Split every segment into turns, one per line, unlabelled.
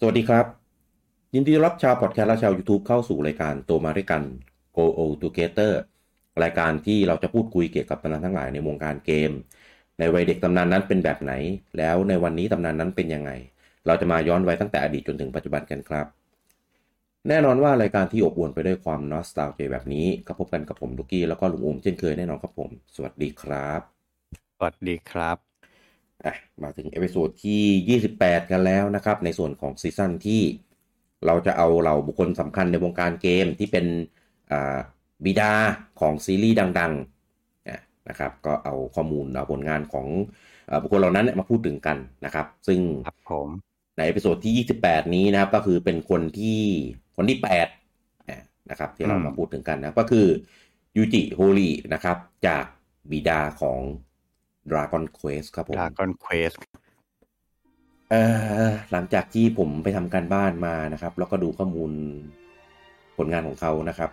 สวัสดีครับ ยินดีต้อนรับชาวพอดแคสต์และชาว YouTube เข้าสู่รายการโตมาด้วยกัน Go O Together รายการที่เราจะพูดคุยเกี่ยวกับตำนานทั้งหลายในวงการเกม ในวัยเด็กตำนานนั้นเป็นแบบไหน แล้วในวันนี้ตำนานนั้นเป็นยังไง เราจะมาย้อนไว้ตั้งแต่อดีตจนถึงปัจจุบันกันครับ แน่นอนว่ารายการที่อบอวลไปด้วยความนอสตาเจแบบนี้ก็พบกันกับผมลูกกี้แล้วก็ลุงอูมเช่นเคยแน่นอนครับผม สวัสดีครับ
สวัสดีครับ
อ่ะมาถึงเอพิโซดที่ 28 กันแล้วนะครับ ในส่วนของซีซั่นที่เราจะเอาเหล่าบุคคลสำคัญในวงการเกมที่เป็นอ่าบิดาของซีรีส์ดังๆอ่ะนะครับ ก็เอาข้อมูลเอาผลงานของเอ่อบุคคลเหล่านั้นเนี่ยมาพูดถึงกันนะครับ ซึ่ง
ครับผม
ในเอพิโซดที่ 28 นี้นะครับ ก็คือเป็นคนที่คนที่8อ่านะครับ ที่เรา
อืม
มาพูดถึงกันนะก็คือยูจิโฮลีนะครับ จากบิดาของ Dragon Quest ครับผม
ดากอนเควส
เอ่อหลังจากที่ผมไปทำการบ้านมานะครับ แล้วก็ดูข้อมูลผลงานของเขานะครับ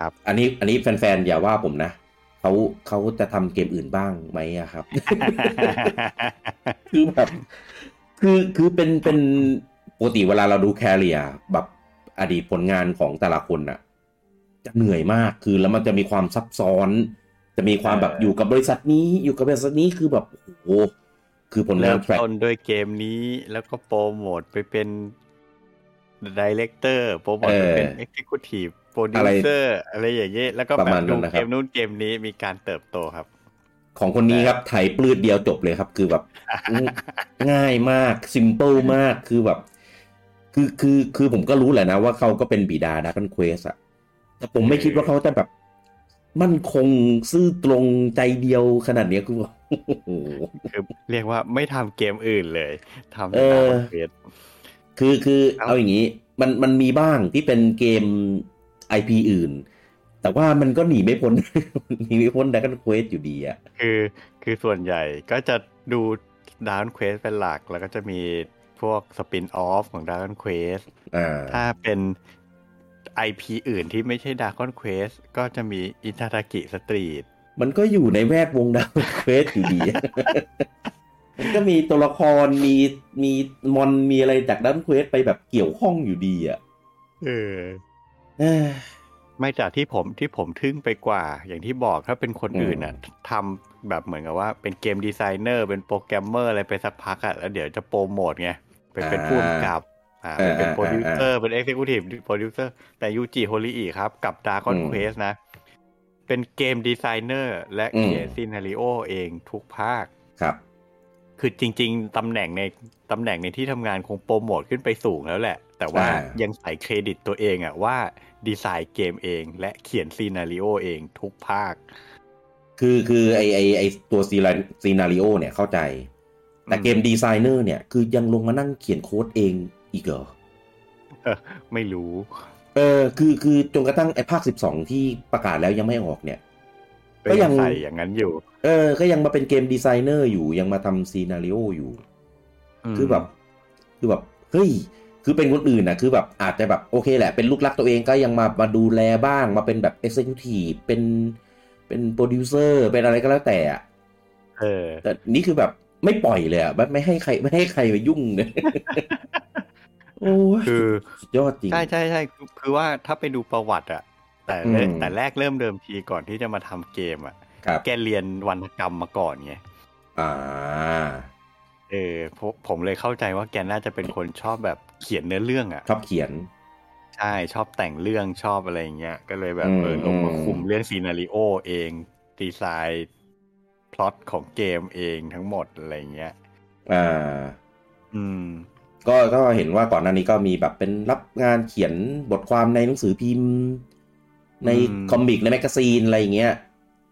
ครับ
อันนี้อันนี้แฟนๆ อย่าว่าผมนะเขาเขาจะทำเกมอื่นบ้างไหมอะ ครับ คือแบบคือคือเป็นเป็นปกติเวลาเราดูแคเรียแบบอดีตผลงานของแต่ละคนน่ะ จะเหนื่อยมากคือแล้วมันจะมีความซับซ้อน จะมีความแบบ
เออ
อ
อ
ยู่กับบริษัทนี้อยู่กับบริษัทนี้คือแบบโอ้โหคือผลงา
เริ่
น
ม
แทร็ก
ต้นด้วยเกมนี้แล้วก็โปรโมทไปเป็นดีเลกเตอร์โปรโมทไปเป็นเอ็กซิคิวทีฟโปรดิวเซอร์อะไรอย่างเงี้ยแล้วก็
ประ
แบ
มาณ
บ
นั้
ดู
นนะครั
เก
บ
มนู้นเกมนี้มีการเติบโตครับ
ของคนนี้ ครับไถปลืดเดียวจบเลยครับ คือ แบบ ง่ายมากซิมเ l ิลมากคือแบบ คือคือคือผมก็รู้แหละนะว่าเขาก็เป็นบิดาดัก n นเควสอะแต่ผมไม่คิดว่าเขาจะแบบ มั่นคงซื่อตรงใจเดียวขนาดเนี้ยคือแบบ โอ้โห
คือเรียกว่าไม่ทำเกมอื่นเลยทำ
เออ
แต่ดากอนเควส
คือคือ
ครับ
เอาอย่างนี้ มันมันมีบ้างที่เป็นเกม IP อื่น แต่ว่ามันก็หนีไม่พ้น มันหนีไม่พ้นดัก n นเควสอยู่ดีอะ
คือคือส่วนใหญ่ก็จะดูดากอนเควสเป็นหลัก แล้วก็จะมีพวกสปินออฟของดากอนเควส
อ่า
ถ้าเป็น IP อื่นที่ไม่ใช่ Dragon Quest ก็จะมีอินทาทากิสตรีท
มันก็อยู่ในแวดวงดาวเควสอยู่ดี มันก็มีตัวละครมีมีมอนมีอะไรจากดันเควสไปแบบเกี่ยวข้องอยู่ดีอ่ะ
เออ
เอ้ย
ไม่จากที่ผมที่ผมทึ่งไปกว่า อย่างที่บอกถ้าเป็นคน
อืม
อื่นน่ะทำแบบเหมือนกับว่าเป็นเกมดีไซเนอร์ เป็นโปรแกรมเมอร์อะไรไปสักพักอ่ะแล้วเดี๋ยวจะโปรโมทไง ไปเป็นผู้กำกับอ่าไปเป็นโปรดิวเซอร์เป็นเอ็กซิคิวทีฟโปรดิวเซอร์แต่ยูจิโฮลีอีครับ กับ Dragon
อืม
Quest นะ เป็นเกมดีไซเนอร์และ
อืม
เขียนซีนารีโอเองทุกภาค
ครับ
คือจริง ๆ ตำแหน่งในตำแหน่งในที่ทำงานคงโปรโมทขึ้นไปสูงแล้วแหละ แต่ว่ายังใส่เครดิตตัวเองอะว่าดีไซน์เกมเอง และเขียนซีนารีโอเองทุกภาค
คือคือไอไอไอตัวซีนซีนารีโอเนี่ยเข้าใจ แต่
อืม
เกมดีไซเนอร์เนี่ย คือยังลงมานั่งเขียนโค้ดเองอีกเหรอ
ไม่รู้
เออคือคือจนกระทั่งไอภาค 12 ที่ประกาศแล้วยังไม่ออกเนี่ย
ก็ยังใส่อย่างนั้นอยู่
เออ ก็ยังมาเป็นเกมดีไซเนอร์อยู่ยังมาทำซีนารีโออยู่
ม
คือแบบคือแบบเฮ้ยคือเป็นคนอื่นนะคือแบบอาจจะแบบโอเคแหละ เป็นลูกรักตัวเองก็ยังมามาดูแลบ้างมาเป็นแบบ Executive เป็นเป็นโปรดิวเซอร์เป็นอะไรก็แล้วแต่อะ
เออ
แต่นี่คือแบบไม่ปล่อยเลยอะแบบไม่ให้ใครไม่ให้ใครมายุ่งเลย โอ้ย
คือ
สุดยอดจริง
ใช่ใช่ใช่คือคือว่าถ้าไปดูประวัติอะแต่
อืม
แต่แรกเริ่มเดิมทีก่อนที่จะมาทำเกมอะ
ครับ
แกเรียนวรรณกรรมมาก่อนไง
อ่า
เออผมผมเลยเข้าใจว่าแกน่าจะเป็นคนชอบแบบเขียนเนื้อเรื่องอะ
ชอบเขียน
ใช่ ชอบแต่งเรื่องชอบอะไรอย่างเงี้ยก็เลยแบบ
อืม
เออลงมา
อืม
คุมเรื่องซีนารีโอเอง ดีไซน์พล็อตของเกมเองทั้งหมดอะไรอย่างเงี้ย
อ่า
อืม
ก็ก็เห็นว่าก่อนหน้านี้ก็มีแบบเป็นรับงานเขียนบทความในหนังสือพิมพ์ ใน
อืม
คอมิกในแมกกาซีนอะไรอย่างเงี้ย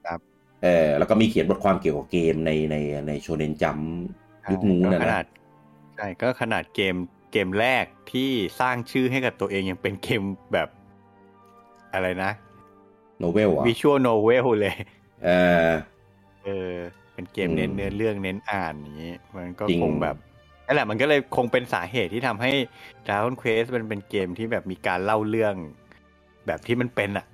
ครับ
เออแล้วก็มีเขียนบทความเกี่ยวกับเกมในในในโชเนนจัม ยุคนู้น
ก็
น่ะนะ
ขนาดใช่ก็ขนาดเกมเกมแรกที่สร้างชื่อให้กับตัวเองยังเป็นเก มแบบอะไรนะ
โนเวลอ่ะ
วิชวลโนเวลเลย
เออ
เออ เป็นเกมเน้น
อืม
เนื้อเรื่องเน้นอ่านอย่างนี้ มันก็
จริง
คงแบบนั่นแหละมันก็เลยคงเป็นสาเหตุที่ทำให้ Dragon Quest มันเป็นเกมที่แบบมีการเล่าเรื่อง แบบที่มันเป็นอะ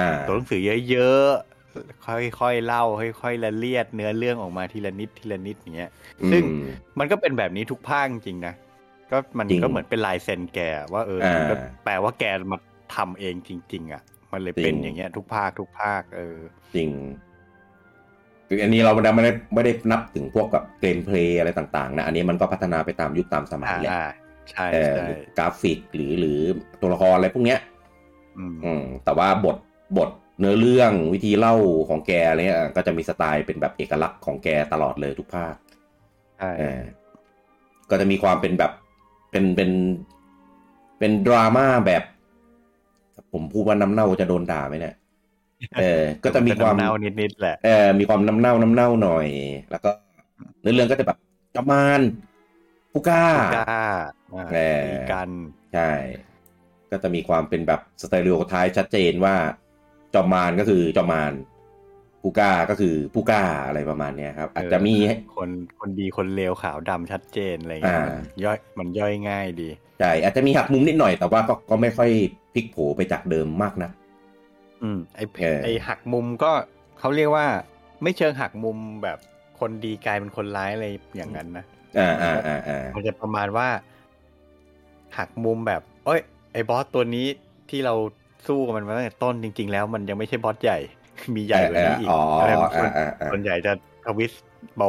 อ่า
ตัวหนังสือเยอะๆ ค่อยๆเล่า ค่อยๆละเลียดเนื้อเรื่องออกมาทีละนิดทีละนิดอย่างเงี้ย ซึ่ง
อืม
มันก็เป็นแบบนี้ทุกภาคจริงๆนะ ก็มัน
จริง
ก็เหมือนเป็นลายเซ็นแกว่าเอออา ก็แปลว่าแกมาทำเองจริง ๆ อ่ะ มันเลยเป็น
จริง
อย่างเงี้ย ทุกภาคทุกภาค เออ
จริงคืออันนี้เราไม่ได้ไม่ได้ไม่ได้นับถึงพวกกับเกมเพลย์อะไรต่างๆนะ อันนี้มันก็พัฒนาไปตามยุคตามสมัย
อ่า
แหละ
อ่าใช่
เอ่อ
ใช่
หรือกราฟิกหรือหรือตัวละครอะไรพวกเนี้ย
อืม
อืมแต่ว่าบทบทเนื้อเรื่องวิธีเล่าของแกอะไรเงี้ยก็จะมีสไตล์เป็นแบบเอกลักษณ์ของแกตลอดเลยทุกภาค
ใช่
เออก็จะมีความเป็นแบบเป็นเป็นเป็นดราม่าแบบ ผมพูดว่าน้ำเน่าจะโดนด่าไหมเนี่ยเออ ก็จะมีความ
เน่านิดๆแหละ
เออมีความน้ำเน่าน้ำเน่าหน่อย แล้วก็เนื้อเรื่องก็จะแบบจอมมานผู้กล้า
กล้าอ่า
เออ
ตีกัน
ใช่ ก็จะมีความเป็นแบบสเตอริโอไทป์ชัดเจนว่า จอมมานก็คือจอมมานผู้กล้าก็คือผู้กล้าอะไรประมาณเนี้ยครับ อาจจะมี
คนคนดีคนเลวขาวดำชัดเจนอะไรเงี้ย
อ่ามั
นย่อยมันย่อยง่ายดี
ใช่อาจจะมีหักมุมนิดหน่อยแต่ว่าก็ก็ไม่ค่อยพลิกโผไปจากเดิมมากนะ
อืมไอเพ
เออ
ไอหักมุมก็เขาเรียกว่า ไม่เชิงหักมุมแบบคนดีกลายเป็นคนร้ายอะไรอย่างนั้นนะ
อ่าอ่าอ่าอ่า
มันจะประมาณว่า หักมุมแบบ เอ้ย ไอบอสตัวนี้ที่เราสู้กับมันมาตั้งแต่ต้นจริง ๆ แล้วมันยังไม่ใช่บอสใหญ่ มีใหญ่กว่านี้อีก
เอ๋อ
อะ
อ่า
ไรบางค
อ่าน อ่า
ส่วนใหญ่จะทวิสต์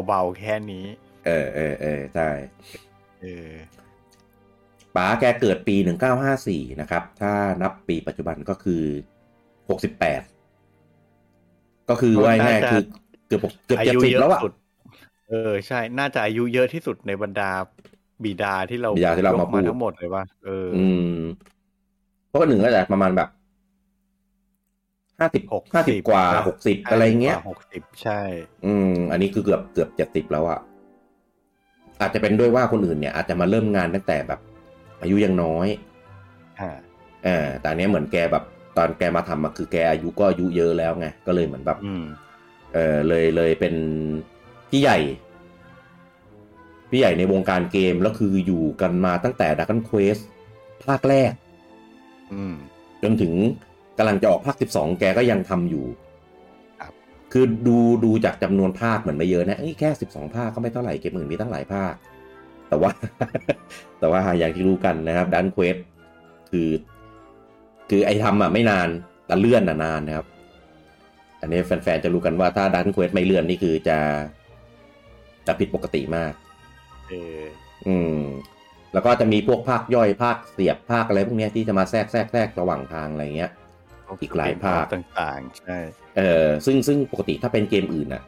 เบาๆแค่นี้
เออเออเออใช่
เออ
ป๋าแกเกิดปี 1954 นะครับ ถ้านับปีปัจจุบันก็คือ 68 ก็คือว่าง่ายๆคือเกือบ60เกือบ
อา
เจ็ด
ยุ
สิบ
เยอะ
แล้วอะ
สุด เออใช่ น่าจะอายุเยอะที่สุดในบรรดาบิดาที่เรา
บิดาที่เรามาย
ก
พูด
ทั้งหมดเลยว่า เออ
อืม เพราะว่าหนึ่งก็จะประมาณแบบ 50
60
50 กว่า 60 อะไรเงี้ย
หกสิบใช่
อืม อันนี้คือเกือบเกือบเจ็ดสิบแล้วอะอาจจะเป็นด้วยว่าคนอื่นเนี่ย อาจจะมาเริ่มงานตั้งแต่แบบ อายุยังน้อย
อ่า
เออแต่อันเนี้ยเหมือนแกแบบตอนแกมาทำอะคือแกอายุก็อายุเยอะแล้วไง ก็เลยเหมือนแบบ
อืม
เออเลยเลยเป็นพี่ใหญ่ พี่ใหญ่ในวงการเกมแล้วคืออยู่กันมาตั้งแต่ Dragon Quest ภาคแรก
อืม
จนถึงกำลังจะออกภาค 12 แกก็ยังทำอยู่
ครับ
คือดูดูจากจำนวนภาคเหมือนไม่เยอะนะเอ้ยแค่ 12 ภาคก็ไม่เท่าไหร่เกมอื่นมีตั้งหลายภาค แต่ว่า แต่ว่าอย่างที่รู้กันนะครับดันเควสคือ คือไอ้ทำอ่ะไม่นาน แต่เลื่อนอ่ะนานนะครับ อันนี้แฟนๆจะรู้กันว่าถ้าดันเควสไม่เลื่อนนี่คือจะจะผิดปกติมาก
เออ
อืม แล้วก็จะมีพวกภาคย่อยภาคเสียบภาคอะไรพวกเนี้ยที่จะมาแทรกแทรกแทรกระหว่างทางอะไรเงี้ย อีกหลายภาค
ต่างๆ ใช่
เออซึ่งซึ่งปกติถ้าเป็นเกมอื่นน่ะ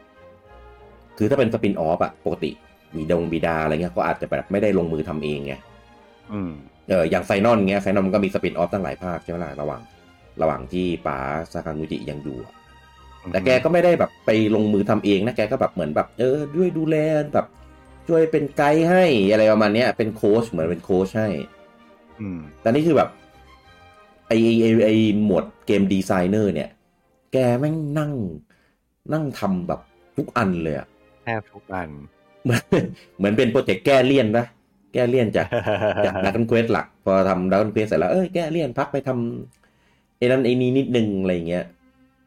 คือถ้าเป็นสปินออฟอะปกติมีดงบิดาอะไรเงี้ยก็อาจจะแบบไม่ได้ลงมือทำเองไง
อืม
เอออย่างไฟนอลเงี้ยไฟนอลมันก็มีสปินออฟตั้งหลายภาคใช่ไหมล่ะระหว่าง ระหว่างที่ป๋าซากานุจิยังอยู่อะแต่แกก็ไม่ได้แบบไปลงมือทำเองนะแกก็แบบเหมือนแบบ เออด้วยดูแลแบบช่วยเป็นไกด์ให้อะไรประมาณเนี้ยเป็นโค้ชเหมือนเป็นโค้ชให้
อืม
แต่นี่คือแบบไอไอไอหมวดเกมดีไซเนอร์เนี่ย แกแม่งนั่งนั่งทำแบบทุกอันเลยอะ
แทบทุกอัน
เหมือนเหมือนเป็นโปรเจกต์แก้เลี่ยนนะแก้เลี่ยนจาก จากดักเควสหลัก พอทำดักเควสเสร็จแล้วเอ้ยแก้เลี่ยนพักไปทำไอ้นั้นไอ้นี้นิดนึงอะไรอย่างเงี้ย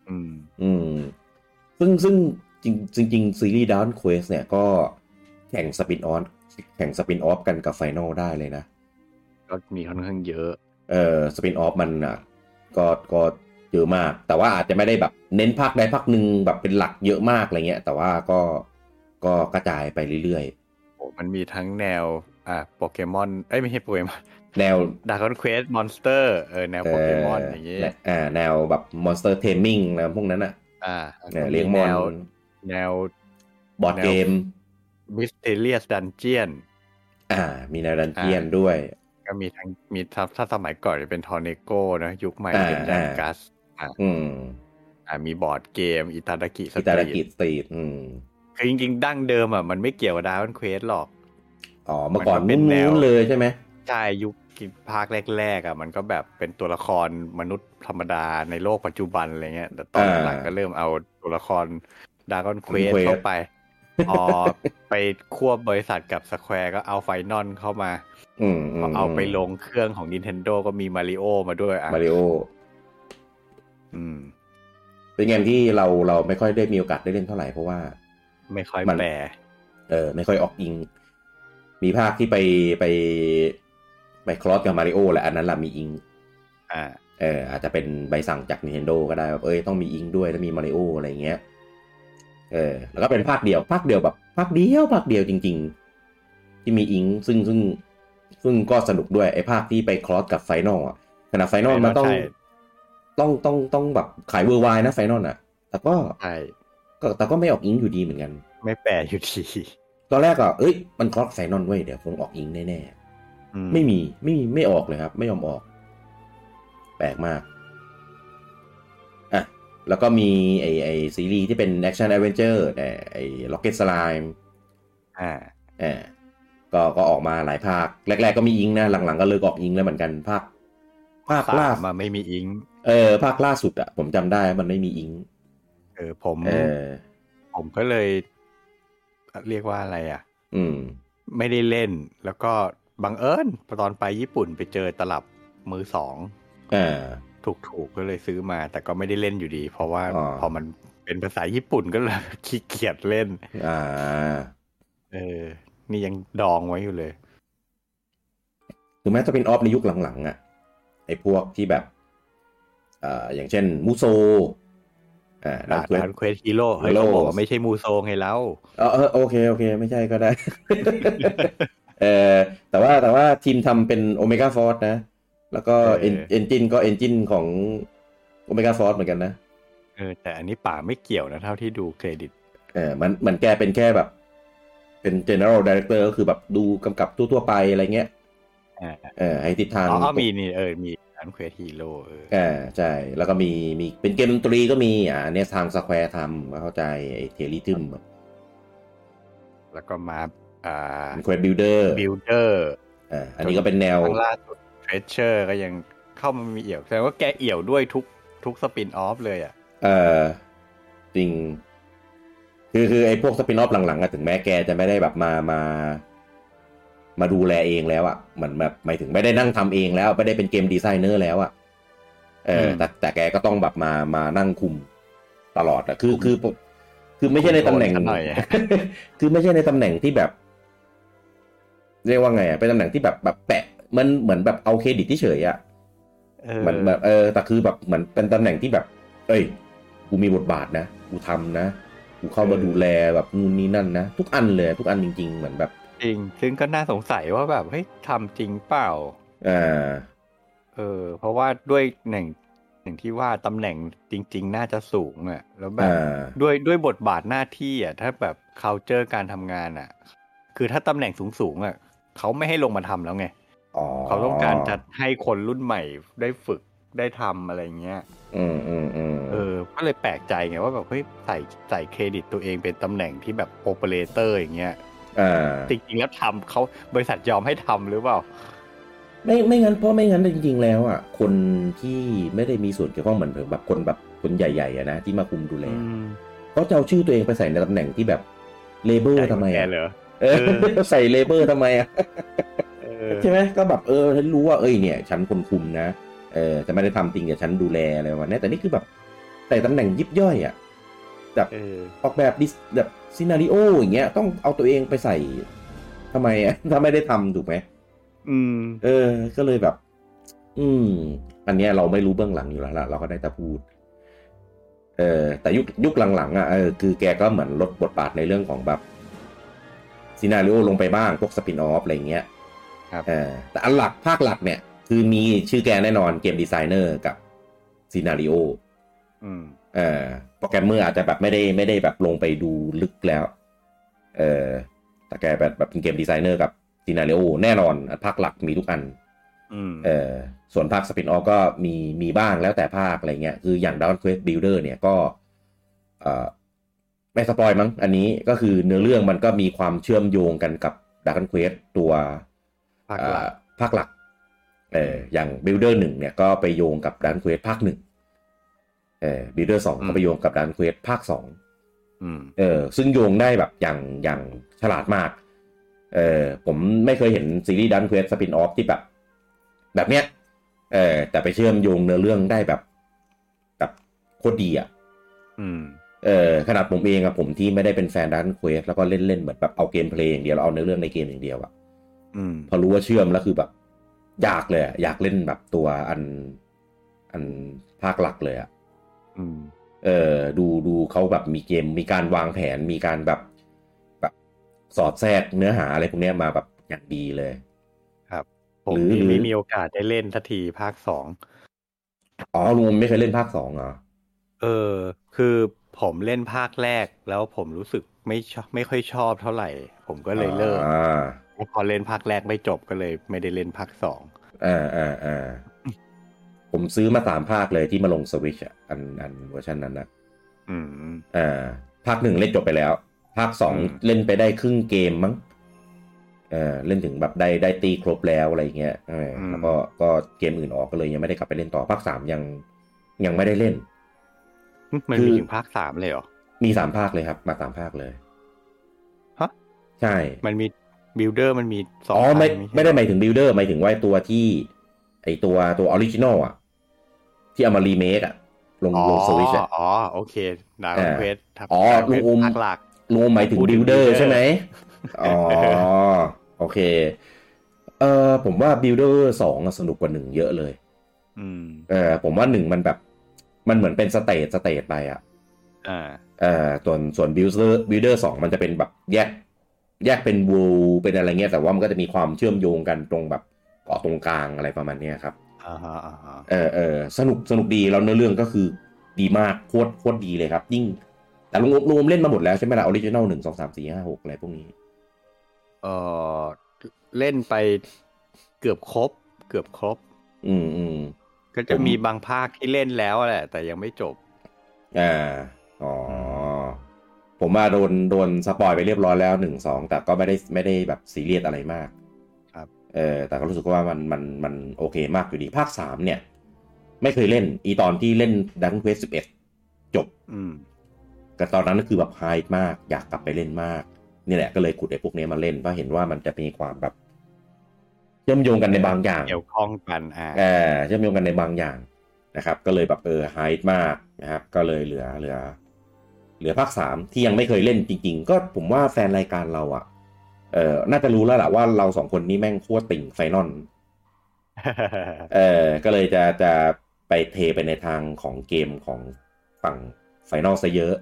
อืม
อืม ซึ่งซึ่งจริงจริงๆซีรีส์ดักเควสเนี่ยก็แข่งสปินออฟแข่งสปินออฟกันกับไฟนอลได้เลยนะ
ก็มีค่อนข้างเยอะ
เอ่อสปินออฟมันอ่ะก็ก็เยอะมาก แต่ว่าอาจจะไม่ได้แบบเน้นภาคใดภาคหนึ่งแบบเป็นหลักเยอะมากอะไรเงี้ย แต่ว่าก็ก็กระจายไปเรื่อย
โอ้มันมีทั้งแนว อ่าโปเกมอน เอ้ย ไม่ใช่โปเกมอน
ๆ แนว
ดาร์กเควสมอนสเตอร์ เออ แนวโปเกมอนอย่าง
นี้
งี้
อ่าแนวแบบ Monster Taming นะพวกนั้นอ่ะ
อ่า
เออเลี้ยงม
แน
อน
ว แนว
บอร์ด
แนว
เกม
มิสเต r i ียสดันเจียน
อ่า มีแนวดันเจียนด้วย
ก็มีทั้งมีถ้าถ้าสมัยก่อนจะเป็นทอร์เนโก้นะยุคใหม่
อ่า
เป็นดัน
อ่า
กัส
อืม
อ่ามีบอร์ดเกม อิตาดากิส
อิ
ต
ตาล
รี
กิ
ท
สตรีทอืม
คือจริงๆ ดั้งเดิมอ่ะมันไม่เกี่ยวกับดาวน์เควสหรอก
อ๋อเมื่อก่อน
มันก็เป็นแนว
นู้นๆเลยใช่ไหม
ใช่ยุคภาคแรกๆอ่ะมันก็แบบเป็นตัวละครมนุษย์ธรรมดาในโลกปัจจุบันอะไรเงี้ย แต่ตอนหลังๆก็เริ่มเอาตัวละครดาร์กอนเควสเข้าไปพอไปควบบริษัทกับสแควร์ก็เอาไฟนอลเข้ามา
อืมม
พอเอาไปลงเครื่องของ Nintendo ก็มีมาริโอมาด้วยอ่ะ
มาริโอ
อืม
เป็นเกมที่เราเราไม่ค่อยได้มีโอกาสได้เล่นเท่าไหร่เพราะว่า
ไม่ค่อย
มัน
แปล
เออไม่ค่อยออกอิง มี มีภาคที่ไปไปไปคลอสกับมาริโอแหละอันนั้นละมีอิง
อ่า
เอออาจจะเป็นใบสั่งจาก Nintendo ก็ได้แบบเอ้ยต้องมีอิงด้วยแล้วมีมาริโออะไรเงี้ยเออแล้วก็เป็นภาคเดียวภาคเดียวแบบภาคเดียวภาคเดียวจริง ๆ ที่มีอิงซึ่งซึ่งซึ่งก็สนุกด้วยไอ้ภาคที่ไปคลอสกับไฟนอลอะขนาดไฟนอล
Final
มันต้อง
ใช่
ต้องต้องต้องแบบขายเวอร์ไวนะไฟนอลอะแต่ก็
ใช่
ก็แต่ก็ไม่ออกอิงอยู่ดีเหมือนกัน
ไม่แปลอยู่ดี
ตอนแรกอะเอ้ยมันคลอสไฟนอลเว้ยเดี๋ยวคงออกอิงแน่ๆ
อื
ไม่มีไม่มีไม่ออกเลยครับ ไม่ยอมออก แปลกมากอ่ะแล้วก็มีไอไอซีรีส์ที่เป็นแอคชั่นแอดเวนเจอร์แต่ไอล็อกเก็ตสไลม์
อ่า
อ่าก็ก็ออกมาหลายภาค แรก ๆ ก็มีอิงนะ หลัง ๆ ก็เลิกออกอิงแล้วเหมือนกันภาคภาค
สา
ล่าม
มาไม่มีอิง
เออภาคล่าสุดอะผมจำได้มันไม่มีอิง
เออผม
เออ
ผมก็เลย เรียกว่าอะไรอ่ะ
อืม
ไม่ได้เล่น แล้วก็บังเอิญตอนไปญี่ปุ่นไปเจอตลับมือสอง
อ่า
ถูกถูกๆก็เลยซื้อมา แต่ก็ไม่ได้เล่นอยู่ดี เพราะว่า
อ่า
พอมันเป็นภาษาญี่ปุ่นก็เลย ขี้เกียจเล่น
อ่า
เออ นี่ยังดองไว้อยู่เลย
ถึงแม้จะเป็นออฟในยุคหลังๆอะ่ะไอ้พวกที่แบบเอ่ออย่างเช่นมูโซอ่าดั
ร้าน น
เควส
เควสฮีโร่เฮ้ย
Hero
เขาบอกว่าไม่ใช่มูโซไงแล้ว
เออเออโอเค โอเค ไม่ใช่ก็ได้ เออแต่ว่าแต่ว่าทีมทำเป็นโอเมก้าฟอร์นะ แล้วก็
เออ
เอ็นจินก็เอนจินของโอเมก้าฟอร์เหมือนกันนะ
เออ แต่อันนี้ป่าไม่เกี่ยวนะ เท่าที่ดูเครดิต
เออมันมันแกเป็นแค่แบบ เป็น general director ก็คือแบบดูกำกับทั่วๆไปอะไรเงี้ย
อ่า
เออให้ทิศทาง
อ๋อมีนี่เออ มีร้านเควสฮีโร่เออ
อ่าใช่ แล้วก็มีมีเป็นเกมดนตรีก็มีอ่าเนี่ยทางสแควร์ทำก็เข้าใจไอ้เทลิทึม
แล้วก็มาอ่า
เควสบิลเดอร์
บิลเดอร์
อ่าอันนี้ก็เป็นแนว
ครั้งล่าสุดเทรเชอร์ก็ยังเข้ามามีเอี่ยวแสดงว่าแกเอี่ยวด้วยทุกทุกสปินออฟเลยอ่ะ
เอ่อจริง คือคือไอ้พวกสปินออฟหลังๆอะถึงแม้แกจะไม่ได้แบบมามา มาดูแลเองแล้วอะเหมือนแบบหมายถึงไม่ได้นั่งทำเองแล้ว ไม่ได้เป็นเกมดีไซเนอร์แล้วอะเออ
อืม
แต่แต่แกก็ต้องแบบมามานั่งคุมตลอดอะคือคือคือคือไม่ใช่ในตำแหน่ง
โดกัหน่อยอะ
คือไม่ใช่ในตำแหน่งที่แบบ เรียกว่าไงอะเป็นตำแหน่งที่แบบแบบแปะ มันเหมือนแบบเอาเครดิตที่เฉยๆอะ
เออ
เหมือนแบบเออแต่คือแบบเหมือนเป็นตำแหน่งที่แบบ เอ้ยกูมีบทบาทนะกูทำนะกูเข้ามาดูแลแบบนู่นนี่นั่นนะทุกอันเลย ทุกอันจริง ๆ เหมือนแบบ
จริง ซึ่งก็น่าสงสัยว่าแบบเฮ้ยทำจริงเปล่า
อ่า
เออ เพราะว่าด้วยหนึ่งหนึ่งที่ว่าตำแหน่งจริง ๆ น่าจะสูงอ่ะ แล้วแบบ
อ่า
ด้วยด้วยบทบาทหน้าที่อ่ะถ้าแบบ culture การทำงานอ่ะ คือถ้าตำแหน่งสูงๆอ่ะเขาไม่ให้ลงมาทำแล้วไง
อ๋อ
เขาต้องการจะให้คนรุ่นใหม่ได้ฝึกได้ทำอะไรเงี้ย
อืมอืมอืม
เออก็เลยแปลกใจไงว่าแบบเฮ้ยใส่ใส่เครดิตตัวเองเป็นตำแหน่งที่แบบโอเปอเรเตอร์อย่างเงี้ย
อ่า
จริงๆแล้วทำเขาบริษัทยอมให้ทำหรือเปล่า
ไม่ไม่งั้นเพราะไม่งั้นจริง ๆ แล้วอ่ะคนที่ไม่ได้มีส่วนเกี่ยวข้องเหมือนแบบคนแบบคนใหญ่ๆอะนะที่มาคุมดูแล
อืม
เขาจะเอาชื่อตัวเองไปใส่ในตำแหน่งที่แบบเลเบอร์ทำไม
แก
อ่ะ
เหรอ
เออ ใส่เลเบอร์ทำไมอ่ะ
เออ
ใช่ไหมก็แบบเออฉันรู้ว่าเอ้ยเนี่ย ฉันคนคุมนะเออจะไม่ได้ทำจริงแต่ฉันดูแลอะไรประมาณนี้แต่นี่คือแบบใส่ตำแหน่งยิบย่อยอ่ะแบบ
เออ
ออกแบบดิสแบบซีนารีโออย่างเงี้ยต้องเอาตัวเองไปใส่ทำไมอ่ะ ถ้าไม่ได้ทำถูกไหม
อืม
เออ ก็เลยแบบ อืม อันเนี้ยเราไม่รู้เบื้องหลังอยู่แล้วล่ะเราก็ได้แต่พูด เออแต่ยุคยุคหลังๆอ่ะเออคือแกก็เหมือนลดบทบาทในเรื่องของแบบซีนาริโอลงไปบ้างพวกสปินออฟอะไรเงี้ย
ครับ
เออแต่อันหลักภาคหลักเนี่ย คือมีชื่อแกแน่นอนเกมดีไซเนอร์กับซีนาริโอ
อืม
เออโปรแกรมเมอร์อาจจะแบบไม่ได้ไม่ได้แบบลงไปดูลึกแล้ว เออแต่แกแบบแบบเป็นเกมดีไซเนอร์กับซีนาริโอแน่นอนอันภาคหลักมีทุกอัน
อืม
เอ่อส่วนภาคสปินออฟก็มีมีบ้างแล้วแต่ภาคอะไรเงี้ย คืออย่าง Dragon Quest Builder เนี่ยก็เอ่อไม่สปอยมั้งอันนี้ก็คือเนื้อเรื่องมันก็มีความเชื่อมโยงกันกับ Dragon Quest ตัว
ภาคหลั
เอ่
ก
อภาคหลักเอออย่าง Builder หนึ่งเนี่ยก็ไปโยงกับ Dragon Quest ภาคหนึ่งเออ Builder สองก็ไปโยงกับ Dragon Quest ภาคสอง
อืม
เออซึ่งโยงได้แบบอย่างอย่างฉลาดมากเออผมไม่เคยเห็นซีรีส์ดันเควสสปินออฟที่แบบ แบบเนี้ยเออแต่ไปเชื่อมโยงเนื้อเรื่องได้แบบแบบโคตรดีอ่ะ
อืม
เออขนาดผมเองอะผมที่ไม่ได้เป็นแฟนดันเควสแล้วก็เล่นเล่นๆเหมือนแบบเอาเกมเพลย์อย่างเดียวแล้วเอาเนื้อเรื่องในเกมอย่างเดียวอะ
อืม
พอรู้ว่าเชื่อมแล้วคือแบบอยากเลยอะอยากเล่นแบบตัวอันอันภาคหลักเลยอะ
อืม
เออดูดูเขาแบบมีเกมมีการวางแผนมีการแบบแบบสอดแทรกเนื้อหาอะไรพวกเนี้ยมาแบบอย่างดีเลย
ผม
หรือ
นี่
หรือ
ไม่มีโอกาสได้เล่นทัทีภาคสอง
อ๋อลุงไม่เคยเล่นภาคสองเหรอ
เออ คือผมเล่นภาคแรกแล้วผมรู้สึกไม่ชอบไม่ค่อยชอบเท่าไหร่ ผมก็เลยเลิก
อ่า
แล้วพอเล่นภาคแรกไม่จบก็เลยไม่ได้เล่นภาคสอง
อ่าอ่าอ่าผมซื้อมาสามภาคเลยที่มาลงสวิชอะอันอันเวอร์ชันนั้นนะ
อืม
อ่าภาคหนึ่งเล่นจบไปแล้ว ภาคสอง
อืม
เล่นไปได้ครึ่งเกมมั้งเออเล่นถึงแบบได้ได้ตีครบแล้วอะไรเงี้ยเออแล้วก็ก็เกมอื่นออกก็เลยยังไม่ได้กลับไปเล่นต่อภาคสามยังยังไม่ได้เล่น
มันมีถึงภาคสามเลยเหรอ
มีสามภาคเลยครับ มาสามภาคเลย
ฮะ
ใช่
มันมีบิลเดอร์มันมีสอง
อ๋อไม่
ภาคใช่
ไม่ได้หมายถึงบิลเดอร์หมายถึงว่าตัวที่ ไอตัวตัวออริจินอลอ่ะ ที่เอามารีเมคอ่ะ ลง
อ๋อ
ลงสวิชอ่ะ
อ๋อโอเคดาว
อ่า
เควสทับ
อ๋อ
ดาวเควส
ลูกอม
ภาคหลัก
รวมหมายถึง
พูดถึ
บิ
ง
ลเดอร์
builder
ใช่ไหมอ๋อ โอเค เอ่อผมว่าบิลเดอร์สองอะสนุกกว่าหนึ่งเยอะเลย
อืม
เออผมว่าหนึ่งมันแบบ มันเหมือนเป็นสเตจสเตจไปอ่ะ
อ่า
เอ่อส่วนส่วนบิลเดอร์บิลเดอร์สองมันจะเป็นแบบแยก แยกเป็นวูเป็นอะไรเงี้ยแต่ว่ามันก็จะมีความเชื่อมโยงกันตรงแบบเกาะตรงกลางอะไรประมาณเนี้ยครับ
อ่าฮะอ่าฮะ
เออเออสนุกสนุกดีแล้วเนื้อเรื่องก็คือดีมากโคตรโคตรดีเลยครับ ยิ่ง แต่ลุงลุงเล่นมาหมดแล้วใช่ไหมล่ะออริจินอลหนึ่งสองสามสี่ห้าหกอะไรพวกนี้
เออเล่นไปเกือบครบ เกือบครบ
อืมอืม
ก็จะ
ผม
มีบางภาคที่เล่นแล้วแหละ แต่ยังไม่จบ
อ่าอ๋อผมว่าโดนโดนสปอยไปเรียบร้อยแล้วหนึ่งสองแต่ก็ไม่ได้ไม่ได้แบบซีเรียสอะไรมาก
ครับ
เออแต่ก็รู้สึกว่ามันมันมันโอเคมากอยู่ดีภาคสามเนี่ย ไม่เคยเล่น อีตอนที่เล่นดังเควสสิบเอ็ดจบ
อืม
แต่ตอนนั้นก็คือแบบไฮป์มาก อยากกลับไปเล่นมาก นี่แหละก็เลยขุดไอ้พวกเนี้ยมาเล่นเพราะเห็นว่ามันจะมีความแบบเชื่อมโยงกันในบางอย่าง
เกี่ยวข้องกันอ่า
เอ่อเชื่อมโยงกันในบางอย่างนะครับ ก็เลยแบบเออไฮป์มากนะครับ ก็เลยเหลือเหลือ เหลือภาคสามที่ยังไม่เคยเล่นจริง ๆ ก็ผมว่าแฟนรายการเราอะ่ะเออน่าจะรู้แล้วแหละว่าเราสองคนนี้แม่งโคตรติ่งไฟนอลเออก็เลยจะจะไปเทไปในทางของเกมของฝั่งไฟนอลซะเยอะ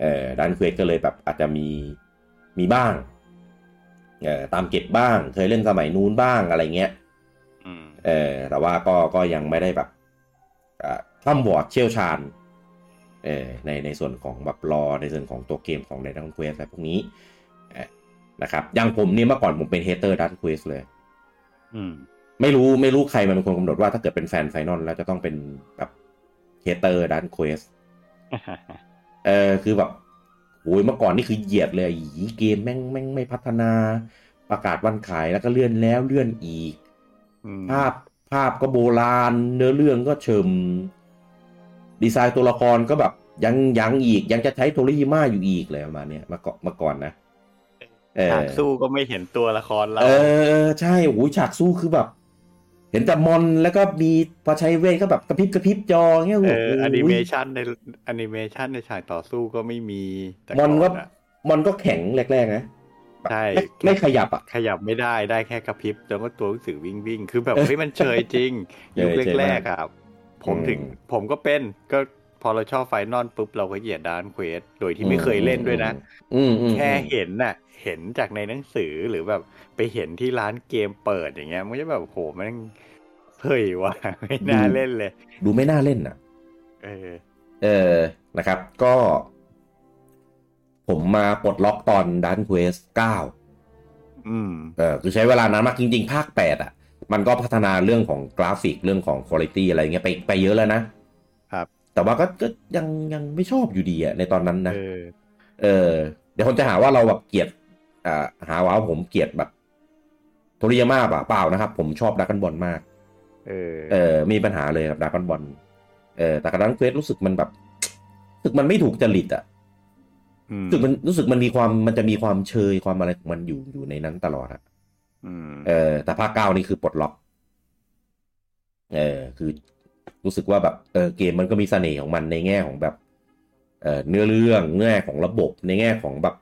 เออดันเควสก็เลยแบบอาจจะมีมีบ้างเออตามเก็บบ้าง เคยเล่นสมัยนู้นบ้างอะไรเงี้ย
อืม
เออแต่ว่าก็ก็ยังไม่ได้แบบท่อมบอร์ดเชี่ยวชาญเออในในส่วนของแบบรอในส่วนของตัวเกมของในดันเควสอะไรพวกนี้เอ่อนะครับอย่างผมเนี่ยเมื่อก่อนผมเป็นเฮเตอร์ดันเควสเลย
อืม
ไม่รู้ไม่รู้ใครมันเป็นคนกำหนดว่าถ้าเกิดเป็นแฟนไฟนอลแล้วจะต้องเป็นแบบเฮเตอร์ดันเควสเออคือแบบโอ้ยเมื่อก่อนนี่คือเหยียดเลยอีเกมแม่งแม่งไม่พัฒนาประกาศวันขายแล้วก็เลื่อนแล้วเลื่อนอีก
อืม
ภาพภาพก็โบราณ เนื้อเรื่องก็เฉิมดีไซน์ตัวละครก็แบบยังยังอีกยังจะใช้โทริยิมาอยู่อีกเลยประมาณเนี้ยมาก่อนมาก่อนนะเออ
ฉากสู้ก็ไม่เห็นตัวละครเรา
เออใช่โอ้โหฉากสู้คือแบบ เห็นแต่มอนแล้วก็มีพอใช้เวทก็แบบกระพริบกระพริบจอเงี้ย
เอ
โโห
อแอนิเมชันในแอนิเมชันในฉากต่อสู้ก็ไม่มีแต่
มอนก็
ะ
มอนก็แข็งแรกๆนะ
ใช่
ไม่ไม่ขยับอ่ะ
ขยับไม่ได้ได้แค่กระพริบแล้วก็ตัวหนังสือวิ่งวิ่งคือแบบเฮ้ยมันเฉยจริง
เฉ
ยุ
ย
ค
เฉยมาก
แรกๆอ่ะผมถึง
อืม
ผมก็เป็นก็พอเราชอบไฟนอลปุ๊บเราก็เหยียดดานเควสโดยที่ไม่เคยเล่นด้วยนะ
อืมอืมอืม
แค่เห็นน่ะ เห็นจากในหนังสือหรือแบบไปเห็นที่ร้านเกมเปิดอย่างเงี้ย มันก็จะแบบโหมันเฮ้ยว่ะ ไม่น่า
อืม
เล่นเลย
ดูไม่น่าเล่นอ่ะ
เออ
เออ นะครับ ก็ ผมมาปลดล็อกตอนดันเควสเก้า
อืม
เออ คือใช้เวลานานมากจริง ๆ ภาคแปดอ่ะ มันก็พัฒนาเรื่องของกราฟิกเรื่องของคุณ i t y อะไรเงี้ยไปไปเยอะแล้วนะครับ แต่ว่าก็ก็ยังยังไม่ชอบอยู่ดีอ่ะในตอนนั้นนะ
เออ
เออ เดี๋ยวคนจะหาว่าเราแบบเกลียด อ่า หาว่าผมเกลียดแบบโทริยาม่าเปล่าเปล่านะครับ ผมชอบดักกันบอลมาก
เออ
เออมีปัญหาเลยกับดาร์กบอลเออแต่กับดันเควสรู้สึกมันแบบ รู้สึกมันไม่ถูกจริตอ่ะ
อืม
รู้สึกมันรู้สึกมันมีความมันจะมีความเชยความอะไรของมันอยู่อยู่ในนั้นตลอดอะ
อืม
เออแต่ภาคเก้านี่คือปลดล็อกเออคือรู้สึกว่าแบบเออเกมมันก็มีเสน่ห์ของมันในแง่ของแบบเออเนื้อเรื่องแง่ของระบบในแง่ของแบบ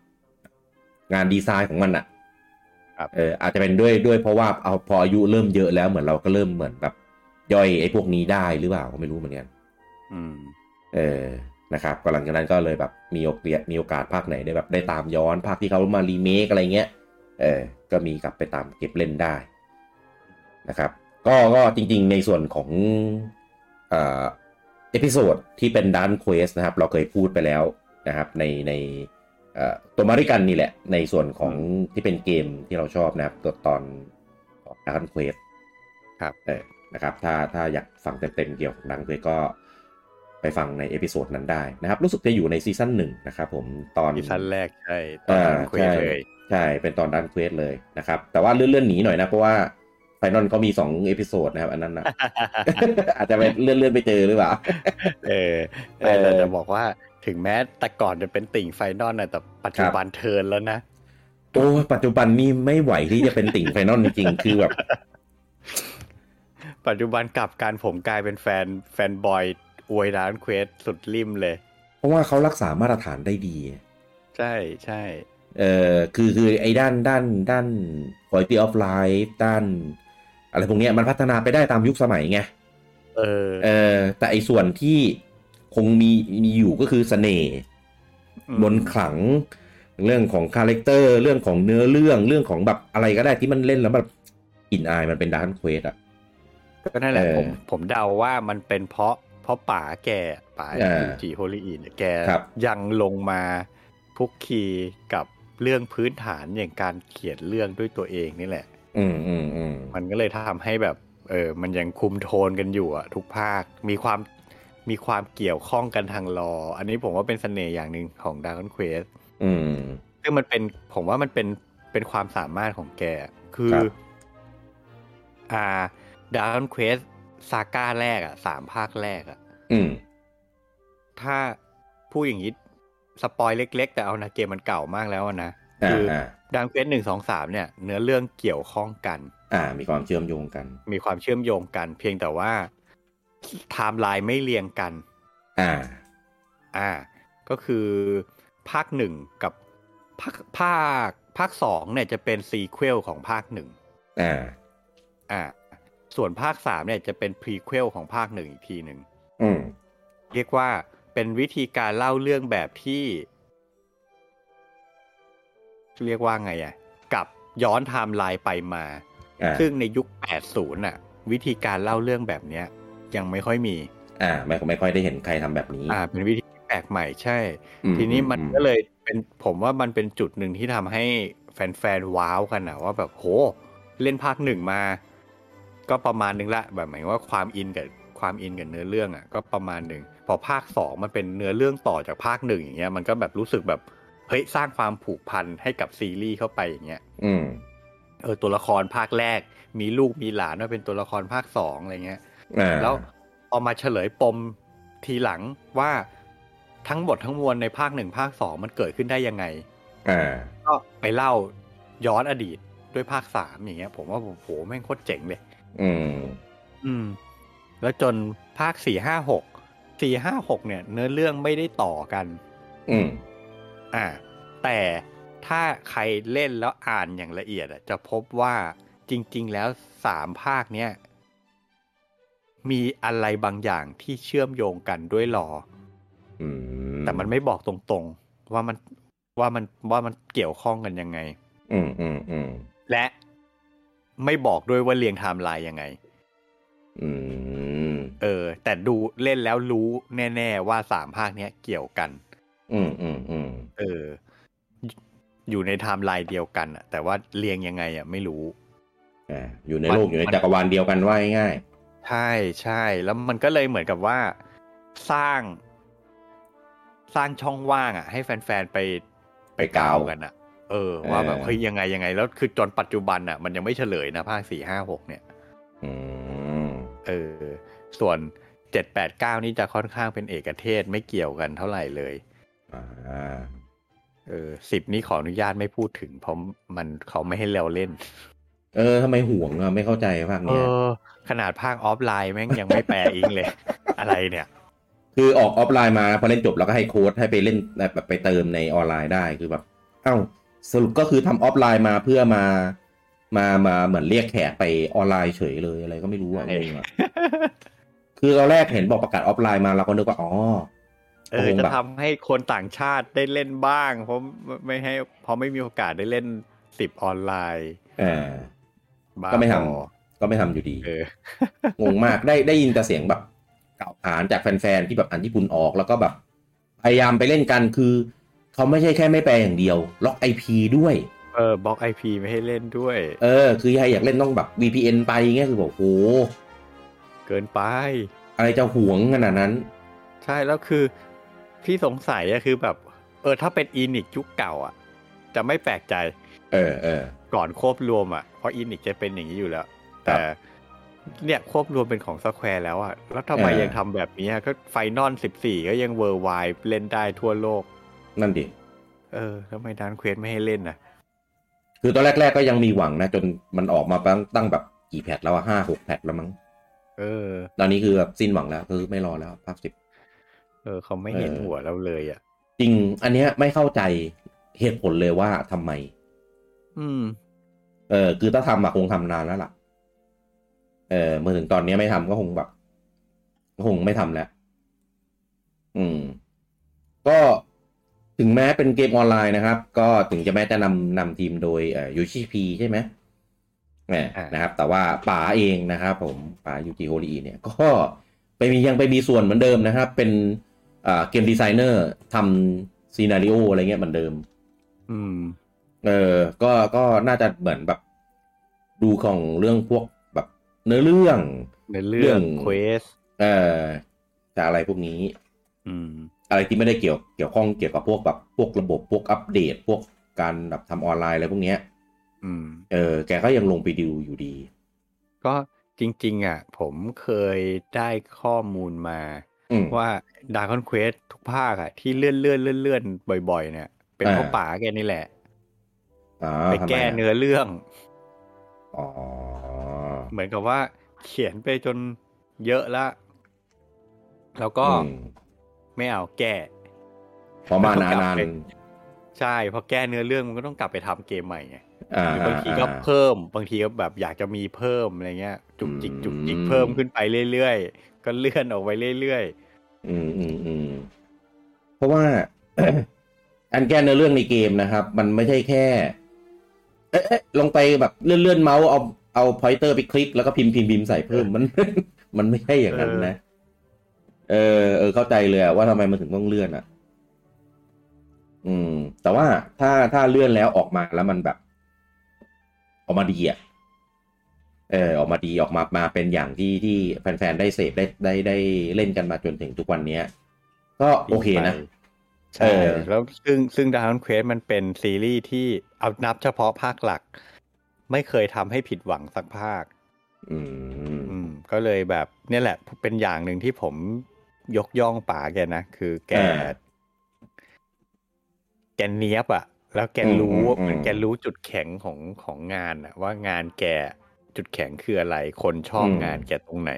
งานดีไซน์ของมันอะ
ครับ
เอออาจจะเป็นด้วยด้วยเพราะว่าเอาพออายุเริ่มเยอะแล้วเหมือนเราก็เริ่มเหมือนแบบย่อยไอ้พวกนี้ได้หรือเปล่าก็ไม่รู้เหมือนกัน
อืม
เออนะครับก็หลังจากนั้นก็เลยแบบมีโอกาสมีโอกาสภาคไหนได้แบบได้ตามย้อนภาคที่เขามารีเมคอะไรเงี้ยเออก็มีกลับไปตามเก็บเล่นได้นะครับก็ก็จริงๆในส่วนของเอ่อเอพิโซดที่เป็นดันเควสนะครับ เราเคยพูดไปแล้วนะครับในในเอ่อตัวมาริกันนี่แหละ ในส่วนของที่เป็นเกมที่เราชอบนะครับตัวตอนดันเควส
ครับ
เออนะครับถ้าถ้าอยากฟังเต็มๆเกี่ยวกับดันเควสก็ไปฟังในเอพิโซดนั้นได้นะครับ รู้สึกจะอยู่ในซีซั่นหนึ่งนะครับผมตอน
ซีซั่นแรกใช่ตอนนั้นคุยเลย
ใช่ เป็นตอนดันเควสเลยนะครับ แต่ว่าเลื่อนเลื่อนๆหนีหน่อยนะ เพราะว่าไฟนอลเขามีสองเอพิโซดนะครับ อัน นั้นนะ อาจจะไปเลื่อนเลื่อนๆไปเจอหรือเปล่า
เออ
เออ
แต่จะบอกว่าถึงแม้แต่ก่อนจะเป็นติ่งไฟนอลนะแต่ปัจจุบันเทิร์นแล้วนะ
โอ้ยปัจจุบันนี่ไม่ไหวที่จะเป็นติ่งไฟนอลจริงๆ คือแบบ
ปัจจุบันกลับการผมกลายเป็นแฟนแฟนบอยอวยร้านเควสสุดริมเลย
เพราะว่าเขารักษามาตรฐานได้ดี
ใช่ใช่
เออคือคือไอ้ด้านด้านด้าน quality of life ด้าน อะไรพวกเนี้ยมันพัฒนาไปได้ตามยุคสมัยไง
เออ
เออแต่ไอ้ส่วนที่คงมีมีอยู่ก็คือเสน่ห์ มนต์ขลังเรื่องของคาแรคเตอร์เรื่องของเนื้อเรื่องเรื่องของแบบอะไรก็ได้ที่มันเล่นแล้วแบบกลิ่นอายมันเป็นดาร์ q เควสอ่ะ
ก็นั่นแหละ
เออ
ผมผมเดาว่ามันเป็นเพราะเพราะป๋าแกป๋า
เออ
ยูจิโฮลีอินยแก
ครับ
ยังลงมาพุกคีกับเรื่องพื้นฐานอย่างการเขียนเรื่องด้วยตัวเองนี่แหละ
อืมอืมอืม
มันก็เลยทำให้แบบ เออ มันยังคุมโทนกันอยู่อะทุกภาค มีความมีความเกี่ยวข้องกันทางลอ อันนี้ผมว่าเป็นเสน่ห์อย่างหนึ่งของ Dragon Quest
อืม
ซึ่งมันเป็นผมว่ามันเป็นเป็นความสามารถของแก คือ
ครับ
อ่า Dragon Quest ซาก้าแรกอะสามภาคแรกอะ
อืม
ถ้าพูดอย่างนี้ สปอยเล็ก ๆ แต่เอานะเกมมันเก่ามากแล้วอะนะ
อ่า
คือ
อ่า
Dragon Quest หนึ่งสองสามเนี่ย เนื้อเรื่องเกี่ยวข้องกัน
อ่า มีความเชื่อมโยงกัน
มีความเชื่อมโยงกัน เพียงแต่ว่าไทม์ไลน์ไม่เรียงกัน
อ่า
อ่า ก็คือภาคหนึ่งกับภาคภาคภาคสองเนี่ยจะเป็นซีเควลของภาคหนึ่ง
อ่า
อ่า ส่วนภาคสามเนี่ยจะเป็นพรีเควลของภาคหนึ่งอีกทีหนึ่ง
อืม
เรียกว่าเป็นวิธีการเล่าเรื่องแบบที่ เรียกว่าไงอะกลับย้อนไทม์ไลน์ไปมา
อ่า
ซึ่งในยุค 80น่ะ วิธีการเล่าเรื่องแบบเนี้ย ยังไม่ค่อยมี
อ่า ไม่ไม่ค่อยได้เห็นใครทำแบบนี้
อ่า เป็นวิธีแปลกใหม่ใช่
อื
ทีนี้มันก็
อื
เลยเป็นผมว่ามันเป็นจุดหนึ่งที่ทำให้แฟนๆว้าวกันนะว่าแบบโห เล่นภาคหนึ่งมา ก็ประมาณหนึงละแบบหมายว่าความอินกับความอินกับเนื้อเรื่องอ่ะ ก็ประมาณหนึ่งพอภาคสองมันเป็นเนื้อเรื่องต่อจากภาคหนึ่งอย่างเงี้ยมันก็แบบรู้สึกแบบเฮ้ยสร้างความผูกพันให้กับซีรีส์เข้าไปอย่างเงี้ย
อืม
เออตัวละครภาคแรก มีลูกมีหลานมาเป็นตัวละครภาคสองอะไรเงี้ย
อ่า
แล้วเอามาเฉลยปมทีหลังว่าทั้งหมดทั้งมวลในภาคหนึ่งภาคสองมันเกิดขึ้นได้ยังไง
อ่า
ก็ไปเล่าย้อนอดีตด้วยภาคสามอย่างเงี้ย ผมว่าโอ้โหแม่งโคตรเจ๋งเลย
อืม
อืม แล้วจนภาคสี่ห้าหกสี่ห้าหกเนี่ย เนื้อเรื่องไม่ได้ต่อกัน
อืม
อ่า แต่ถ้าใครเล่นแล้วอ่านอย่างละเอียดอะจะพบว่าจริง ๆ แล้วสามภาคเนี้ยมีอะไรบางอย่างที่เชื่อมโยงกันด้วยหลอ
อืม
แต่มันไม่บอกตรงๆ ว่ามันว่ามันว่ามันเกี่ยวข้องกันยังไง
อืมอืมอืม
และไม่บอกด้วยว่าเรียงไทม์ไลน์ยังไง
อืม
เออ แต่ดูเล่นแล้วรู้แน่ๆว่าสามภาคเนี้ยเกี่ยวกัน
อืมอืมอืม
เออ อยู่ในไทม์ไลน์เดียวกันอะแต่ว่าเรียงยังไงอ่ะไม่รู้
อ่าอยู่ใน
มัน
โลกอยู่ใน
มัน
จักรวาลเดียวกันว่าง่าย
ใช่ใช่แล้วมันก็เลยเหมือนกับว่าสร้าง สร้างช่องว่างอ่ะ ให้แฟนๆไป
ๆ
ไปกาวกันอ่ะ เออ ว่าแบบ
เออ
เฮ้ยยังไงยังไง แล้วคือจนปัจจุบันอ่ะ มันยังไม่เฉลยนะภาคสี่ห้าหกเนี่ย
อืม
เออ ส่วนเจ็ดแปดเก้านี่จะค่อนข้างเป็นเอกเทศไม่เกี่ยวกันเท่าไหร่เลย
อ่า
เออสิบนี่ขออนุญาตไม่พูดถึงเพราะมันเขาไม่ให้เราเล่น
เออทำไมห่วงอะไม่เข้าใจภาค
เอ
เนี้ย
อ ขนาดภาคออฟไลน์แม่งยังไม่แปลอิงเลย อะไรเนี่ย
คือออกออฟไลน์มาพอเล่นจบแล้วก็ให้โค้ดให้ไปเล่นแบบไปเติมในออนไลน์ได้คือแบบ เอ้าสรุปก็คือทำออฟไลน์มาเพื่อมา มามาเหมือนเรียกแขกไปออนไลน์เฉยเลยอะไรก็ไม่รู้อ่ะงงอ่ะคือตอนแรกเห็นบอกประกาศออฟไลน์มาเราก็นึกว่าอ๋อ
เออจะทำให้คนต่างชาติได้เล่นบ้าง เพราะไม่ให้เพราะไม่มีโอกาสได้เล่นสิบออนไลน์
เออ
บ้า
ก็ไม่ทำ
บอ
ก็ไม่ทำอยู่ดี
เออง
งมากได้ได้ยินแต่เสียงแบบกล่าวหานจากแฟนๆที่แบบอันที่คุณออกแล้วก็แบบพยายามไปเล่นกันคือเขาไม่ใช่แค่ไม่แปลอย่างเดียว ล็อกไอพีด้วย
เออบล็อกไอพีไม่ให้เล่นด้วย
เออ คือใครอยากเล่นต้องแบบ VPN ไปเงี้ยคือบอกโห
เกินไป
อะไรจะห่วงขนาดนั้น
ใช่แล้วคือที่สงสัยอะคือแบบ เออถ้าเป็นอีนิกยุคเก่าอะจะไม่แปลกใจ
เออเออ
ก่อนควบรวมอะเพราะอีนิกจะเป็นอย่างนี้อยู่แล้ว
ครับ
แต่เนี่ยควบรวมเป็นของสแควร์แล้วอะแล้วทำไม
เออ
ยังทำแบบนี้อะก็ไฟนอลสิบสี่ก็ยังเวอร์ไวเล่นได้ทั่วโลก
นั่นดิ
เออทำไมดานเควสไม่ให้เล่นนะ
คือตอนแรก ๆ ก็ยังมีหวังนะ จนมันออกมาตั้งตั้งแบบกี่แพทแล้วอะห้าหกแพทแล้วมั้ง
เออ
ตอนนี้คือแบบสิ้นหวังแล้ว คือไม่รอแล้วภาคสิบ
เออเขาไม่เห็น
เออ
หัวเราเลยอะ
จริง อันเนี้ยไม่เข้าใจเหตุผลเลยว่าทำไม
อืม
เออ คือถ้าทำอะคงทำนานแล้วล่ะ เออมาถึงตอนเนี้ยไม่ทำก็คงแบบก็คงไม่ทำแล้ว อืม ก็ถึงแม้เป็นเกมออนไลน์นะครับ ก็ถึงจะแม้จะนำนำทีมโดยเอ่อยูชิพีใช่ไหมแหม
อ่าน
นะครับ แต่ว่าป๋าเองนะครับผมป๋ายูจิโฮลีเนี่ย ก็ไปมียังไปมีส่วนเหมือนเดิมนะครับ เป็นอ่าเกมดีไซเนอร์ทำซีนารีโออะไรเงี้ยเหมือนเดิม
อืม
เออ ก็ ก็น่าจะเหมือนแบบ ดูของเรื่องพวกแบบเนื้อเรื่อง
ในเรื่อง
เรื่อง
เควส
เออจากอะไรพวกนี้
อืม
อะไรที่ไม่ได้เกี่ยว เกี่ยวข้องเกี่ยวกับพวกแบบ พวกระบบ พวกอัปเดต พวกการแบบทำออนไลน์อะไรพวกเนี้ย
อืม
เออ แกก็ยังลงไปดูอยู่ดี
ก็จริง ๆ อ่ะ ผมเคยได้ข้อมูลมา
อืม
ว่าดาร์คอนเควสทุกภาคอ่ะ ที่เลื่อนเลื่อนเลื่อนเลื่อนบ่อย ๆ เนี่ย เป็น
อ่า
เพราะป๋าแกนี่แหละ
อ่า
ไป
ทำม
แก้
อะ
เนื้อเรื่อง
อ๋อ
เหมือนกับว่าเขียนไปจนเยอะละ แล้วก็
อืม
ไม่เอาแก้
พอมานา
แล้วก็กลั
นาน
บไป ใช่พอแก้เนื้อเรื่องมันก็ต้องกลับไปทำเกมใหม่ไง
ๆอ่า
หรือบางทีก็
อ่า
เพิ่ม บางทีก็แบบอยากจะมีเพิ่มอะไรเงี้ย จุกจิกจุกจิก
อืม
เพิ่มขึ้นไปเรื่อยๆก็เลื่อนออกไปเรื่อย
อืมอืมอืมเพราะว่า อันแก้เนื้อเรื่องในเกมนะครับ มันไม่ใช่แค่ เอ๊ะเอ๊ะลงไปแบบเลื่อนเลื่อนเมาส์เอาเอาพอยเตอร์ไปคลิกแล้วก็พิมพ์พิมพ์พิมพ์ใส่เพิ่มมัน มันไม่ใช่อย่างนั้นนะ เออเออเข้าใจเลยอะว่าทำไมมันถึงต้องเลื่อนอ่ะ อืม แต่ว่าถ้าถ้าเลื่อนแล้วออกมาแล้วมันแบบ ออกมาดีอ่ะ เออออกมาดีออกมามาเป็นอย่างที่ที่แฟนๆได้เสพได้ได้ได้เล่นกันมาจนถึงทุกวันเนี้ย ก็
ๆ
โอเคนะเอ
ไปใช่
อ
แล้วซึ่งซึ่งดาร์คเควสมันเป็นซีรีส์ที่เอานับเฉพาะภาคหลัก ไม่เคยทำให้ผิดหวังสักภาค
อืม
อืม ก็เลยแบบเนี่ยแหละเป็นอย่างหนึ่งที่ผมยกย่องป๋าแกนะ คือแก
อ่า
แกเนี้ยบอะแล้วแก
อืม
รู้
อืมอืม
เหมือนแกรู้จุดแข็งของของงานอะว่างานแกจุดแข็งคืออะไร คนชอบงานแกตรงไหน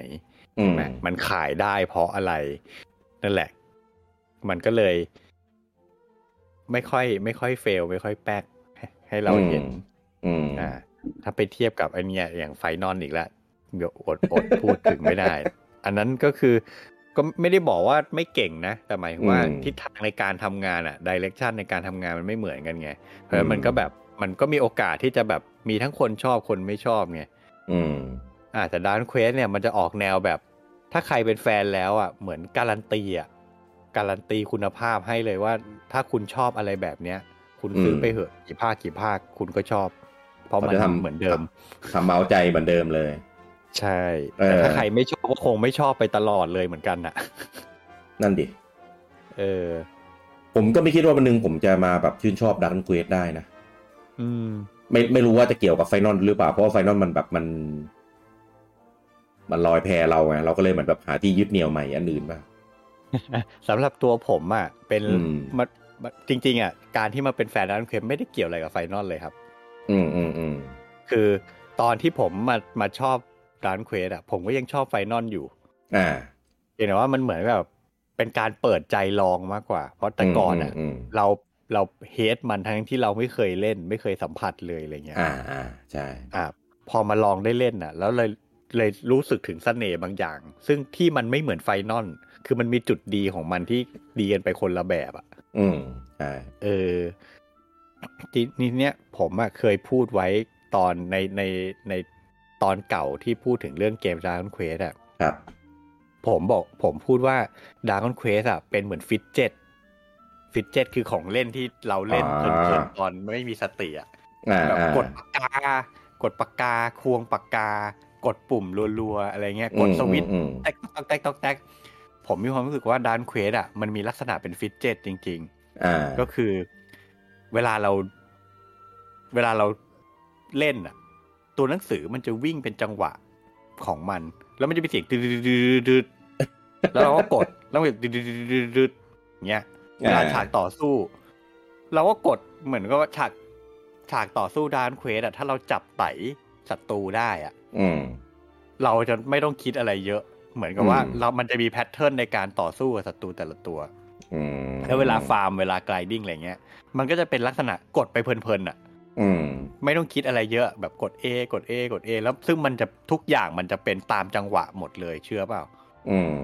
อืม
นะมันขายได้เพราะอะไร นั่นแหละ มันก็เลย ไม่ค่อย ไม่ค่อยเฟล ไม่ค่อยแป๊กให้ให้เราเห็น
อืม อืม
อ่า ถ้าไปเทียบกับไอันเนี้ยอย่างไฟนอนอีกแล้วเดี๋ยวอดอดพูดถึงไม่ได้ อันนั้นก็คือก็ไม่ได้บอกว่าไม่เก่งนะ แต่หมายถึงว่าทิศทางในการทำงานอะดิเรกชันในการทำงานมันไม่เหมือนกันไง เพราะฉะนั้นมันก็แบบมันก็มีโอกาสที่จะแบบมีทั้งคนชอบคนไม่ชอบไง
อืม
อ่าแต่ดานเควสเนี่ยมันจะออกแนวแบบ ถ้าใครเป็นแฟนแล้วอ่ะเหมือนการันตีอ่ะการันตีคุณภาพให้เลยว่า ถ้าคุณชอบอะไรแบบเนี้ย คุณซื้ออ
ม
ไปเหอะกี่ภาคกี่ภาคคุณก็ชอบ เพราะมันเหมือนเดิม
ทำเอาใจเหมือนเดิมเลย
ใช่
เออ
แต่ถ้าใครไม่ชอบก็คงไม่ชอบไปตลอดเลยเหมือนกันอ่ะ
นั่นดิ
เออ
ผมก็ไม่คิดว่าวันหนึงผมจะมาแบบชื่นชอบดักเควสได้นะ
อืม
ไม่ไม่รู้ว่าจะเกี่ยวกับไฟนอลหรือเปล่า เพราะว่าไฟนอลมันแบบมัน มันลอยแพเราไงเราก็เลยเหมือนแบบหาที่ยึดเหนี่ยวใหม่อันอื่นป่ะ
สำหรับตัวผมอ่ะเป็น
อืม
มันมันจริง ๆอ่ะการที่มาเป็นแฟนดานเควสไม่ได้เกี่ยวอะไรกับไฟนอลเลยครับ
อืมอืมอืม
คือตอนที่ผมมามาชอบร้านเควสอะผมก็ยังชอบไฟนอลอยู่
อ่า
เพียงแต่ว่ามันเหมือนแบบเป็นการเปิดใจลองมากกว่า เพราะแต่ก่อนอะ
อืมอืม
เรา เราเฮดมันทั้งที่เราไม่เคยเล่น ไม่เคยสัมผัสเลยอะไรเงี้ย
อ่าอ่าใช่
อ่าพอมาลองได้เล่นน่ะ แล้วเลยเลยรู้สึกถึงเสน่ห์บางอย่าง ซึ่งที่มันไม่เหมือนไฟนอลคือมันมีจุดดีของมันที่ดีกันไปคนละแบบอ่ะ
อืมใช่
เออทีนี้เนี้ยผมอะเคยพูดไว้ตอนในในในตอนเก่าที่พูดถึงเรื่องเกม Dragon Quest อะ
ครับ
ผมบอกผมพูดว่า Dragon Quest อะเป็นเหมือนฟิตเจ็ตฟิตเจ็ตคือของเล่นที่เราเล่นเพลินๆตอนไม่มีสติอะ
อ่า
แบบ
อ่าก
ดปากกา กดปากกา ควงปากกา กดปุ่มรัวๆ อะไรเงี้ย กดสวิตช์
อืม
แตกตอกแตกตอกแตกผมมีความรู้สึกว่าดานเควสอะมันมีลักษณะเป็นฟิตเจ็ตจริง ๆ
อ่า
ก็คือเวลาเราเวลาเราเล่นอ่ะ ตัวหนังสือมันจะวิ่งเป็นจังหวะของมัน แล้วมันจะมีเสียงดืดดดแล้วเราก็กดแล้วมันดืดดดดเงี้ยเวลาฉากต่อสู้ เราก็กดเหมือนกับว่าฉากฉากต่อสู้ดานเควสอ่ะถ้าเราจับไตศัตรูได้อ่ะ
อืม
เราจะไม่ต้องคิดอะไรเยอะ เหมือนกับว่า
อืม
เรามันจะมีแพทเทิร์นในการต่อสู้กับศัตรูแต่ละตัว
อืม
แล้วเวลาฟาร์มเวลากลายดิ้งอะไรเงี้ย มันก็จะเป็นลักษณะกดไปเพลินๆอ่ะ
อืม
ไม่ต้องคิดอะไรเยอะแบบกด A กด A กด A แล้วซึ่งมันจะทุกอย่างมันจะเป็นตามจังหวะหมดเลยเชื่อเปล่า
อืม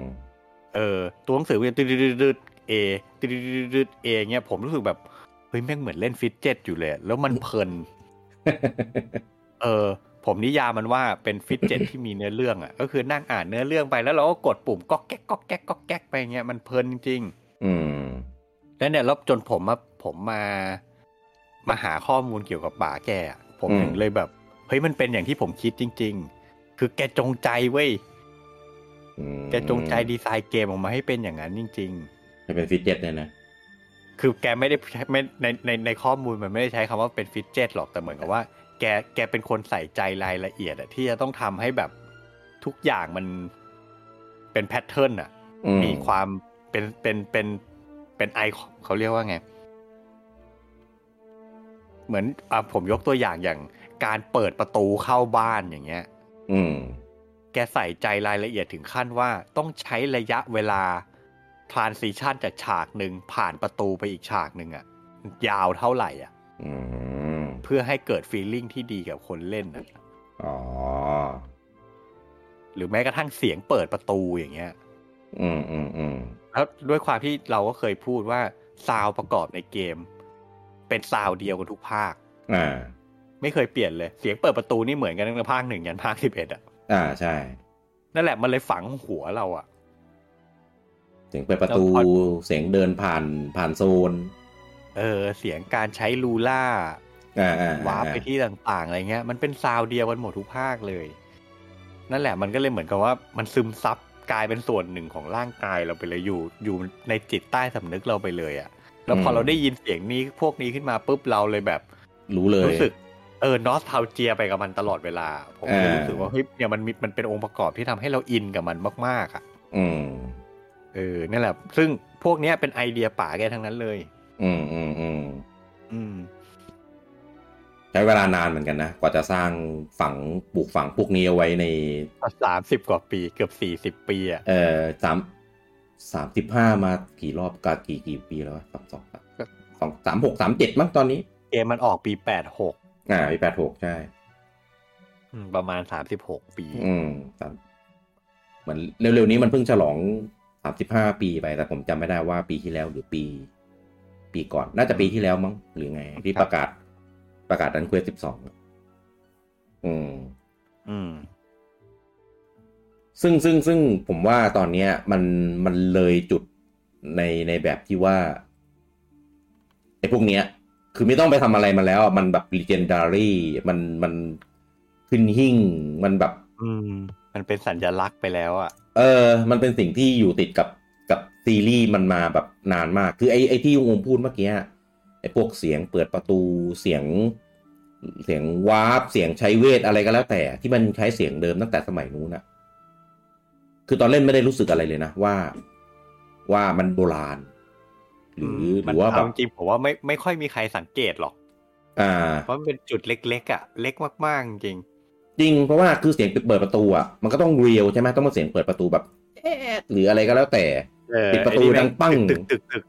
เออ ตัวหนังสือมันจะตืดๆืดเอตืดๆืดเอเงี้ยผมรู้สึกแบบเฮ้ยแม่งเหมือนเล่นฟิตเจ็ตอยู่เลย แล้วมันเพลิน เออ ผมนิยามมันว่าเป็นฟิตเจ็ต ที่มีเนื้อเรื่องอ่ะก็คือนั่งอ่านเนื้อเรื่องไปแล้วเราก็กดปุ่มก๊อกแก๊กก๊อกแก๊กก๊อกแก๊กไปเงี้ยมันเพลินจริง
อืม
แล้วเนี่ยแล้วจนผมมาผมมามาหาข้อมูลเกี่ยวกับป่าแกอะผมถึงเลยแบบเฮ้ยมันเป็นอย่างที่ผมคิดจริง ๆ คือแกจงใจเว้ย
อืม
แกจงใจดีไซน์เกมออกมาให้เป็นอย่างนั้นจริง
ให้เป็นฟิตเจ็ตเนี่ยนะ
ๆ คือแกไม่ได้ใช้ไม่ในในในข้อมูลมันไม่ได้ใช้คำว่าเป็นฟิตเจ็ตหรอกแต่เหมือนกับว่า แกแกเป็นคนใส่ใจรายละเอียดอะที่จะต้องทำให้แบบทุกอย่างมันเป็นแพทเทิร์นอะ
อื
มีความเป็นเป็นเป็นเป็นไอเขาเรียกว่าไง เหมือนอ่ะผมยกตัวอย่างอย่างการเปิดประตูเข้าบ้านอย่างเงี้ย
อืม
แกใส่ใจรายละเอียดถึงขั้นว่าต้องใช้ระยะเวลาทรานซิชันจากฉากหนึ่งผ่านประตูไปอีกฉากหนึ่งอะยาวเท่าไหร่อะ
อืม
เพื่อให้เกิดฟีลลิ่งที่ดีกับคนเล่นอะ
อ๋อ
หรือแม้กระทั่งเสียงเปิดประตูอย่างเงี้ย
อืมอืมอืม
แล้วด้วยความที่เราก็เคยพูดว่าซาวด์ประกอบในเกม เป็นซาวด์เดียวกันทุกภาค
อ่า
ไม่เคยเปลี่ยนเลย เสียงเปิดประตูนี่เหมือนกันตั้งแต่ภาคหนึ่งยันภาคสิบเอ็ดอะ
อ่าใช่
นั่นแหละมันเลยฝังหัวเราอะ
เสียงเปิดประตู
แล้วพ
เสียงเดินผ่านผ่านโซน
เออ เสียงการใช้ลูล่า
อ่าอ่าอ่
วาร์ปไปที่ต่างๆอะไรเงี้ย มันเป็นซาวด์เดียวกันหมดทุกภาคเลย นั่นแหละมันก็เลยเหมือนกับว่ามันซึมซับกลายเป็นส่วนหนึ่งของร่างกายเราไปเลยอยู่ อยู่ในจิตใต้สำนึกเราไปเลยอะ่ะ แล้วพอเราได้ยินเสียงนี้พวกนี้ขึ้นมาปุ๊บเราเลยแบบ
รู้เลย
รู้สึกเออนอสทาเจียไปกับมันตลอดเวลา ผมเลย
อ่า
รู้สึกว่าเฮ้ยเนี่ยมันมีมันเป็นองค์ประกอบที่ทำให้เราอินกับมันมากๆอะ่ะ
อืม
เออนั่นแหละ ซึ่งพวกเนี้ยเป็นไอเดียป่าแกทั้งนั้นเลย
อืมอืมอืม
อืม
ใช้เวลานานเหมือนกันนะ กว่าจะสร้างฝังปลูกฝังพวกนี้เอาไว้ใน
สามสิบกว่าปีเกือบสี่สิบปีอ่ะ
เอ่อสามสามสิบห้ามากี่รอบกากี่กี่ปีแล้ววะสามสองสองสามหกสามเจ็ดมั้งตอนนี้
เกมมันออกปีแปดหก
อ่าปีแปดหกใช่
อืมประมาณสามสิบหกปี
อืมสามเหมือนเร็วๆนี้มันเพิ่งฉลองสามสิบห้าปีไป แต่ผมจำไม่ได้ว่าปีที่แล้วหรือปี ปีก่อน น่าจะปีที่แล้วมั้งหรือไง ที่
ครั
ป
บ
ระกาศประกาศดันเควสสิบสองอืม
อืม
ซึ่งซึ่งซึ่งผมว่าตอนเนี้ยมันมันเลยจุดในในแบบที่ว่าไอ้พวกเนี้ย คือไม่ต้องไปทำอะไรมาแล้วอะมันแบบ legendary มันมันขึ้นหิ่งมันแบบ
อืม มันเป็นสัญลักษณ์ไปแล้วอ่ะ
เออ มันเป็นสิ่งที่อยู่ติดกับกับซีรีส์มันมาแบบนานมาก คือไอ้ไอ้ที่วงพูดเมื่อกี้อะไอ้พวกเสียงเปิดประตูเสียง เสียงวาร์ปเสียงใช้เวทอะไรก็แล้วแต่ที่มันใช้เสียงเดิมตั้งแต่สมัยนู้นอะคือตอนเล่นไม่ได้รู้สึกอะไรเลยนะว่าว่ามันโบราณ หรือ
ม
หรือว่าแบ
เอบ จริงๆผมว่าไม่ไม่ค่อยมีใครสังเกตหรอก
อ่า
เพราะมันเป็นจุดเล็กๆอ่ะ เล็กมากๆจริง
จริงเพราะว่าคือเสียงเปิดประตูอ่ะมันก็ต้องเรียวใช่ไหมต้องเป็นเสียงเปิดประตูแบบแอ๊ดหรืออะไรก็แล้วแต่
เออ
ปิดประตู
ไอ้นี่แม่
ดังปั้ง
ตึกตึกตึก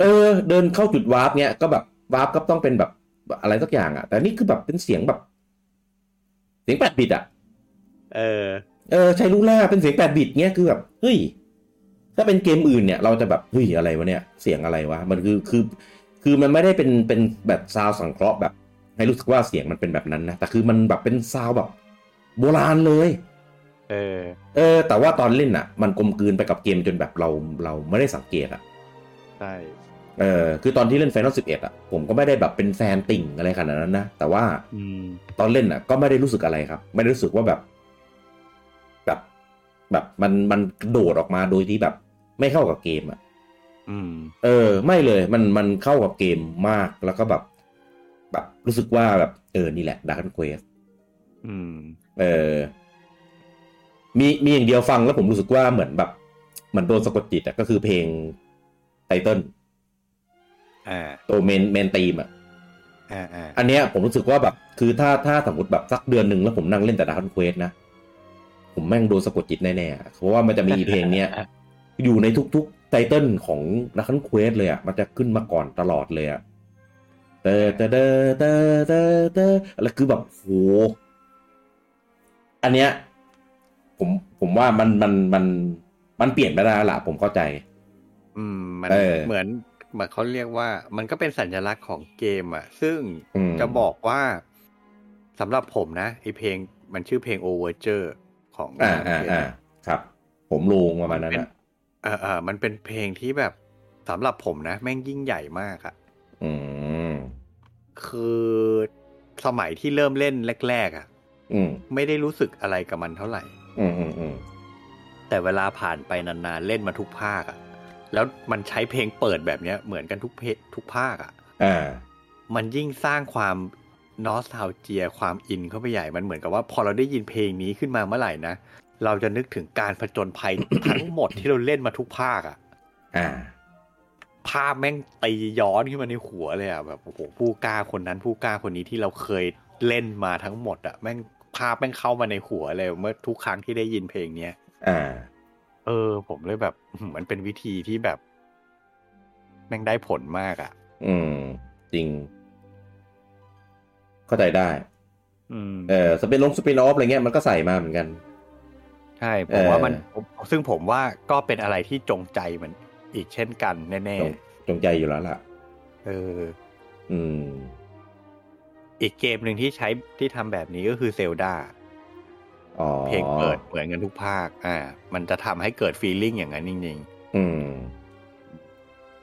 เออ เดินเข้าจุดวาร์ปเนี่ยก็แบบวาร์ปก็ต้องเป็นแบบอะไรสักอย่างอ่ะ แต่นี่คือแบบเป็นเสียงแบบ เสียงแปดบิตอ่ะ
เออ
เออใช้ลูล่าเป็นเสียงแปดบิตเงี้ยคือแบบเฮ้ยถ้าเป็นเกมอื่นเนี่ย เราจะแบบเฮ้ยอะไรวะเนี่ย เสียงอะไรวะ มันคือคือ คือมันไม่ได้เป็นเป็นแบบซาวด์สังเคราะห์แบบ ให้รู้สึกว่าเสียงมันเป็นแบบนั้นนะแต่คือมันแบบเป็นซาวด์แบบ โบราณเลย
เออ
เออ แต่ว่าตอนเล่นอ่ะ มันกลมกลืนไปกับเกมจนแบบเราเราไม่ได้สังเกตอ่ะ
ใช่
เออคือตอนที่เล่น Final 11 อ่ะ ผมก็ไม่ได้แบบเป็นแฟนติ่งอะไรขนาดนั้นนะแต่ว่า
อืม
ตอนเล่นอ่ะก็ไม่ได้รู้สึกอะไรครับ ไม่ได้รู้สึกว่าแบบ แบบแบบมันมันกระโดดออกมาโดยที่แบบ ไม่เข้ากับเกมอ่ะ
อืม
เออ ไม่เลยมันมันเข้ากับเกมมากแล้วก็แบบ แบบรู้สึกว่าแบบ เออ นี่แหละดาร์ q เควส
อืม
เออ มีมีอย่างเดียวฟังแล้วผมรู้สึกว่าเหมือนแบบเหมือนโดนสะกดจิตอ่ะก็คือเพลงไตเติล
อ่า
ตัวเมนเมนตีมอ่ะ
อ่าอ่า
อันเนี้ยผมรู้สึกว่าแบบ คือถ้าถ้าสมมติแบบสักเดือนหนึ่งแล้วผมนั่งเล่นแต่ดาร์คเควสนะ ผมแม่งโดนสะกดจิตแน่ๆอะเพราะว่ามันจะมี เพลงเนี้ยอยู่ในทุกๆไตเติลของดาร์คเควสเลยอ่ะ มันจะขึ้นมาก่อนตลอดเลยอ่ะเตอเตอเตอเตอเตอเตอแล้วคือแบบโหอันเนี้ย ผมผมว่ามันมันมันมันเปลี่ยนไม่ได้แล้วละผมเข้าใจ
อืม มัน
เออ
เหมือนเหมือนเขาเรียกว่า มันก็เป็นสัญลักษณ์ของเกมอ่ะ ซึ่ง
อืม
จะบอกว่าสำหรับผมนะไอเพลงมันชื่อเพลง Overture ของ
อ่าอ่าอ่าครับ ผมลงประมาณนั้นอ่ะ
เออเออมันเป็นเพลงที่แบบสำหรับผมนะ แม่งยิ่งใหญ่มากอะ
อืม
คือสมัยที่เริ่มเล่นแรก ๆอะ
อืม
ไม่ได้รู้สึกอะไรกับมันเท่าไหร่
อืมอืมอืม
แต่เวลาผ่านไปนานๆเล่นมาทุกภาคอะแล้วมันใช้เพลงเปิดแบบเนี้ยเหมือนกันทุกเพลงทุกภาคอะ
อ่า
มันยิ่งสร้างความนอสทาวเจียความอินเข้าไปใหญ่มันเหมือนกับว่าพอเราได้ยินเพลงนี้ขึ้นมาเมื่อไหร่นะเราจะนึกถึงการผจญภัย ทั้งหมดที่เราเล่นมาทุกภาคอะ
อ่า
ภาพแม่งตีย้อนขึ้นมาในหัวเลยอ่ะแบบโอ้โหผู้กล้าคนนั้นผู้กล้าคนนี้ที่เราเคยเล่นมาทั้งหมดอ่ะแม่งภาพแม่งเข้ามาในหัวเลยเมื่อทุกครั้งที่ได้ยินเพลงเนี้ย
อ่า
เออ ผมเลยแบบอื้อหือมันเป็นวิธีที่แบบ แม่งได้ผลมากอ่ะ
อืม จริง เข้าใจได้
อืม
เออสเปนลงสเปนออฟอะไรเงี้ยมันก็ใส่มาเหมือนกัน
ใช่ผมว่ามัน
เออ
ผมซึ่งผมว่าก็เป็นอะไรที่จงใจมันอีกเช่นกันแน่
จงจงใจอยู่แล้วล่ะ
ๆเออ
อืม
อีกเกมหนึ่งที่ใช้ที่ทำแบบนี้ก็คือเซลดา
อ๋อ
เพลงเปิดเหมือนกันทุกภาค อ่า มันจะทำให้เกิดฟีลลิ่งอย่างนั้นจริง
อืม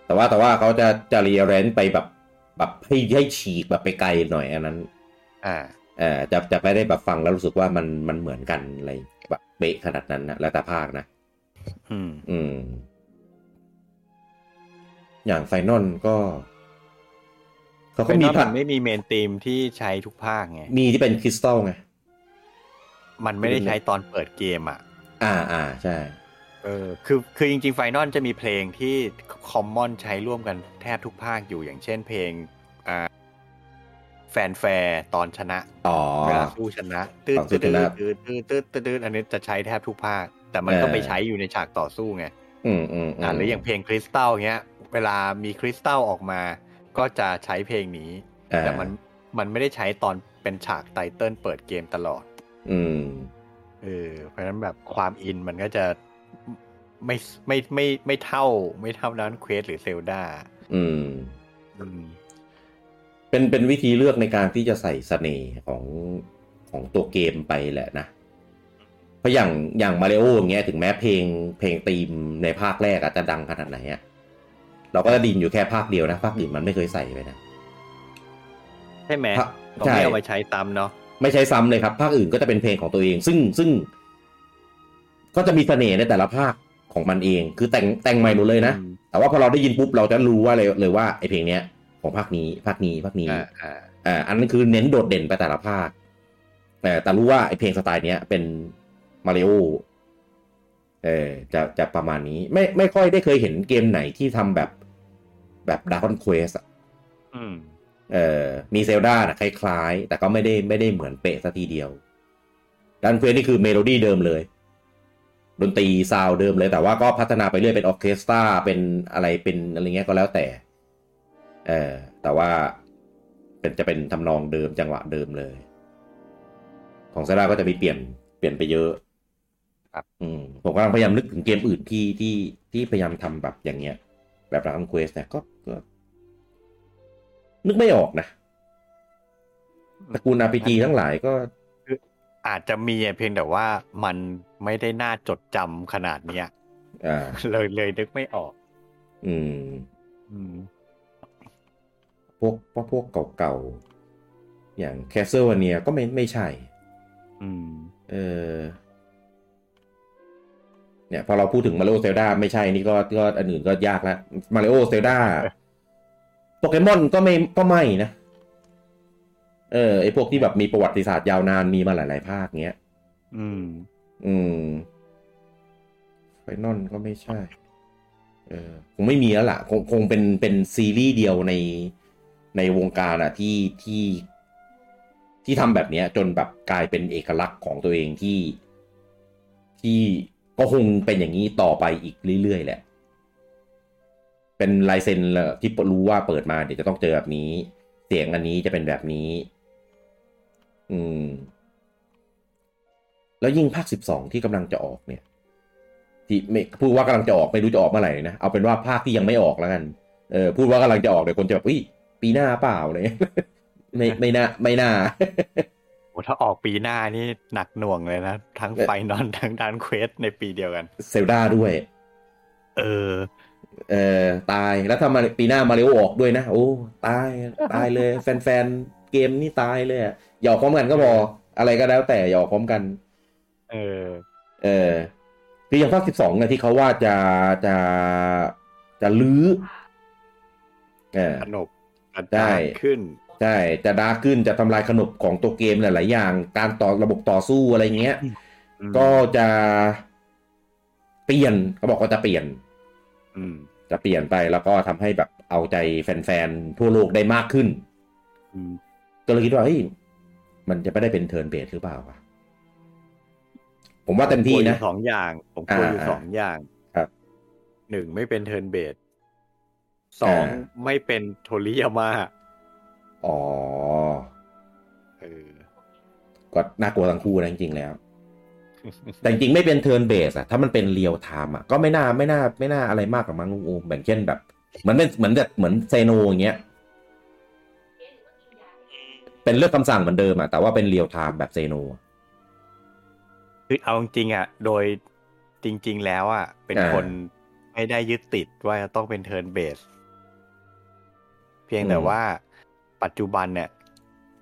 แต่ว่าแต่ว่าเขาจะจะเรียเรนไปแบบ แบบให้ให้ฉีกแบบไปไกลหน่อยอันนั้น
ๆ อ่า
เออจะจะไม่ได้แบบฟังแล้วรู้สึกว่ามันมันเหมือนกันอะไรแบบเป๊ะขนาดนั้นนะแล้วแต่ภาคนะ
อืม
อืม อย่างไฟนอลก็ เขาก็
เป็น
มี
ว่า
ผั
มั
ด
นไม่มีเมนธีมที่ใช้ทุกภาคไง
มีที่เป็นคริสตัลไง
มันไม่ได้ใช้ตอนเปิดเกมอ่ะ
อ่าอ่าใช่
เออ คือ คือจริงๆไฟนอลจะมีเพลงที่คอมมอนใช้ร่วมกันแทบทุกภาคอยู่อย่างเช่นเพลง อ่า แฟนแฟร์ตอนชนะ
อ๋อ
เวลาสู้ชนะตืด
ตอนสู้
ตื
ช
ดตื
นะ
ดตืดตืดตืดตืดอันนี้จะใช้แทบทุกภาค แต่มันก็
เออ
ไปใช้อยู่ในฉากต่อสู้ไง
อืมอืม
อ่าหรืออย่างเพลงคริสตัลเงี้ย เวลามีคริสตัลออกมา ก็จะใช้เพลงนี้
อ่า
แต่มันมันไม่ได้ใช้ตอนเป็นฉากไตเติลเปิดเกมตลอด
อืม
เออเพราะฉะนั้นแบบความอินมันก็จะไม่ไม่ไม่ไม่ไม่เท่า ไม่เท่านั้นเควสหรือเซลดา
อืม เป็นเป็นวิธีเลือกในการที่จะใส่เสน่ห์ของของตัวเกมไปแหละนะ เพราะอย่างอย่างมาริโออย่างเงี้ยถึงแม้เพลงเพลงธีมในภาคแรกอาจจะดังขนาดไหนอะเราก็จะไดยินอยู่แค่ภาคเดียวนะ ภาคอื่นมันไม่เคยใส่ไปนะ
ใช่ไหม
ครับ
ตรง
ใช่
นี้เอามาใช้ตามเนาะ
ไม่ใช้ซ้ำเลยครับ ภาคอื่นก็จะเป็นเพลงของตัวเอง ซึ่งซึ่ง ก็จะมีเสน่ห์ในแต่ละภาคของมันเอง คือแต่งแต่งใหม่หมดเลยนะ
อืม
แต่ว่าพอเราได้ยินปุ๊บเราจะรู้ว่าเลยเลยว่าไอเพลงเนี้ยของภาคนี้ภาคนี้ภาคนี้
อ่าอ่า
อ่าอันนั้นคือเน้นโดดเด่นไปแต่ละภาคแต่แต่รู้ว่าไอเพลงสไตล์เนี้ยเป็นมาริโอเออจะจะประมาณนี้ ไม่ไม่ค่อยได้เคยเห็นเกมไหนที่ทำแบบแบบดาร์คอนเควส
อืม
เอ่อมีเซลดานะคล้ายๆ แต่ก็ไม่ได้ไม่ได้เหมือนเป๊ะซะทีเดียวดันเควสนี่คือเมโลดี้เดิมเลย ดนตรีซาวด์เดิมเลย แต่ว่าก็พัฒนาไปเรื่อยเป็นออร์เคสตราเป็นอะไรเป็นอะไรเงี้ยก็แล้วแต่ เออแต่ว่าเป็นจะเป็นทำนองเดิมจังหวะเดิมเลย ของซาร่าก็จะมีเปลี่ยนเปลี่ยนไปเยอะ
ครับ
อืมผมกำลังพยายามนึกถึงเกมอื่นที่ที่ที่พยายามทำแบบอย่างเงี้ย แบบรังเควสเนี่ยก็ก็ นึกไม่ออกนะตระกูล RPG ทั้งหลายก็
อาจจะมีอะเพียงแต่ว่ามันไม่ได้น่าจดจำขนาดเนี้ย
อ่า
เลยเลยนึกไม่ออก
อืม
อืม
พวกพวกพวกเก่าๆ อย่าง Castlevania ก็ไม่ไม่ใช่
อืม
เออ เนี่ย พอเราพูดถึงมาริโอเซลดาไม่ใช่นี่ก็ก็อันอื่นก็ยากแล้วมาริโอเซลดาโปเกมอนก็ไม่ก็ไม่นะ เออไอพวกที่แบบมีประวัติศาสตร์ยาวนานมีมาหลาย ๆ ภาคเงี้ย
อืม
อืมไฟนอลก็ไม่ใช่ เออคงไม่มีแล้วล่ะ คงคงเป็นเป็นซีรีส์เดียวในในวงการอะที่ที่ที่ทำแบบเนี้ย จนแบบกลายเป็นเอกลักษณ์ของตัวเองที่ที่ก็คงเป็นอย่างนี้ต่อไปอีกเรื่อยๆแหละ เป็นลายเซ็นละที่รู้ว่าเปิดมาเดี๋ยวจะต้องเจอแบบนี้ เสียงอันนี้จะเป็นแบบนี้ อืม แล้วยิ่งภาค 12 ที่กำลังจะออกเนี่ย ที่ไม่พูดว่ากำลังจะออกไม่รู้จะออกเมื่อไหร่นะ เอาเป็นว่าภาคที่ยังไม่ออกแล้วกันเออพูดว่ากำลังจะออกเดี๋ยวคนจะแบบอุ้ยปีหน้าเปล่าเลย ไม่ไม่น่าไม่น่า
โอ้ถ้าออกปีหน้านี่หนักหน่วงเลยนะ ทั้งไฟนอนทั้งดานเควสในปีเดียวกัน
เซลดาด้วย
เออ
เออตายแล้วถ้ามาปีหน้ามาเร็วออกด้วยนะ โอ้ตายตายเลย แฟนๆ เกมนี่ตายเลยอะอย่าออกพร้อมกันก็พออะไรก็แล้วแต่อย่าออกพร้อมกัน
เออ
เออคืออย่างภาคสิบสองเนี่ยที่เขาว่าจะจะจะลื้อเออ
สนุกกระ
ได้
จายขึ้น
ใช่ จะดาร์กขึ้นจะทำลายขนบของตัวเกมหลาย ๆ อย่าง การต่อระบบต่อสู้อะไรเงี้ย
อืม
ก็จะเปลี่ยนเขาบอกว่าจะเปลี่ยน
อืม
จะเปลี่ยนไปแล้วก็ทำให้แบบเอาใจแฟน ๆ ทั่วโลกได้มากขึ้น
อืม
ก็เลยคิดว่าเฮ้ยมันจะไม่ได้เป็นเทิร์นเบสหรือเปล่าวะผมว่าเต็มที่นะ
ผมกลัวอยู่สองอย่าง ผมกลัวอยู่
อ่า
สองอย่าง
ครับ
หนึ่งไม่เป็นเทิร์นเบสสอง
อ่า
ไม่เป็นโทริยาม่า
อ๋อ
เออ
ก็น่ากลัวทั้งคู่นะจริงๆแล้ว แต่จริงๆไม่เป็นเทิร์นเบสอะถ้ามันเป็นเรียลไทม์อะก็ไม่น่าไม่น่าไม่น่าอะไรมากหรอกมั้งลุงโอมแบบเช่นแบบเหมือนเป็นเหมือนแบบเหมือนเซโนอย่างเงี้ยเป็นเลือกคำสั่งเหมือนเดิมอะแต่ว่าเป็นเรียลไทม์แบบเซโนอะ
คือเอาจริงๆอ่ะ โดยจริง ๆ แล้วอ่ะ เป็น
อ่า
คนไม่ได้ยึดติดว่าจะต้องเป็นเทิร์นเบส เพียงแต่
อืม
ว่าปัจจุบันเนี่ย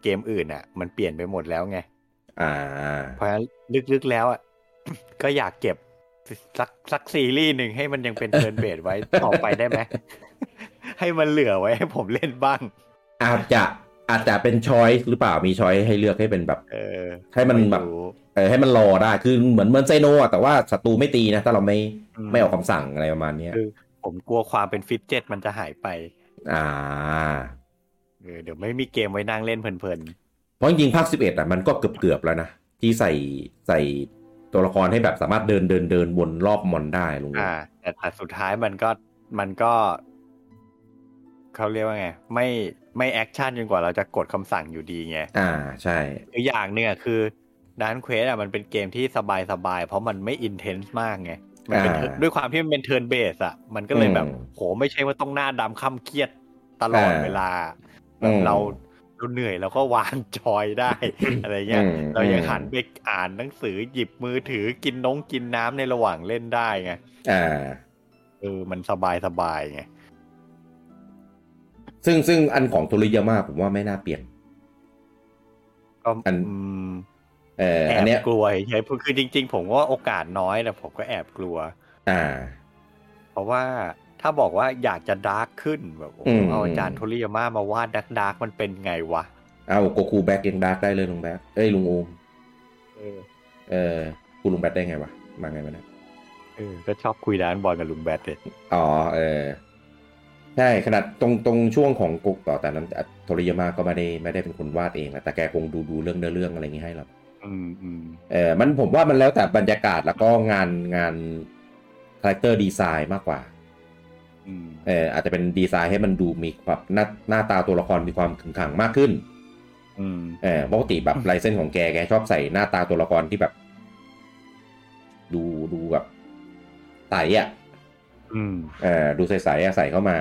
เกมอื่นอ่ะ มันเปลี่ยนไปหมดแล้วไง
อ่า
เพราะฉะนั้นลึกๆแล้วอ่ะ ก็อยากเก็บสักสักซีรีส์หนึ่งให้มันยังเป็นเทิร์นเบสไว้ ต่อไปได้ไหม ให้มันเหลือไว้ให้ผมเล่นบ้าง
อาจจะอาจจะเป็นช้อยหรือเปล่ามีช้อยให้เลือกให้เป็นแบบ
เออ
ให้มันแบบ
ไรู้
เออให้มันรอได้คือเหมือนเหมือนเซโนอะแต่ว่าศัตรูไม่ตีนะถ้าเราไม่
อืม
ไม่ออกคำสั่งอะไรประมาณเนี้ย
ผมกลัวความเป็นฟิตเจ็ตมันจะหายไป
อ่า
เออเดี๋ยวไม่มีเกมไว้นั่งเล่นเพลิน
เพราะจริงๆภาคสิบเอ็ดอ่ะมันก็เกือบเกือบๆแล้วนะ ที่ใส่ใส่ตัวละครให้แบบสามารถเดินเดินเดินวนรอบมอนได้ลุง
ๆอ่า แต่ถ้าสุดท้ายมันก็มันก็เขาเรียกว่าไง ไม่ไม่แอคชั่นจนกว่าเราจะกดคำสั่งอยู่ดีไง
อ่าใช่
คืออย่างหนึ่งอะคือดันเควสอะมันเป็นเกมที่สบายสบายๆเพราะมันไม่อินเทนส์มากไงมันเป็น
อ่า
ด้วยความที่มันเป็นเทิร์นเบสอะมันก็เลย
อืม
แบบโหไม่ใช่ว่าต้องหน้าดำค่ำเครียดตลอด
อ่า
เวลาแบบ
อืม
เราเราเหนื่อยเราก็วาง จอยได้ อะไรเงี้ย
อืม
เรายัง
อืม
หันไปอ่านหนังสือหยิบมือถือกินน้องกินน้ำในระหว่างเล่นได้ไง
อ่า
เออมันสบายสบายๆไง
ซึ่งซึ่งอันของโทริยาม่าผมว่าไม่น่าเปลี่ยน
ก็
อัน
อืม
เออ
แอ
อันเนี้ย
บกลัวใช่คือจริง ๆ ผมว่าโอกาสน้อยแต่ผมก็แอบกลัว
อ่า
เพราะว่าถ้าบอกว่าอยากจะดาร์กขึ้นแบบโอ้
อื
โห
ม
เอาอาจารย์โทริยาม่ามาวาดดาร์กดาร์กมันเป็นไงวะ
เอาโกคูแบ็กยังดาร์กได้เลยลุงแบ็กเอ้ยลุงโอม
เออ
เออกูลุงแบ็กได้ไงวะมาไงวะเนี่ย
เออก็ชอบคุยด้านบอลกับลุงแบทเลย
อ๋อเออใช่ขนาดตรงตรงช่วงของกกต่อแต่นั้นโทริยาม่าก็ไม่ได้ไม่ได้เป็นคนวาดเองนะแต่แกคงดูดูเรื่องเนื้อเรื่องอะไรอย่างงี้ให้หรอก
อ อืมอืม
เออมันผมว่ามันแล้วแต่บรรยากาศแล้วก็งานงานคาแรคเตอร์ดีไซน์มากกว่า
อืม
เอออาจจะเป็นดีไซน์ให้มันดูมีความหน้าหน้าตาตัวละครมีความขึงขังมากขึ้น
อืม
เออปกติแบบลายเส้นของแกแกชอบใส่หน้าตาตัวละครที่แบบ ดูดูแบบใสอ่ะ
อืม
เออดูใสๆอ่ะใส่เข้ามา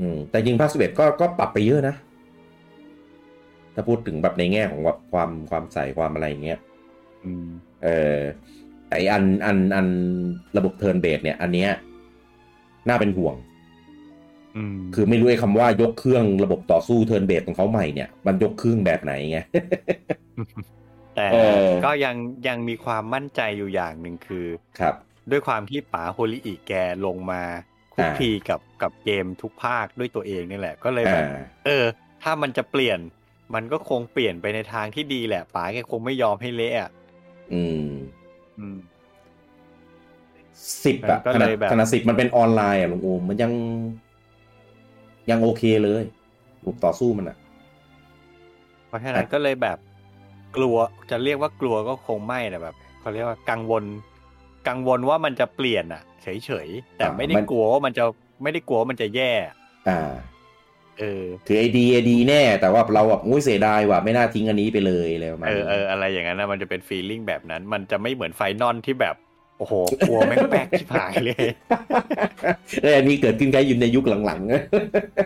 อืม แต่จริงภาคสิบเอ็ดก็ก็ปรับไปเยอะนะ ถ้าพูดถึงแบบในแง่ของแบบความความใสความอะไรอย่างเงี้ย
อืม
เออไออันอันอันระบบเทิร์นเบสเนี่ย อันเนี้ยน่าเป็นห่วง
อืม
คือไม่รู้ไอ้คำว่ายกเครื่องระบบต่อสู้เทิร์นเบสของเขาใหม่เนี่ย มันยกเครื่องแบบไหนไง
แต่
เออ
ก็ยังยังมีความมั่นใจอยู่อย่างหนึ่งคือ
ครับ
ด้วยความที่ป๋าโฮลิอีแกลงมาคลุกคลีกับกับเกมทุกภาคด้วยตัวเองนี่แหละ ก็เลยแบบ
อ่า
เออ ถ้ามันจะเปลี่ยน มันก็คงเปลี่ยนไปในทางที่ดีแหละป๋าแกคงไม่ยอมให้เละอะ
อืม
อืม
สิบอะ
มันก็
ขนาด
เลยแบบ
ขนาดสิบมันเป็นออนไลน์อะลุงโอมมันยัง ยังโอเคเลยระบบต่อสู้มันอะ
เพราะฉะนั้นก็เลยแบบกลัวจะเรียกว่ากลัวก็คงไม่นะแบบเขาเรียกว่ากังวล กังวลว่ามันจะเปลี่ยนอ่ะ เฉยๆแต่
อ่า
ไม่ได้
มัน
กลัวว่ามันจะไม่ได้กลัวว่ามันจะแย่
อ่า
เออ
ถือไอดีไอดีแน่ แต่ว่าเราแบบอุ้ยเสียดายว่ะไม่น่าทิ้งอันนี้ไปเลยอะไรประมาณ
เออ
นี้
เอออะไรอย่างนั้นนะมันจะเป็นฟีลลิ่งแบบนั้น มันจะไม่เหมือนไฟนอลที่แบบโอ้โหกลัวแม่งแปลกชิบหาย เลย
เอ ออันนี้เกิดขึ้นแค่อยู่ในยุคหลังๆ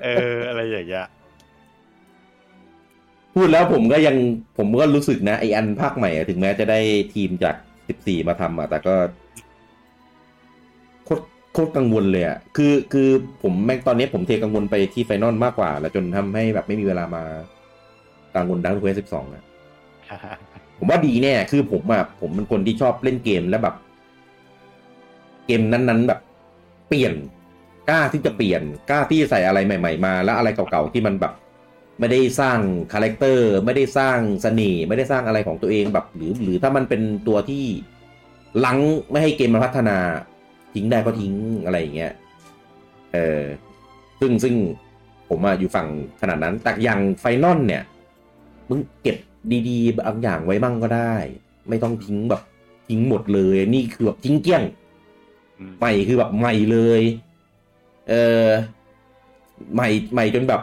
เออ อะไรอย่างเงี้ย
พูดแล้วผมก็ยังผมก็รู้สึกนะไออันภาคใหม่อะถึงแม้จะได้ทีมจาก 14 มาทำอะแต่ก็โคตรโคตรกังวลเลยอะคือคือผมแม่งตอนนี้ผมเทกังวลไปที่ไฟนอลมากกว่า แล้วจนทำให้แบบไม่มีเวลามากังวลดังเวสสิบสองอะผมว่าดีแน่คือผมอะผมเป็นคนที่ชอบเล่นเกมแล้วแบบ เกมนั้นๆแบบ เปลี่ยนกล้าที่จะเปลี่ยนกล้าที่จะใส่อะไรใหม่ ๆ มา แล้วอะไรเก่าๆที่มันแบบ ไม่ได้สร้างคาแรคเตอร์ไม่ได้สร้างเสน่ห์ไม่ได้สร้างอะไรของตัวเองแบบ หรือ หรือถ้ามันเป็นตัวที่ลังไม่ให้เกมมันพัฒนา ทิ้งได้ก็ทิ้งอะไรอย่างเงี้ยเออซึ่งซึ่งผมอะอยู่ฝั่งขนาดนั้น แต่อย่างไฟนอลเนี่ย มึงเก็บดีๆบางอย่างไว้บ้างก็ได้ ไม่ต้องทิ้งแบบทิ้งหมดเลย นี่คือแบบทิ้งเกลี้ยง
อืม
ใหม่คือแบบใหม่เลย เออใหม่ใหม่จนแบบ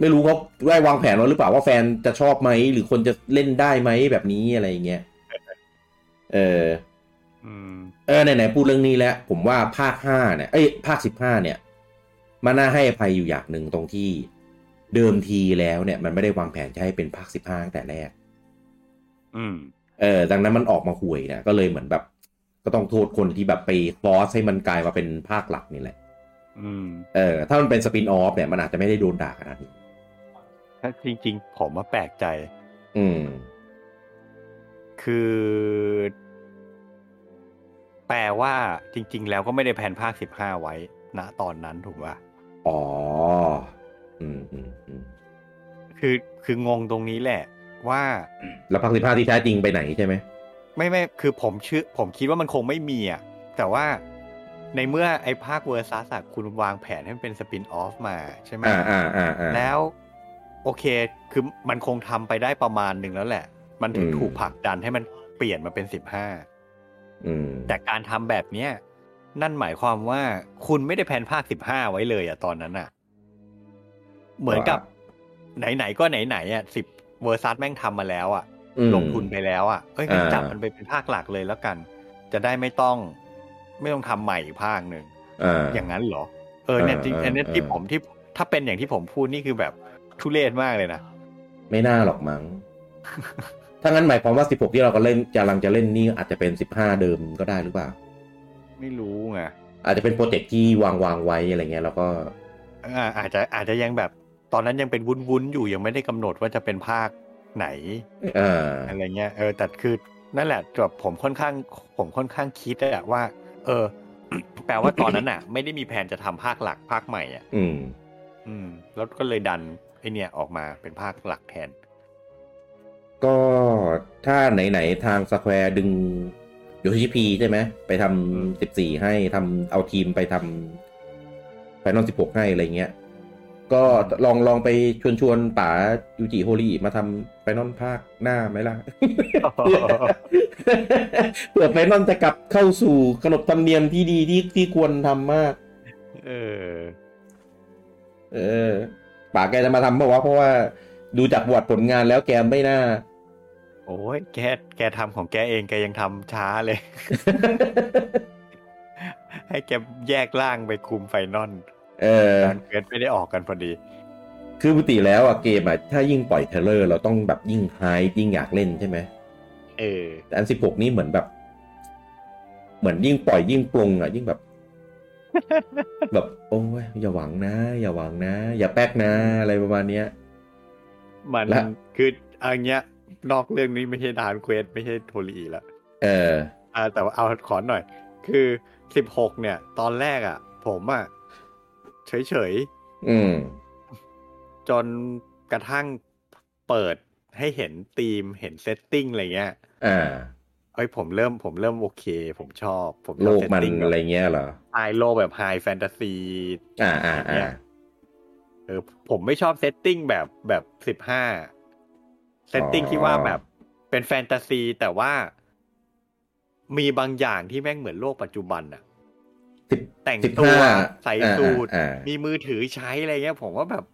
ไม่รู้เขาได้วางแผนไว้หรือเปล่าว่าแฟนจะชอบไหม หรือคนจะเล่นได้ไหมแบบนี้อะไรอย่างเงี้ย เออ
อืม
เออไหนๆพูดเรื่องนี้แล้ว ผมว่าภาคห้าเนี่ย เอ้ย ภาคสิบห้าเนี่ย มันน่าให้อภัยอยู่อย่างหนึ่งตรงที่เดิมทีแล้วเนี่ย มันไม่ได้วางแผนจะให้เป็นภาคสิบห้าตั้งแต่แรก
อืม
เออดังนั้นมันออกมาห่วยเนะก็เลยเหมือนแบบ ก็ต้องโทษคนที่แบบไปฟอสให้มันกลายมาเป็นภาคหลักนี่แหละ
อืม
เออถ้ามันเป็นสปินออฟเนี่ยมันอาจจะไม่ได้โดนด่าขนาดนี้
ถ้าจริง ๆ ผมว่าแปลกใจ
อืม
คือ แปลว่าจริง ๆ แล้วก็ไม่ได้แผนภาคสิบห้าไว้ณตอนนั้นถูกป่ะ
อ๋อ อืมอืมอืม
คือคืองงตรงนี้แหละ ว่า
แล้วภาคสิบห้าที่แท้จริงไปไหนใช่ไหม
ไม่ไม่คือผมเชื่อผมคิดว่ามันคงไม่มีอ่ะแต่ว่าในเมื่อไอ้ภาคเวอร์ซัสอะคุณวางแผนให้มันเป็นสปินออฟมาใช่ไหม
อ่าอ่าอ่าอ่า
แล้ว โอเค คือมันคงทำไปได้ประมาณหนึ่งแล้วแหละ มันถึง
อืม
ถูกผลักดันให้มันเปลี่ยนมาเป็นสิบห้า
อืม
แต่การทำแบบเนี้ยนั่นหมายความว่าคุณไม่ได้แผนภาคสิบห้าไว้เลยอะตอนนั้นอะเหมือนกับไหนๆก็ไหนๆอะสิบเวอร์ซัสแม่งทำมาแล้วอะ
อืม
ลงทุนไปแล้วอ่ะ เอ้ยงั้น
อ่า
จับมันไปเป็นภาคหลักเลยแล้วกัน จะได้ไม่ต้อง ไม่ต้องทำใหม่อีกภาคหนึ่ง
อ่า
อย่างนั้นเหรอ เออเนี่ยจริง
อ่า
อันเนี้ย
อ่า
ที่ผมที่ถ้าเป็นอย่างที่ผมพูดนี่คือแบบทุเรศมากเลยนะ
ไม่น่าหรอก มั้ง ถ้างั้นหมายความว่าสิบหกที่เราก็เล่นกำลังจะเล่นนี่อาจจะเป็นสิบห้าเดิมก็ได้หรือเปล่า
ไม่รู้ไง
อาจจะเป็นโปรเจกต์ที่วางวางไว้อะไรเงี้ยแล้วก็
อ่าอาจจะอาจจะยังแบบ ตอนนั้นยังเป็นวุ้นๆอยู่ยังไม่ได้กำหนดว่าจะเป็นภาคไหน
เอ่า
อะไรเงี้ยเออแต่คือนั่นแหละแบบผมค่อนข้างผมค่อนข้างคิดอะว่า เออ แปลว่าตอนนั้นอะ ไม่ได้มีแผนจะทำภาคหลักภาคใหม่อะ
อืม
อืมแล้วก็เลยดันไอเนี่ยออกมาเป็นภาคหลักแทน
ก็ถ้าไหน ๆ ทางสแควร์ดึงโยชิพีใช่ไหม ไปท
ม
ำสิบสี่ให้ทำเอาทีมไปทำไฟนอลสิบหกให้อะไรเงี้ย ก็ลองลองไปชวนชวนป๋ายูจิโฮลีมาทำไปนอนภาคหน้าไหมล่ะ เผื่อไปนอนจะกลับเข้าสู่ขนบธรรมเนียมที่ดีที่ที่ควรทำมาก
เออ
เออป๋าแกจะมาทำเพราะว่าเพราะว่าดูจากบวดผลงานแล้วแกไม่น่า
โอ้ยแกแกทำของแกเองแกยังทำช้าเลย ให้แกแยกร่างไปคุมไฟนอล
เออ
เกิดไม่ได้ออกกันพอดี
คือปกติแล้วอะเกมอะถ้ายิ่งปล่อยเทรลเลอร์เราต้องแบบยิ่งไฮป์ยิ่งอยากเล่นใช่ไหม
เออ
แต่อันสิบหกนี่เหมือนแบบ เหมือนยิ่งปล่อยยิ่งปรุงอ่ะยิ่งแบบ แบบโอ้ยอย่าหวังนะ อย่าหวังนะ อย่าแป๊กนะอะไรประมาณเนี้ย
มัน
และ
คืออันเนี้ย นอกเรื่องนี้ไม่ใช่ดานเควสไม่ใช่โทรีแล้ว
เออ
อ่าแต่ว่าเอาขอหน่อย คือสิบหกเนี่ย ตอนแรกอ่ะ ผมอ่ะเฉย
อืม
ๆ จนกระทั่งเปิดให้เห็นธีมเห็นเซตติ้งอะไรเงี้ย
อ่า
เอ้ยผมเริ่มผมเริ่มโอเค ผมชอบ ผมช
โล
อบ
กมัน
เซตติ้ง
อะไร
แบบ
เงี้ยเหรอ
ไฮโลกแบบไฮแฟนตาซี
อ่าอ่าอ่า
เออผมไม่ชอบเซตติ้งแบบแบบสิบห้าเซตติ้งที่ว่าแบบเป็นแฟนตาซี แต่ว่ามีบางอย่างที่แม่งเหมือนโลกปัจจุบันอ่ะ
สิบ
แต่ง
สิบ
ตั
ห้าว
ใส่สูท
อ่า
มีมือถือใช้อะไรเงี้ย ผมว่าแบบ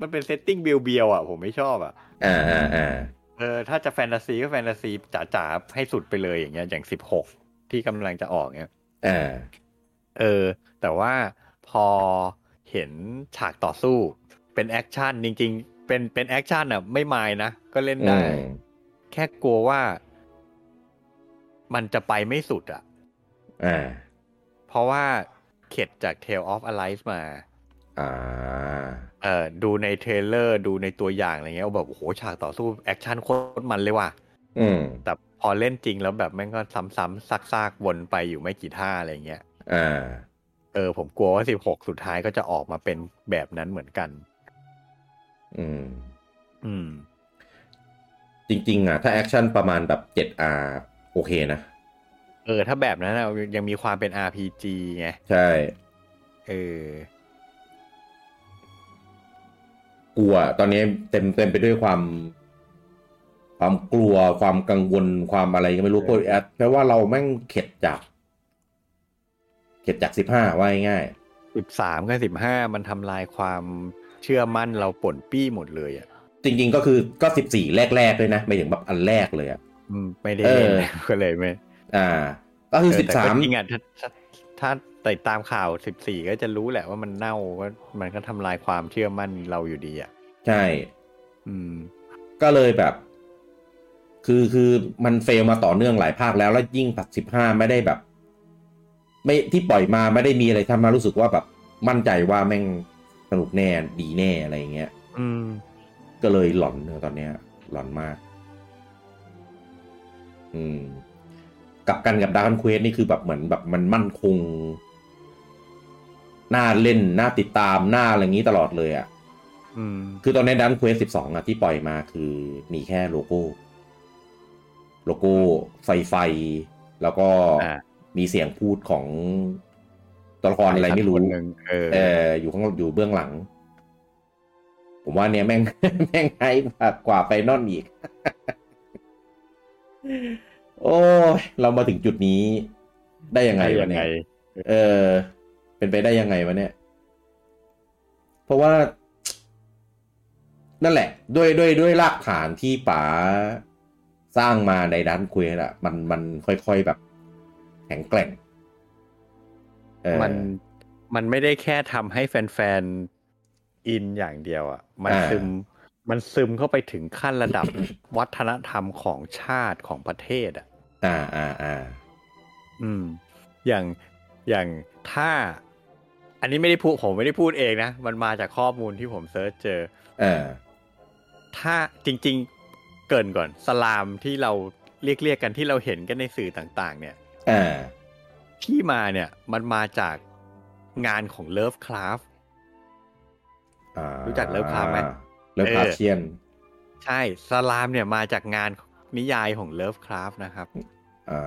มันเป็นเซตติ้งเบียวๆอ่ะ ผมไม่ชอบอ่ะ
อ่าอ่าอ่า
เออถ้าจะแฟนตาซีก็แฟนตาซีจ๋าๆ ให้สุดไปเลยอย่างเงี้ยอย่างสิบหกที่กำลังจะออกเนี่ย
อ่า
เออ แต่ว่าพอเห็นฉากต่อสู้ เป็นแอคชั่นจริงๆ เป็นเป็นแอคชั่นอ่ะ ไม่มายนะ ก็เล่นได้
อืม
แค่กลัวว่า มันจะไปไม่สุดอ่ะ
อ่า
เพราะว่าเข็ดจาก Tale of Alive มา
อ่า
เอ่อดูในเทรลเลอร์ดูในตัวอย่างอะไรเงี้ยแบบโอ้โหฉากต่อสู้แอคชั่นโคตรมันเลยว่ะ
อืม
แต่พอเล่นจริงแล้วแบบแม่งก็ซ้ำๆซากๆวนไปอยู่ไม่กี่ท่าอะไรเงี้ย
อ่า
เออผมกลัวว่า 16 สุดท้ายก็จะออกมาเป็นแบบนั้นเหมือนกัน
อืม
อืม
จริง ๆ อ่ะ ถ้าแอคชั่นประมาณแบบ 7R โอเคนะ
เออ ถ้าแบบนั้นอะยังมีความเป็น RPG ไง
ใช่
เออ
กลัวตอนนี้เต็มเต็มไปด้วยความ ความกลัวความกังวลความอะไรก็ไม่รู้
ใช่
เพราะแปลว่าเราแม่งเข็ดจาก เข็ดจากสิบห้าว่าง่าย
13กับ15 มันทำลายความเชื่อมั่นเราป่นปี้หมดเลยอ่ะ
ๆจริง ๆ ก็คือก็สิบสี่แรกๆเลยนะไม่ถึงแบบอันแรกเลยอ่ะ
อืมไม่ได้
เออ
เล่นก็เลยไม่
อ่า ก็คือ
เออ
สิบ
แต่
สาม
ก็จริงอ่ะถ้าถ้าถ้าติดตามข่าวสิบสี่ก็จะรู้แหละว่ามันเน่าก็มันก็ทำลายความเชื่อมั่นเราอยู่ดีอ่ะ
ใช่
อืม
ก็เลยแบบ คือคือมันเฟลมาต่อเนื่องหลายภาคแล้ว แล้วยิ่งปัดสิบห้าไม่ได้แบบ ไม่ที่ปล่อยมาไม่ได้มีอะไรทำมารู้สึกว่าแบบมั่นใจว่าแม่งสนุกแน่ดีแน่อะไรอย่างเงี้ย
อืม
ก็เลยหลอนเนี่ยตอนเนี้ยหลอนมาก อืมกลับกันกับดาร์ q เควสนี่คือแบบเหมือนแบบมันมั่นคง น่าเล่น น่าติดตามน่าอะไรอย่างนี้ตลอดเลยอะ่ะ
อืม
คือตอนนี้ดาร์ q เควสสิบสองอ่ะที่ปล่อยมาคือมีแค่โลโก้ โลโก้ไฟไฟ แล้วก็
อ่า
มีเสียงพูดของตัวละครอะไรไม่รู้
คนหนึ่งเออ
เอออยู่ข้างอยู่เบื้องหลัง ผมว่าเนี่ยแม่ง แม่งไฮกว่ากว่าไฟนอลอีก โอ้ยเรามาถึงจุดนี้ ได้ยังไงวะเนี่ยเออ เป็นไปได้ยังไงวะเนี่ย เพราะว่า นั่นแหละ ด้วยด้วยด้วยรากฐานที่ป๋าสร้างมาในด้านคุยอะมันมันค่อยๆแบบ แข็งแกร่งเออ
มันมันไม่ได้แค่ทำให้แฟนๆ อินอย่างเดียวอ่ะ มัน
อ่า
ซึมมันซึมเข้าไปถึงขั้นระดับ วัฒนธรรมของชาติของประเทศอ่ะ
อ่าอ่าอ่า
อืม อย่างอย่างถ้า อันนี้ไม่ได้พูดผมไม่ได้พูดเองนะ มันมาจากข้อมูลที่ผมเซิร์ชเจอ
เออ
ถ้าจริง ๆ เกรินก่อนสลามที่เราเรียกเรียกๆกันที่เราเห็นกันในสื่อต่าง ๆ เนี่ย
อ่า
ที่มาเนี่ยมันมาจากงานของเลิฟคราฟ
อ่า
รู้จัก Lovecraft ไหม
เลิฟคราฟ
เออ
เชียน
ใช่สลามเนี่ยมาจากงานนิยายของเลิฟคราฟนะครับ
อ่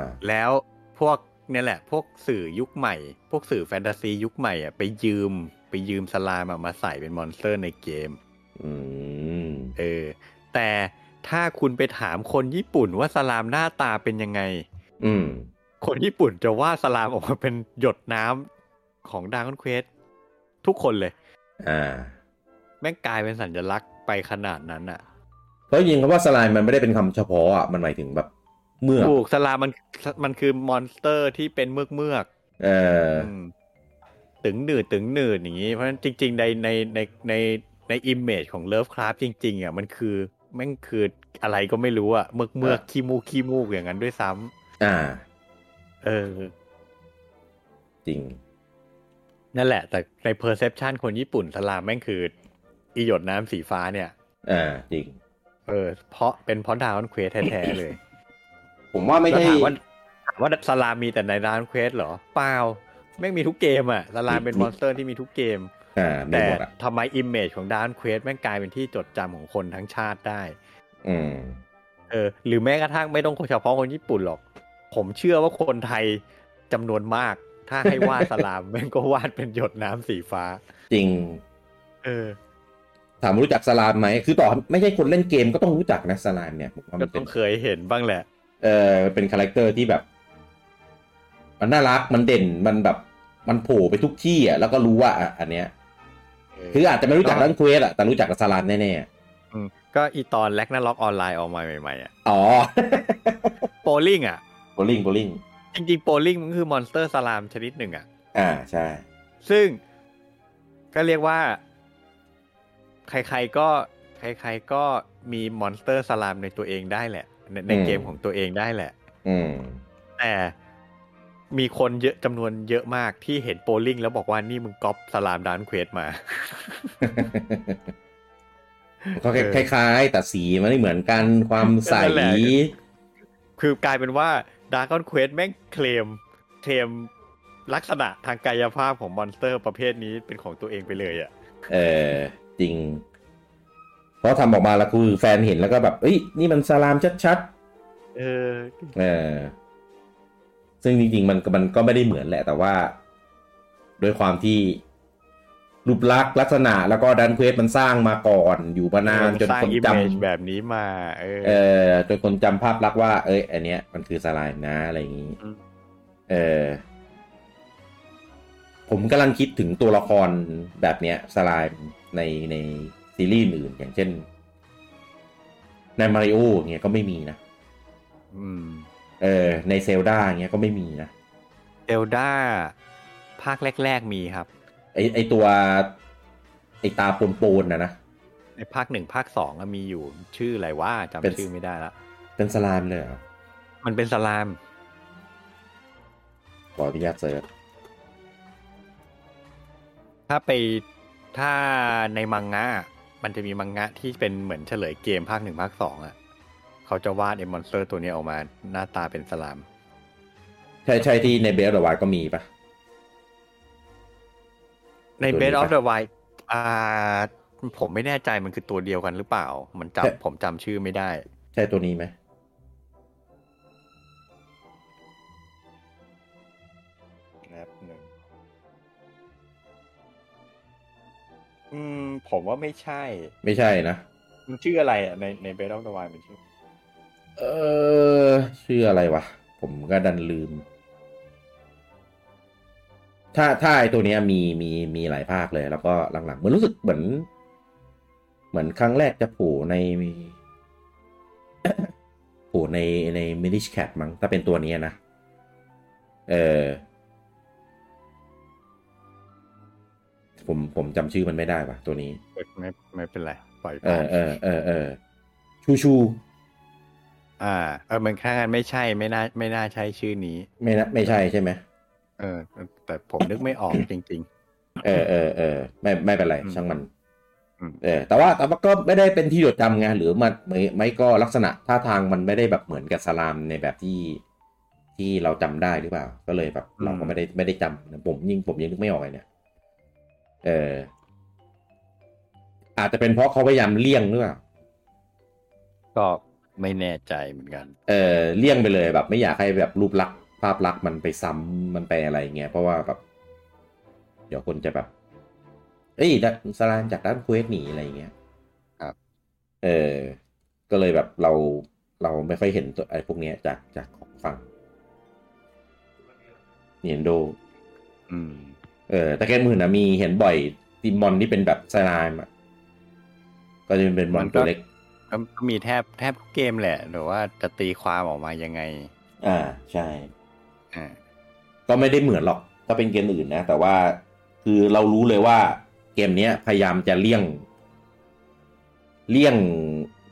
า
แล้วพวกเนี่ยแหละ พวกสื่อยุคใหม่ พวกสื่อแฟนตาซียุคใหม่อ่ะไปยืม ไปยืมสลามอะมาใส่เป็นมอนสเตอร์ในเกม
อืม
เออ แต่ถ้าคุณไปถามคนญี่ปุ่นว่าสลามหน้าตาเป็นยังไง
อืม
คนญี่ปุ่นจะวาดสลามออกมาเป็นหยดน้ำของดาร์ q เควสทุกคนเลย
อ่า
แม่งกลายเป็นสัญลักษณ์ไปขนาดนั้นอะ
แล้วจริงๆคำว่าสไลม์มันไม่ได้เป็นคำเฉพาะอ่ะ มันหมายถึงแบบเมือก
ถูกสลามมันมันคือมอนสเตอร์ที่เป็นเมือกเมือกๆ
เออ
อืมตึงหนืดตึงหนืดอย่างนี้ เพราะฉะนั้นจริง ๆ ในในในในในอิมเมจของเลิฟคราฟจริง ๆอ่ะมันคือแม่งคืออะไรก็ไม่รู้อ่ะเมือกเมือก
อ่ะ
ขี้มูกขี้มูกอย่างนั้นด้วยซ้ำ
อ่า
เออ
จริง
นั่นแหละ แต่ในเพอร์เซพชันคนญี่ปุ่นสลามแม่งคือ อีหยดน้ำสีฟ้าเนี่ย
อ่า จริง
เออ เพราะเป็นเพราะดาวน์เควสแท้ๆ เลย
ผมว่าไม่
แล้ว
ใช่
ถามว่าถามว่าสลามมีแต่ในดาวน์เควสเหรอ เปล่าแม่งมีทุกเกมอ่ะสลามเป็น
มี
มอนสเตอร์ที่มีทุกเกม
อ่าไม่
แต่
หมดอ่ะ
ทำไมอิมเมจของดานเควสแม่งกลายเป็นที่จดจำของคนทั้งชาติได้
อืม
เออ หรือแม้กระทั่งไม่ต้องเฉพาะคนญี่ปุ่นหรอก ผมเชื่อว่าคนไทยจำนวนมาก ถ้าให้วาดสลาม แม่งก็วาดเป็นหยดน้ำสีฟ้า
จริง
เออ
ถามว่ารู้จักสไลม์ไหม คือต่อไม่ใช่คนเล่นเกมก็ต้องรู้จักนะสไลม์เนี่ยผมว่า
ก็
มันเป็
ต้อน งเคยเห็นบ้างแหละ
เออเป็นคาแรคเตอร์ที่แบบ มันน่ารักมันเด่นมันแบบ มันโผล่ไปทุกที่อ่ะแล้วก็รู้ว่าอ่ะอันเนี้ย คืออาจจะไม่รู้จัก
ก็
ดันเควสอะแต่รู้จักกับสลามแน่
มก็อีตอนแลกนาล็อกออนไลน์ออกมาใหม่ๆอ่ะ
ๆ อ๋อ
โปลิงอ่ะ
โบลิ่งโบลิ่ง
จริงๆโปลิงมันคือมอนสเตอร์สลามชนิดหนึ่งอ่ะ
อ่าใช่
ซึ่งก็เรียกว่า ใครๆก็ใครๆก็มีมอนสเตอร์สลามในตัวเองได้แหละ ในใน
อืม
เกมของตัวเองได้แหละ
อืม
แต่มีคนเยอะจำนวนเยอะมากที่เห็นโปลลิงแล้วบอกว่านี่มึงก๊อปสลามดานเควสมา
ก็คล้ายคล้ายๆ แต่สีมันไม่เหมือนกันความใส
นั่นแหละ คือกลายเป็นว่าดาร์กอนเควสแม่งเคลมเคลมลักษณะทางกายภาพของมอนสเตอร์ประเภทนี้เป็นของตัวเองไปเลยอ่ะ
เออจริง เพราะทำออกมาแล้วคือแฟนเห็นแล้วก็แบบ เอ้ย นี่มันสลามชัด
เออ
ๆ เออ ซึ่งจริงๆ มันมันก็ไม่ได้เหมือนแหละ แต่ว่าด้วยความที่รูปลักษณ์ลักษณะแล้วก็ดันเควสมันสร้างมาก่อน อยู่มานานจน
สร้าง
คน
อิม
จ
เมจ
ำ
แบบนี้มา เออ
เออจนคนจำภาพลักษณ์ว่า เอ้ย อันเนี้ยมันคือสไลม์นะอะไรอย่างนี้
อืม
เออ ผมกำลังคิดถึงตัวละครแบบเนี้ยสไลม์ในในซีรีส์อื่น อย่างเช่น ในมาริโอเงี้ยก็ไม่มีนะ
อืม
เออ ในเซลดาเงี้ยก็ไม่มีนะ
เซลดาภาคแรก ๆ มีครับ
ไอไอตัวไอตาปนๆนะนะ
ในภาคหนึ่งภาคสองอะมีอยู่ชื่ออะไรว่า
เป็น
จำชื่อไม่ได้ละ
เป็นสไลม์เลยเหรอ
มันเป็นสลาม
ขออนุญาตเซิร์ช
ถ้าไปถ้าในมังงะ มันจะมีมังงะที่เป็นเหมือนเฉลยเกมภาคหนึ่งภาคสองอ่ะเขาจะวาดไอ้มอนสเตอร์ตัวนี้ออกมา หน้าตาเป็นสลาม
ใช่ใช่ที่ในเบสเดอะวายก็มีปะ
ใน
ตัวนี้
b e d
ปะ
of the Wild อ่า ผมไม่แน่ใจมันคือตัวเดียวกันหรือเปล่า มัน
ใช่
จ ำผมจำชื่อไม่ได้
ใช่ตัวนี้ไหม
นะครับหนึ่งอืม ผมว่าไม่ใช่
ไม่ใช่นะ
มันชื่ออะไรอ่ะ ในในเบดอฟเดอะไวน์มันชื่อ
เออชื่ออะไรวะ ผมก็ดันลืม ถ้าถ้าไอตัวเนี้ยมีมีมีหลายภาคเลย แล้วก็หลังๆเหมือนรู้สึกเหมือน เหมือนครั้งแรกจะโผล่ใน โผล่ในในมินิชแคทมั้งถ้าเป็นตัวเนี้ยนะ เออ ผมผมจำชื่อมันไม่ได้ว่ะตัวนี้
ไม่ไม่เป็นไร ปล่อย
เอ
ผ่า
อน เออเออเออชูชู
อ่า เออมันแค่งั้นไม่ใช่ไม่น่าไม่น่าใช่ชื่อนี้
ไม่นะไม่ใช่ใช่ไหม
เออ แต่ผมนึกไม่ออก จริง
เออเออเออไม่ไม่เป็นไร
อืม
ช่างมัน
อืม
เออ แต่ว่าแต่ว่าก็ไม่ได้เป็นที่จดจำไงหรือมันไม่ไม่ก็ลักษณะท่าทางมันไม่ได้แบบเหมือนกับสลามในแบบที่ที่เราจำได้หรือเปล่า ก็เลยแบบเราก็ไม่ได้ไม่ได้จำนะผมยิ่งผมยังนึกไม่ออกเลยเนี่ยเออ อาจจะเป็นเพราะเขาพยายามเลี่ยงหรือเปล่า
ๆ ก็ไม่แน่ใจเหมือนกัน
เออเลี่ยงไปเลยแบบ ไม่อยากให้แบบรูปลักษณ์ภาพลักษณ์มันไปซ้ำมันไปอะไรเงี้ยเพราะว่าแบบ เดี๋ยวคนจะแบบ อ้ยสลานจากด้านเควสหนีอะไรอย่างเงี้ย
ครับ
เออ ก็เลยแบบเราเราไม่ค่อยเห็นตัวไอ้พวกเนี้ยจากจากของฝั่งเนียนโด
อืม
เออแต่เกมอื่นนะมีเห็นบ่อยติมมอนที่เป็นแบบสไลม์อ่ะก็จะเป็นมอน
มันก็
ตัวเล็ก
ก็มีแทบแทบทุกเกมแหละแต่ว่าจะตีความออกมายังไง
อ่า ใช่
อ่า
ก็ไม่ได้เหมือนหรอกถ้าเป็นเกมอื่นนะ แต่ว่าคือเรารู้เลยว่าเกมเนี้ยพยายามจะเลี่ยง เลี่ยง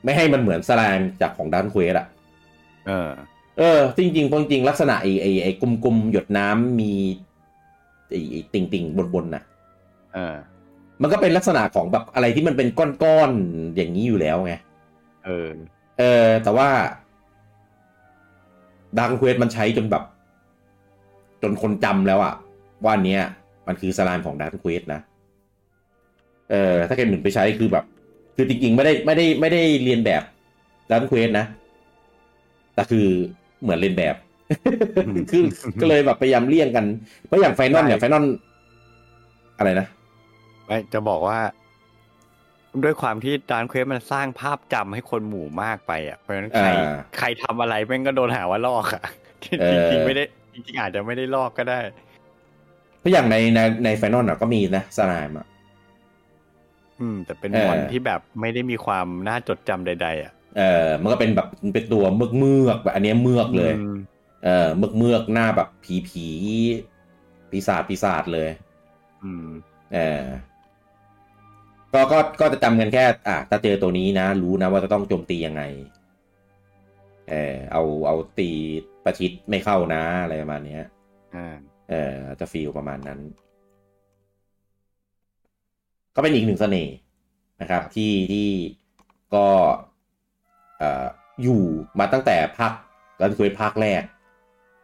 ไม่ให้มันเหมือนสไลม์จากของดันเควสอะ
เออ
เออจริงๆเพราะจริงๆลักษณะไอ้ไอ้ไอ้กลมๆหยดน้ำมีไอ้ไอ้ติ่งๆบนๆน่ะ
เออ
มันก็เป็นลักษณะของแบบอะไรที่มันเป็นก้อนๆอย่างนี้อยู่แล้วไง
เออ
เออแต่ว่าดังเควสมันใช้จนแบบ จนคนจำแล้วอะว่าอันเนี้ย มันคือสลามของดังเควสนะเออถ้าเกมหนึ่งไปใช้คือแบบ คือจริงๆไม่ได้ไม่ได้ไม่ได้เรียนแบบดังเควสนะ แต่คือเหมือนเรียนแบบ
อืม
คือก็เลยแบบพยายามเลี่ยงกันเพราะอย่างไฟนอลเนี่ยไฟนอลอะไรนะ
ไม่จะบอกว่า ด้วยความที่ดานเควสมันสร้างภาพจำให้คนหมู่มากไปอ่ะเพราะฉะนั้นใคร
อ่า
ใครทำอะไรแม่งก็โดนหาว่าลอกอ่ะ ที่
เออ
จริงๆไม่ได้จริงๆอาจจะไม่ได้ลอกก็ได้
เพราะอย่างในในในไฟนอลอะก็มีนะสลามอะ
อืม แต่เป็น
เออ
มอนที่แบบไม่ได้มีความน่าจดจำใด ๆ อ่ะ
เออมันก็เป็นแบบเป็นตัวเมือกเมือกๆแบบอันเนี้ยเมือกเลย
อืม
เออเมือกเมือกๆหน้าแบบผีผีปีศาจปีศาจเลย
อืม
เออก็ก็ก็จะจำกันแค่ อ่ะถ้าเจอตัวนี้นะ รู้นะว่าจะต้องโจมตียังไง เออเอาเอาตีประชิดไม่เข้านะอะไรประมาณเนี้ย
อ่า
เออจะฟีลประมาณนั้น ก็เป็นอีกหนึ่งเสน่ห์นะครับ ที่ที่ก็เอ่ออยู่มาตั้งแต่ภาครันคุยภาคแรก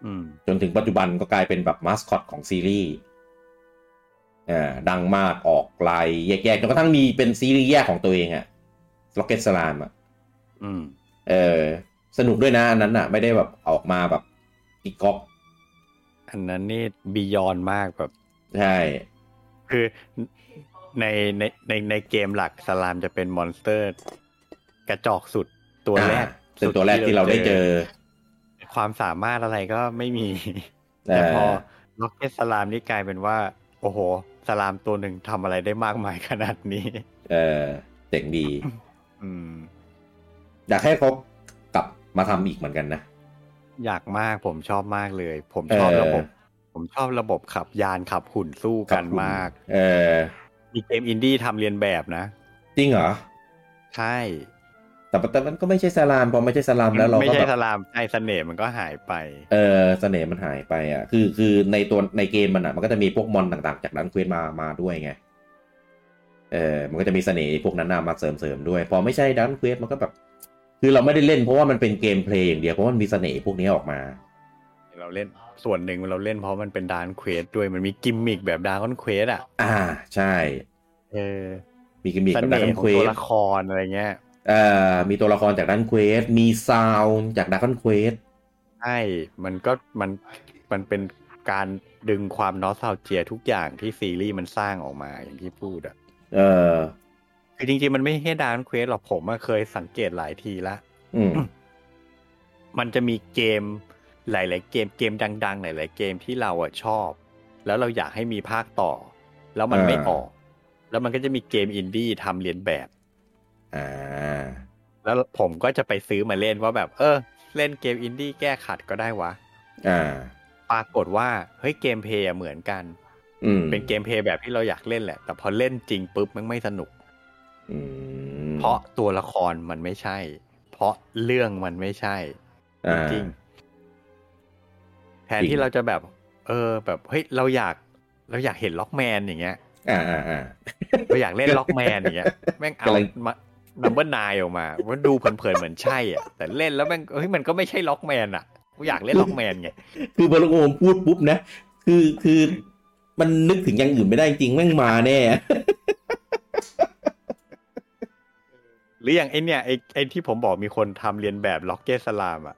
อืม
จนถึงปัจจุบันก็กลายเป็นแบบมาสคอตของซีรีส์เอ่อดังมากออกลายแยกๆจนกระทั่งมีเป็นซีรีส์แยกของตัวเองอะล็อกเก็ตสลามอะ
อืม
เออสนุกด้วยนะอันนั้นอะไม่ได้แบบออกมาแบบอีกก๊อก
อันนั้นนี่บียอนมากแบบ
ใช่
คือในในในในเกมหลักสลามจะเป็นมอนสเตอร์ กระจอกสุดตัวแรก
อ่าเป็นตัวแรกที่เราได้เจอ
ความสามารถอะไรก็ไม่มี
เออ
แต่พอล็อกเก็ตสลามนี่กลายเป็นว่า โอ้โห สลามตัวหนึ่งทำอะไรได้มากมายขนาดนี้
เออเจ๋งดี
อืม
อยากให้เขากลับมาทำอีกเหมือนกันนะ
อยากมากผมชอบมากเลย ผมชอบ
เออ
ระบบ ผมชอบระบบขับยานขับหุ่นสู้กันมาก
เออ
มีเกมอินดี้ทำเรียนแบบนะ
จริงเหรอ
ใช่
แต่แต่มันก็ไม่ใช่สลามพอไม่ใช่สลามแล้วเรา
ไม่
ก็
ใช่
แบบ
สลามไอเสน่ห์มันก็หายไป
เออเสน่ห์มันหายไปอ่ะ คือคือในตัวในเกมมันอ่ะ มันก็จะมีพวกมอนต่างๆ จากดันเควสมามาด้วยไง เออมันก็จะมีเสน่ห์พวกนั้นนะมาเสริมเสริมด้วย พอไม่ใช่ดันเควสมันก็แบบ คือเราไม่ได้เล่นเพราะว่ามันเป็นเกมเพลย์อย่างเดียว เพราะมันมีเสน่ห์พวกนี้ออกมา
เราเล่นส่วนหนึ่งเราเล่นเพราะมันเป็นดานเควสด้วยมันมีกิมมิกแบบดานเควสอ่ะ
อ่า ใช่
เออ
มีกิมมิค
เส
แบบดั
น่
น
ห์ของ
เคว
ตัว
ส
ละครอะไรเงี้ย
เอ่อมีตัวละครจากดันเควสมีซาวด์จากดันเควส
ใช่มันก็มันมันเป็นการดึงความนอสซาเจียทุกอย่างที่ซีรีส์มันสร้างออกมาอย่างที่พูดอ่ะ
เออ
คือจริงๆ มันไม่ใช่ดานเควสหรอกผมอะเคยสังเกตหลายทีละ
อืม
มันจะมีเกมหลาย ๆ เกมเกมดัง ๆ หลาย ๆ เกมที่เราอ่ะชอบ แล้วเราอยากให้มีภาคต่อ แล้วมันไม่
เออ
ออก แล้วมันก็จะมีเกมอินดี้ทำเรียนแบบ
อ่า
แล้วผมก็จะไปซื้อมาเล่นว่าแบบ เออ เล่นเกมอินดี้แก้ขัดก็ได้วะ
อ่า
ปรากฏว่า เฮ้ยเกมเพลย์อะเหมือนกัน
อืม
เป็นเกมเพลย์แบบที่เราอยากเล่นแหละ แต่พอเล่นจริงปุ๊บมันไม่สนุก
อืม
เพราะตัวละครมันไม่ใช่ เพราะเรื่องมันไม่ใช่
อ่า
จริงๆแทน
จริ
ที่
ง
เราจะแบบ เออ แบบเฮ้ยเราอยาก เราอยากเห็นล็อกแมนอย่างเงี้ย
อ่าอ่าอ่า
เราอยากเล่นล็อกแมนอย่างเงี้ ยแม่งเอา
กำลัง
มานัมเบอร์นายออกมาว่าดูเผินๆเหมือนใช่อ่ะแต่เล่นแล้วแม่งเฮ้ยมันก็ไม่ใช่ล็อกแมนอ่ะกูอยากเล่นล็อกแมนไง
คือพอลุงโอมพูดปุ๊บนะ คือคือมันนึกถึงอย่างอื่นไม่ได้จริงแม่งมาแน่
หรืออย่างไอเนี่ยไอไอที่ผมบอกมีคนทำเรียนแบบล็อกเกตสลามอ่ะ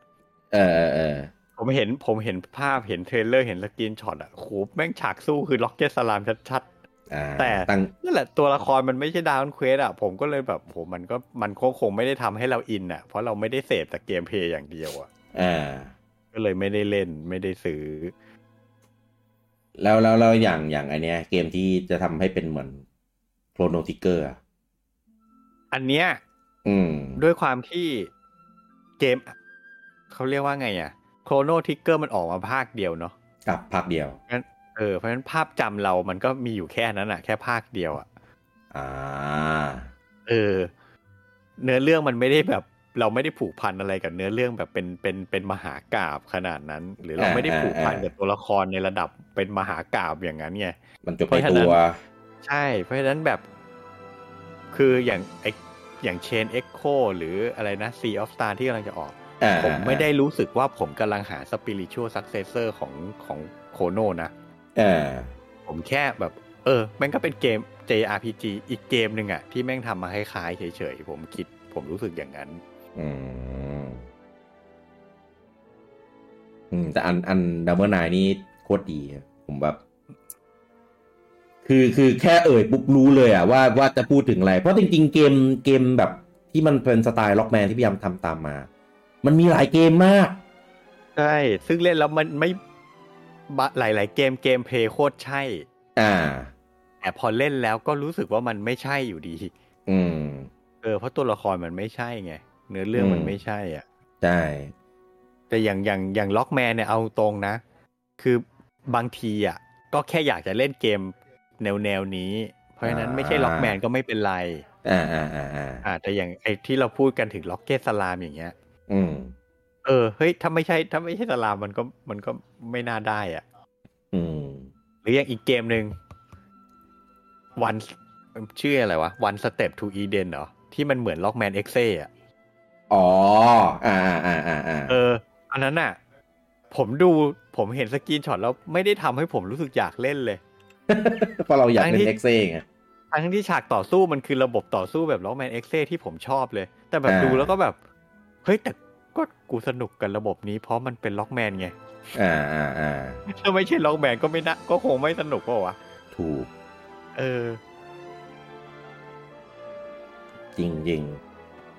เออเออเออ
ผมเห็นผมเห็นภาพเห็นเทรลเลอร์เห็นสกรีนช็อตอ่ะโหแม่งฉากสู้คือล็อกเกตสลามชัด
อ่า
แต่
ตั้ง
นั่นแหละตัวละครมันไม่ใช่ดาวน์เควสอ่ะ ผมก็เลยแบบโหมันก็มันก็คงไม่ได้ทำให้เราอินอ่ะ เพราะเราไม่ได้เสพแต่เกมเพลย์อย่างเดียวอ่ะ
อ่า
ก็เลยไม่ได้เล่นไม่ได้ซื้อ
แล้วแล้วแล้วอย่างอย่างไอเนี้ย เกมที่จะทำให้เป็นเหมือนโครโนทิกเกอร์
อันเนี้ย
อืม
ด้วยความที่เกมเขาเรียกว่าไงอ่ะโครโนทิกเกอร์มันออกมาภาคเดียวเนาะ
กับภาคเดียว
เออเพราะฉะนั้นภาพจำเรามันก็มีอยู่แค่นั้นอ่ะ แค่ภาคเดียวอ่ะ
อ่า
เออ เนื้อเรื่องมันไม่ได้แบบ เราไม่ได้ผูกพันอะไรกับเนื้อเรื่องแบบเป็นเป็นเป็นมหากาบขนาดนั้น หรือเรา
อ่า
ไม่ได้ผูกพัน
อ่า
กับตัวละครในระดับเป็นมหากาบอย่างนั้นไง
มันจบ
เพ
ไป
ราะฉะนั้
ตั
น
ว
ใช่ เพราะฉะนั้นแบบ คืออย่างไออย่างเชนเอ็กโคหรืออะไรนะ Sea of Star ที่กำลังจะออก
อ่า
ผมไม่ได้รู้สึกว่าผมกำลังหาสปิริ t ชัวซักเซเซอร์ของของโคโนนะ
อ่า
ผมแค่แบบ เออ มันก็เป็นเกม JRPG อีกเกมหนึ่งอะที่แม่งทำมาคล้ายๆเฉยๆ ผมคิด ผมรู้สึกอย่างนั้น
อืมอืม แต่อันอันดัมเบิลไนนี่โคตรดีครับผมแบบ คือคือแค่เอ่ยปุ๊บรู้เลยอ่ะว่าว่าจะพูดถึงอะไร เพราะจริง ๆ เกมเกมแบบที่มันเป็นสไตล์ล็อกแมนที่พยายามทำตามมา มันมีหลายเกมมาก
ใช่ ซึ่งเล่นแล้วมันไม่บะหลาย ๆ เกมเกมเพลย์โคตรใช่
อ่า
แต่พอเล่นแล้วก็รู้สึกว่ามันไม่ใช่อยู่ดี
อืม
เออ เพราะตัวละครมันไม่ใช่ไง เนื้อเรื่องมันไม่ใช่อ่ะ
ใช่
แต่อย่างอย่างอย่างล็อกแมนเนี่ยเอาตรงนะ คือบางทีอ่ะ ก็แค่อยากจะเล่นเกมแนวแนวๆนี้ เพราะฉะนั้นไม่ใช่ล็อกแมนก็ไม่เป็นไร
อ่าอ่าอ่าอ่า
อ่าแต่อย่างไอ้ที่เราพูดกันถึงล็อกเก็ตสลามอย่างเงี้ย
อืม
เออเฮ้ยถ้าไม่ใช่ถ้าไม่ใช่สลามมันก็มันก็ไม่น่าได้อะ
อืม
หรืออย่างอีกเกมหนึ่งวันชื่ออะไรวะวันสเต็ปทูอีเดนเหรอ ที่มันเหมือนล็อกแมนเอ็กเซ่อะ
อ๋อ อ่าอ่าอ่าอ่า
เออ อันนั้นอ่ะ ผมดูผมเห็นสกรีนช็อตแล้วไม่ได้ทำให้ผมรู้สึกอยากเล่นเลย
เพราะเราอยากเป็น
ทั้งที่
เอ็กเซ่ไง
ทั้งที่ฉากต่อสู้มันคือระบบต่อสู้แบบล็อกแมนเอ็กเซ่ที่ผมชอบเลย แต่แบบ
อ่า
ดูแล้วก็แบบ เฮ้ยแต่ก็กูสนุกกับระบบนี้เพราะมันเป็นล็อกแมนไง
อ่าอ่าอ่า
ถ้าไม่ใช่ล็อกแมนก็ไม่นะก็คงไม่สนุกเปล่าวะ
ถูก
เออ
จริงจริง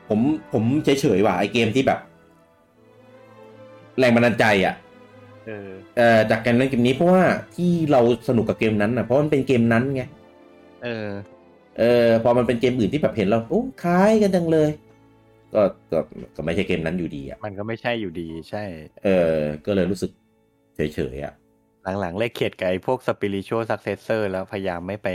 ผมผมเฉยๆว่ะไอเกมที่แบบ แรงบันดาลใจอ่ะ
เออ
เอ่อจากการเล่นเกมนี้เพราะว่าที่เราสนุกกับเกมนั้นอ่ะเพราะมันเป็นเกมนั้นไง
เออ
เออพอมันเป็นเกมอื่นที่แบบเห็นเราโอ้คล้ายกันจังเลย ก็ก็ก็ไม่ใช่เกมนั้นอยู่ดีอ่ะ
มันก็ไม่ใช่อยู่ดี ใช่
เออ ก็เลยรู้สึกเฉยๆอ่ะ
หลังๆ เล่เข็ดกับไอ้พวกสปิริ t u a l s u c c e s s o r แล้วพยายามไม่ไป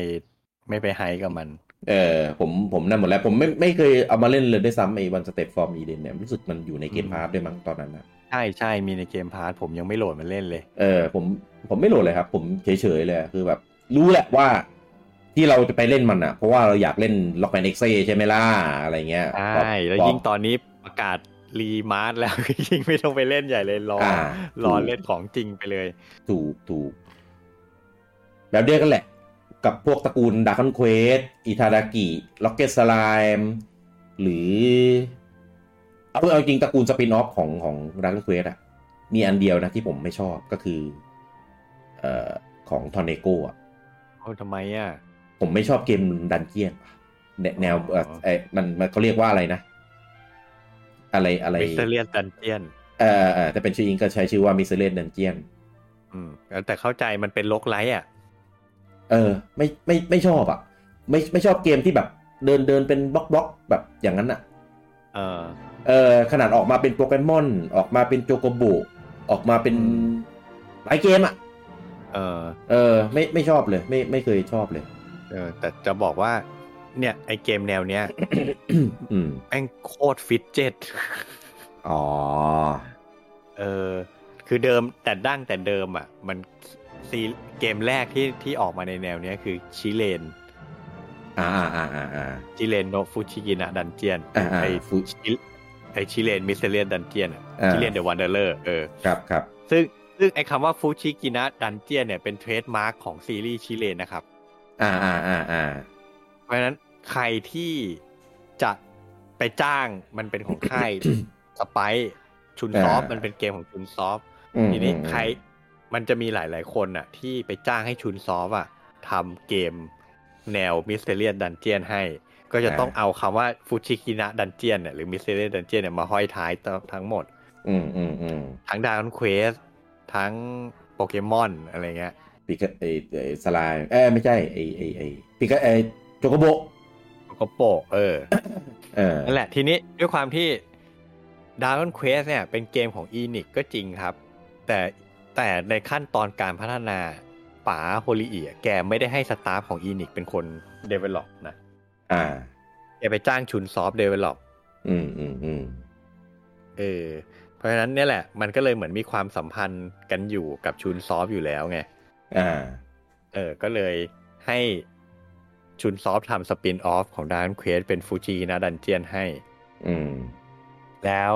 ไม่ไปไฮกับมัน
เออผมผมนั่นหมดแล้ว ผมไม่ไม่เคยเอามาเล่นเลยด้วยซ้ำไอ้วันสเต็ปฟอร์มอีเดนเนี่ยรู้สึกมันอยู่ในเกมพาร์ทด้วยมั้งตอนนั้นนะ
ใช่ใช่มีในเกมพาร์ทผมยังไม่โหลดมันเล่นเลย
เออผมผมไม่โหลดเลยครับ ผมเฉยๆเลยคือแบบ รู้แหละว่าที่เราจะไปเล่นมันอ่ะ เพราะว่าเราอยากเล่นล็อกแมนเอ็กเซใช่ไหมล่ะอะไรเงี้ย
ใช่ แล้วยิ่งตอนนี้ประกาศรีมาร์ทแล้ว ยิ่งไม่ต้องไปเล่นใหญ่เลยรออา รอเล่นของจริงไปเลย
ถูกถูกแบบเดียวกันแหละ กับพวกตระกูลดาร์คอนเควสอิทาดากิล็อกเก็ตสไลม์หรือ เอาเอาจริงตระกูลสปินออฟของของดาร์คอนเควสอะมีอันเดียวนะที่ผมไม่ชอบก็คือ เอ่อของทอนเนโกอะ
เอาทำไมอ่ะ
ผมไม่ชอบเกมดันเจียนแนแนวเอ่อเอ่อมันมันเขาเรียกว่าอะไรนะ อะไรอะไร
มิสเตอร์เลียนดันเจียน
เอ่อเอ่อแต่เป็นชื่ออิงก็ใช้ชื่อว่ามิสเลนดันเจียน
อืมแต่เข้าใจมันเป็นลกไลท์อ่ะ
เออไม่ไม่ไม่ชอบอะ่ะ ไม่ไม่ชอบเกมที่แบบเดินเดินเป็นบล็อกบล็อกแบบอย่างนั้นอะ่ะ
เออ
เออขนาดออกมาเป็นโปเกมอน ออกมาเป็นโจโกโบออกมาเป็น
อืม
หลายเกมอะ่ะ
เออ
เออไม่ไม่ชอบเลย ไม่ไม่เคยชอบเลย
เออแต่จะบอกว่า เนี่ย ไอเกมแนวเนี้ย
อืม
แม่งโคตรฟิตเจ็ด
อ๋อ
เออ คือเดิมแต่ดั้งแต่เดิมอ่ะ มันซีเกมแรกที่ที่ออกมาในแนวเนี้ยคือชิเลน
อ่าอ่าอ่าอ่า
ชิเลนโนฟูชิกินะดันเจียน
อ่าอ่า
ไอ
ฟู
ชิไอชิเลนมิสเตเลียนดันเจียน
อ่า
ชิเลนเดอะวันเดอร์เลอร์เออ
ครับครับ
ซึ่งซึ่งไอคำว่าฟูชิกินะดันเจียนเนี่ยเป็นเทรดมาร์กของซีรีส์ชิเลนนะครับ
อ่าอ่าอ่าอ่า
เพราะฉะนั้นใครที่จะไปจ้างมันเป็นของ ค่าย สไปซ์ชุนซอฟต์มันเป็นเกมของชุนซอฟต์
อืม
ทีนี้
อืม
ใครมันจะมีหลาย ๆ คนน่ะ ที่ไปจ้างให้ชุนซอฟอะทำเกม แนวมิสเตเรียนดันเจียนให้ ก็จะต้องเอาคำว่าฟูชิกินะดันเจียนเนี่ยหรือมิสเตเรียนดันเจียนเนี่ยมาห้อยท้ายทั้งหมด
อืมอืมอืม
ทั้งดาร์คเควสทั้งโปเกมอนอะไรเงี้ย
ปิกาไอไอ้สลายเอ้ยไม่ใช่ไอไอไอปิกาไอโจโกโบ
ก็โปะเออ
เออ
นั่นแหละทีนี้ด้วยความที่ Dragon Quest เนี่ยเป็นเกมของ e n i x ก็จริงครับ แต่แต่ในขั้นตอนการพัฒนาป๋าโฮลิเอียแกไม่ได้ให้สตาฟของ e n i x เป็นคน develop นะ
อ่า
แกไปจ้างชุนซอฟต์ develop
อืมอืมอืม
เออเพราะฉะนั้นเนี่ยแหละ มันก็เลยเหมือนมีความสัมพันธ์กันอยู่กับชุนซอฟต์อยู่แล้วไง
อ่า
เออ ก็เลยให้ชุนซอฟต์ทำสปินออฟของ Dragon Quest เป็นฟูจินะดันเจียนให้
อืม
แล้ว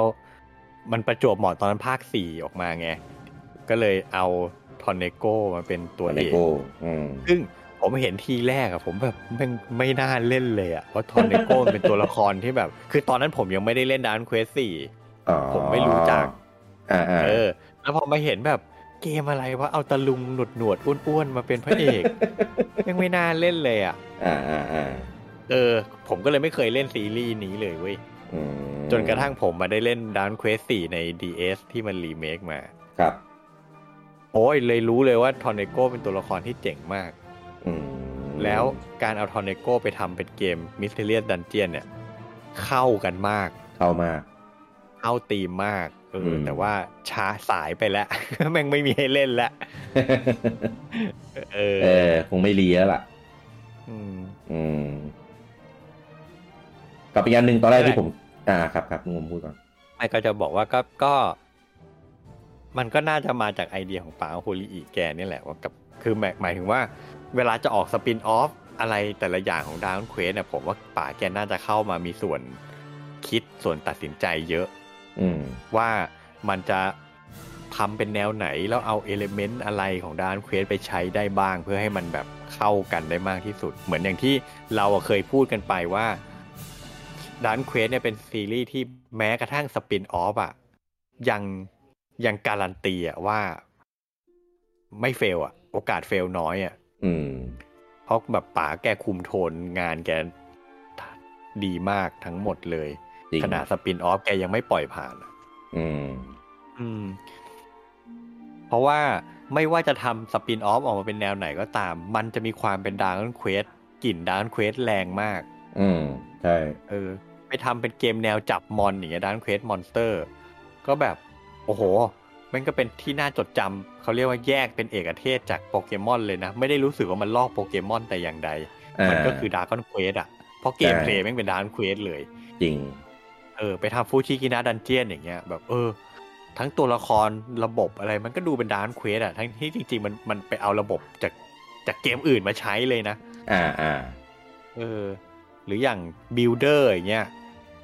มันประจวบเหมาะตอนนั้นภาคสี่ออกมาไง ก็เลยเอาทอนเนโกมาเป็นตัว
เล
เอก
โก้อืม
ซึ่งผมเห็นทีแรกอะผมแบบไม่งไม่น่าเล่นเลยอะเพราะทอนเนโก มันเป็นตัวละครที่แบบ คือตอนนั้นผมยังไม่ได้เล่นดานเควสสี่
อ๋อ
ผมไม่รู้จัก
อ่าอ่า
เออ แล้วพอมาเห็นแบบเกมอะไรวะเอาตะลุงหนวดหนวดๆอ้วนๆมาเป็นพระเอก ยังไม่น่าเล่นเลยอะ
อ่าอ่าอ่า
เออ ผมก็เลยไม่เคยเล่นซีรีส์นี้เลยเว้ย
อืม
จนกระทั่งผมมาได้เล่นดานเควสสี่ใน DS ที่มันรีเมคมา
ครับ
โอ้ยเลยรู้เลยว่าทอนเนโกเป็นตัวละครที่เจ๋งมาก
อืม
แล้วการเอาทอนเนโกไปทำเป็นเกมมิสเทเลียสดันเจียนเนี่ย เข้ากันมาก
เข้ามาก
เข้าตีมมากเอออ
ม
แต่ว่าช้าสายไปแล้ว แม่งไม่มีให้เล่นแล้วเออ
เออ คงไม่เลียล่ะ
ม
อืมกับอีกอันหนึ่งตอนแรก
อะไร
ที่ผม อ่าครับครับงมพูดก่อน
ไม่ก็จะบอกว่าก็ก็ มันก็น่าจะมาจากไอเดียของป๋าโฮลีอีแกเนี่ยแหละว่ากับคือหมายหมายถึงว่า เวลาจะออกสปินออฟอะไรแต่ละอย่างของดาวน์เควสเนี่ยผมว่าป๋าแกน่าจะเข้ามามีส่วนคิดส่วนตัดสินใจเยอะ
อืม
ว่ามันจะทำเป็นแนวไหน แล้วเอาเอลเมนต์อะไรของดานเควสไปใช้ได้บ้าง เพื่อให้มันแบบเข้ากันได้มากที่สุด เหมือนอย่างที่เราอะเคยพูดกันไปว่าดานเควสเนี่ยเป็นซีรีส์ที่แม้กระทั่งสปินออฟอะยังยังการันตีอะว่าไม่เฟลอะโอกาสเฟลน้อยอะ
อืม
เพราะแบบป๋าแกคุมโทนงานแกดีมากทั้งหมดเลย
จริง
ขนาดสปินออฟแกยังไม่ปล่อยผ่านอะ
อืม
อืม เพราะว่าไม่ว่าจะทำสปินออฟออกมาเป็นแนวไหนก็ตาม มันจะมีความเป็นดาร์กเควสกลิ่นดาร์กเควสแรงมาก
อืม ใช่
เออ ไปทำเป็นเกมแนวจับมอนอย่างเงี้ยดาร์กเควสมอนสเตอร์ ก็แบบ โอ้โห มันก็เป็นที่น่าจดจำเขาเรียกว่าแยกเป็นเอกเทศจากโปเกมอนเลยนะ ไม่ได้รู้สึกว่ามันลอกโปเกมอนแต่อย่างใด
อ่า
มันก็คือดาร์กเควสอะเพราะเกมเพลย์แม่งเป็นดาร์กเควสเลย
จริง
เออไปทำฟูชิกินะดันเจียนอย่างเงี้ยแบบเออ ทั้งตัวละครระบบอะไรมันก็ดูเป็นดานเควสอะทั้งที่จริง ๆ มันมันไปเอาระบบจากจากเกมอื่นมาใช้เลยนะ
อ่าอ่า
เออ หรืออย่างบิลดเออร์อย่างเงี้ย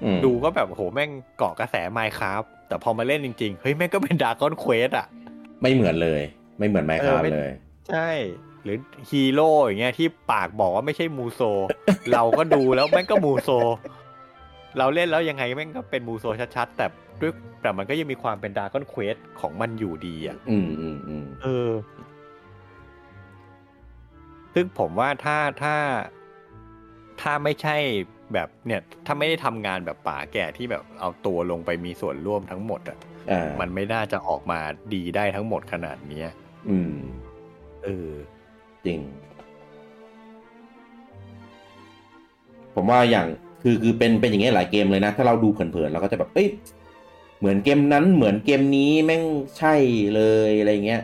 อืม
ดูก็แบบโหแม่งเกาะกระแสไมค์ครับแต่พอมาเล่นจริง ๆ เฮ้ย แม่งก็เป็นดาร์กอนเควสอะ
ไม่เหมือนเลย ไม่เหมือนไมค์
เอ
ค
อ
รับ
ไม่
เลย
ใช่ หรือฮีโร่อย่างเงี้ยที่ปากบอกว่าไม่ใช่ มูโซ เราก็ดูแล้วแม่งก็มูโซ เราเล่นแล้วยังไงแม่งก็เป็นมูโซชัดๆ แต่ด้วยแต่มันก็ยังมีความเป็นดาร์กอนเควสของมันอยู่ดีอ่ะ
อืมอืมอืม
เออ ซึ่งผมว่าถ้าถ้าถ้าไม่ใช่แบบเนี่ย ถ้าไม่ได้ทำงานแบบป่าแก่ที่แบบเอาตัวลงไปมีส่วนร่วมทั้งหมดอ่ะ
อ่า
มันไม่น่าจะออกมาดีได้ทั้งหมดขนาดเนี้ย
อืม
เออ
จริง ผมว่าอย่างคือคือเป็นเป็นอย่างเงี้ยหลายเกมเลยนะ ถ้าเราดูเผินๆเราก็จะแบบ เอ้ย เหมือนเกมนั้นเหมือนเกมนี้แม่งใช่เลยอะไรเงี้ย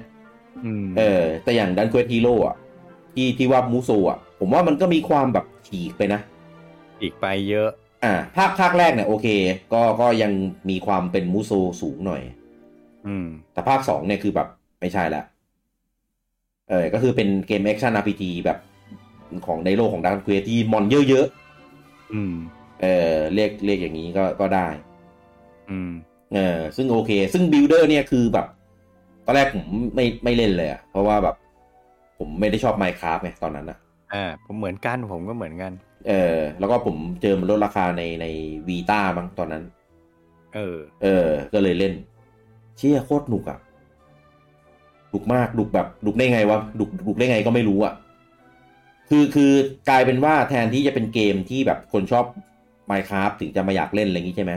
อืม
เออ แต่อย่างดันเควสฮีโร่อะที่ที่ว่ามูโซอะผมว่ามันก็มีความแบบฉีกไปนะ
อีกไปเยอะ
อ่า ภาคภาคแรกเนี่ยโอเค ก็ก็ยังมีความเป็นมูโซสูงหน่อย
อืม
แต่ภาคสองเนี่ยคือแบบไม่ใช่ละ เออ ก็คือเป็นเกมแอคชั่น RPG แบบของในโลกของดันเควสที่มอนเยอะ
อืม
ๆ เออเรียกเรียกอย่างนี้ก็ก็ได้
อืม
เออ ซึ่งโอเค ซึ่งบิลเดอร์เนี่ยคือแบบ ตอนแรกผมไม่ไม่เล่นเลยอะเพราะว่าแบบ ผมไม่ได้ชอบ Minecraft ไงตอนนั้นอะ
อ่า ผมเหมือนกัน ผมก็เหมือนกัน
เออแล้วก็ผมเจอมันลดราคาในในวีต้ามั้งตอนนั้น
เออ
เออ ก็เลยเล่น เชี่ยโคตรหนุกอะหนุกมากหนุกแบบหนุกได้ไงวะหนุกหนุกได้ไงก็ไม่รู้อะ คือคือกลายเป็นว่าแทนที่จะเป็นเกมที่แบบคนชอบ Minecraft ถึงจะมาอยากเล่นอะไรอย่างนี้ใช่ไหม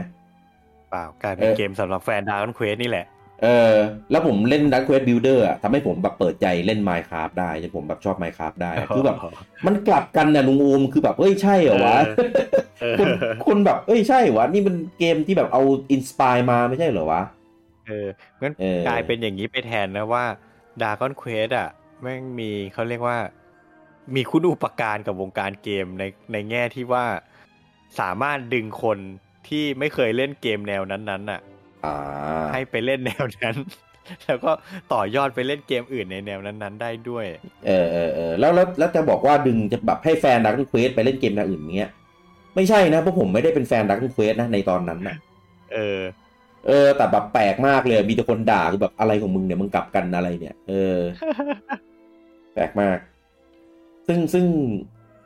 เปล่ากลายเป็น
เออ
เกมสำหรับแฟนดาร์กเควสนี่แหละ
เออแล้วผมเล่น Dark Quest Builder อะทำให้ผมแบบเปิดใจเล่น Minecraft ได้จนผมแบบชอบ Minecraft ได้ อะคือแบบ มันกลับกันนะลุงอูมคือแบบเอ้ยใช่เหรอวะ
เออ
คนคนแบบเอ้ยใช่เหรอวะ นี่มันเกมที่แบบเอาอินสปายมาไม่ใช่เหรอวะ
เอองั้น
เออ
กลายเป็นอย่างนี้ไปแทนนะว่าดาร์กเควสอ่ะแม่งมีเขาเรียกว่า มีคุณอุปการกับวงการเกมในในแง่ที่ว่าสามารถดึงคนที่ไม่เคยเล่นเกมแนวนั้นๆน่ะ
อ่า
ให้ไปเล่นแนวนั้น แล้วก็ต่อยอดไปเล่นเกมอื่นในแนวนั้นๆ ได้ด้วย
เออเออเออแล้วแล้วแล้วจะบอกว่าดึงจะแบบให้แฟนดักเควสไปเล่นเกมแนวอื่นเนี้ย ไม่ใช่นะเพราะผมไม่ได้เป็นแฟนดักเควสนะในตอนนั้นนะ
เออ
เออแต่แบบแปลกมากเลยมีแต่คนด่าคือแบบอะไรของมึงเนี่ยมึงกลับกันอะไรเนี่ยเออ แปลกมาก ซึ่งซึ่ง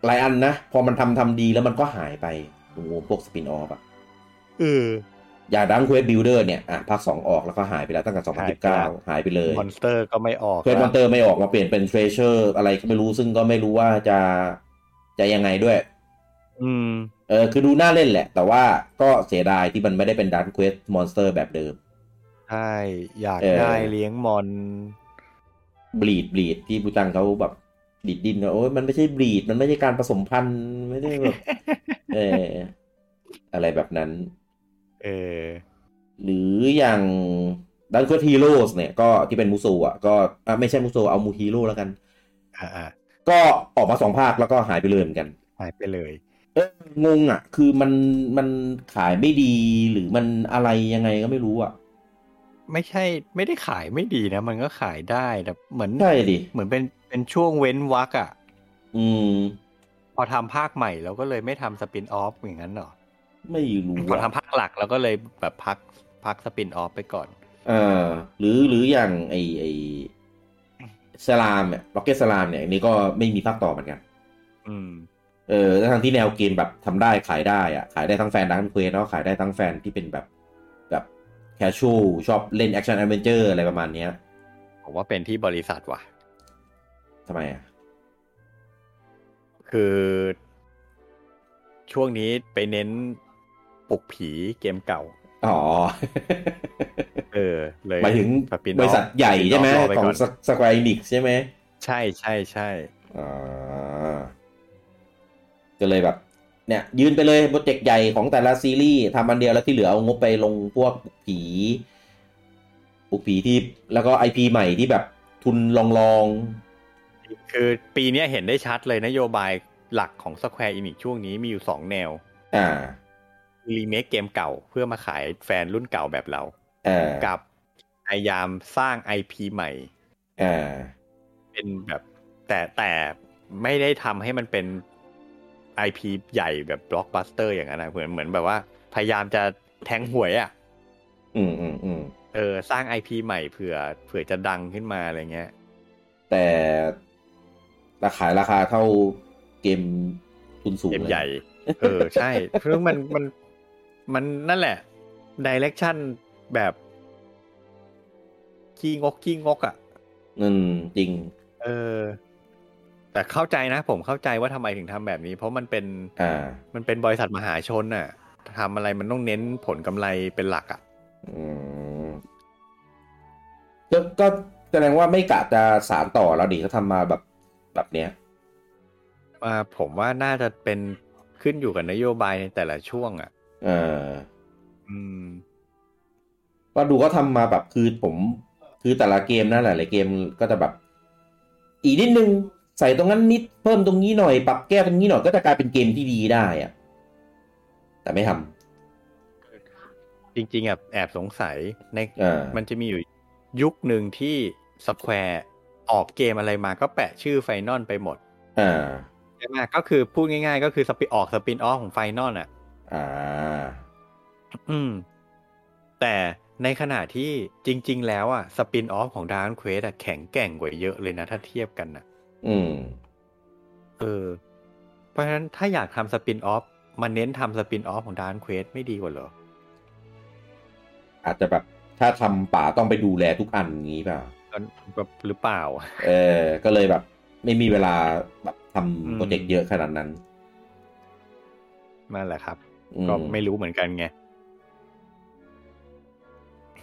หลายอันนะ พอมันทำทำดีแล้วมันก็หายไปโอ้โหพวกสปินออฟอะ
เออ
อย่างดังเควสบิลเดอร์เนี่ยอ่ะภาคสองออกแล้วก็หายไปแล้วตั้งแต่สองพัน
หาย
สิบ
ไปแล้
เก้าว หายไปเลย
มอนสเตอร์ก็ไม่ออก
เควสมอนเตอร์ไม่ออกมาเปลี่ยนเป็นเทรเชอร์อะไรก็ไม่รู้ซึ่งก็ไม่รู้ว่าจะจะยังไงด้วย
อืม
เออคือดูน่าเล่นแหละ แต่ว่าก็เสียดายที่มันไม่ได้เป็นดันเควสมอนสเตอร์แบบเดิม
ใช่ อยาก
เออ
ได้เลี้ยงมอน
บลีดบลีดที่ผู้จังเขาแบบดิดดินว่าโอ้ยมันไม่ใช่บลีดมันไม่ใช่การผสมพันธุ์ไม่ได้แบบ เอออะไรแบบนั้น
เออ
หรืออย่างดันเควสฮีโร่เนี่ยก็ที่เป็นมูโซอ่ะก็อ่ะไม่ใช่มูโซเอามูฮีโร่แล้วกัน
อ่า
ก็ออกมาสองภาคแล้วก็หายไปเลยเหมือนกัน
หายไปเลย
เอองงอ่ะ คือมันมันขายไม่ดีหรือมันอะไรยังไงก็ไม่รู้อ่ะ
ไม่ใช่ ไม่ได้ขายไม่ดีนะ มันก็ขายได้ แต่เหมือน
ใช่ดิ
เหมือนเป็น เป็นช่วงเว้นวักอะ่ะ
อืม
พอทำภาคใหม่แล้วก็เลยไม่ทำสปินออฟอย่างนั้นเหรอ
ไม่รู้
พอ
อ่ะ
ทำภาคหลักแล้วก็เลยแบบพัก พักสปินออฟไปก่อน
เอ่าหรือหรืออย่างไอไอสลามเนี่ยล็อกเก็ตสลามเนี่ยอันนี้ก็ไม่มีภาคต่อเหมือนกัน
อืม
เออแล้วทั้งที่แนวเกมแบบทำได้ขายได้อ่ะ ขายได้ทั้งแฟนดังเควสแล้วก็ขายได้ทั้งแฟนที่เป็นแบบแบบแคชชวลชอบเล่นแอคชั่นแอดเวนเจอร์อะไรประมาณเนี้ย
ผมว่าเป็นที่บริษัทว่ะ
ทำไมอ่ะ
คือ ช่วงนี้ไปเน้นปลุกผีเกมเก่า
อ๋ อ
เออ เลย
หมายถึง
สปินออฟ
บริษัทใหญ่ใช่ไหม
สปินออฟรอป
ของ
ก่น
สควอนิกใช่ไหม
ใช่ใช่ใช่
อ่าก็เลยแบบ เนี่ย ยืนไปเลยโปรเจกต์ใหญ่ของแต่ละซีรีส์ทำอันเดียวแล้วที่เหลือเอางบไปลงพวกผีปุกผีที่แล้วก็ไอพีใหม่ที่แบบทุนลองลอง
คือปีเนี้ยเห็นได้ชัดเลยนโยบายหลักของ Square Enix ช่วงนี้มีอยู่ 2 แนว
ๆอ่า
รีเมคเกมเก่าเพื่อมาขายแฟนรุ่นเก่าแบบเรา
อ่า
กับพยายามสร้าง IP ใหม่
อ่า
เป็นแบบ แต่แต่ไม่ได้ทำให้มันเป็น IP ใหญ่แบบบล็อกบัสเตอร์อย่างนั้นนะเหมือนเหมือนแบบว่า พยายามจะแทงหวยอะ่ะ
อืมอืมอืม
เออสร้าง IP ใหม่เผื่อเผื่อจะดังขึ้นมาอะไรเงี้ย
แต่ราคาราคาเท่าเกมทุนสูง
เกม
เลย
ใหญ่ เออ ใช่ เพราะมันมันมันนั่นแหละดิเรกชันแบบขี้งกขี้งกอะ่ะ
อืมจริง
เออ แต่เข้าใจนะ ผมเข้าใจว่าทำไมถึงทำแบบนี้ เพราะมันเป็น
อ่า
มันเป็นบริษัทมหาชนน่ะทำอะไรมันต้องเน้นผลกำไรเป็นหลักอะ่ะ
อืมก็ก็แสดงว่าไม่กะจะสารต่อแล้วดิเขาทำมาแบบแบบเนี้ย
มาผมว่าน่าจะเป็นขึ้นอยู่กับนโยบายในแต่ละช่วงอะ่ะ
เออ
อืม
ก็ดูก็ทำมาแบบคือผม คือแต่ละเกมนะหลายๆเกมก็จะแบบ อีกนิดนึง ใส่ตรงนั้นนิดเพิ่มตรงนี้หน่อย ปรับแก้ตรงนี้หน่อยก็จะกลายเป็นเกมที่ดีได้อะแต่ไม่ท
จริงๆอ่ะแอบสงสัยใน
ำเออ
มันจะมีอยู่ยุคหนึ่งที่สแควร์ออกเกมอะไรมาก็แปะชื่อไฟนอลไปหมด
เอ่า
ใช่ไหมก็คือพูดง่ายๆ ก็คือสปิออกสปินออฟของไฟนอลอ่ะ
อ่า
อืม แต่ในขณะที่จริง ๆ แล้วอ่ะสปินออฟของดาร์ q เควสอ่ะแข็งแกร่งกว่าเยอะเลยนะ ถ้าเทียบกันอ่ะ
อืม
เออ เพราะฉะนั้นถ้าอยากทำสปินออฟมันเน้นทำสปินออฟของดาร์ q เควสไม่ดีกว่าเหรอ
อาจจะแบบถ้าทำป่าต้องไปดูแลทุกอันอย่างนี้เปล่า
หรือเปล่า
เออ ก็เลยแบบ ไม่มีเวลาแบบท ำโปรเจกต์เยอะขนาดนั้น
นั่นแหละครับ
อืม
ก็ไม่รู้เหมือนกันไง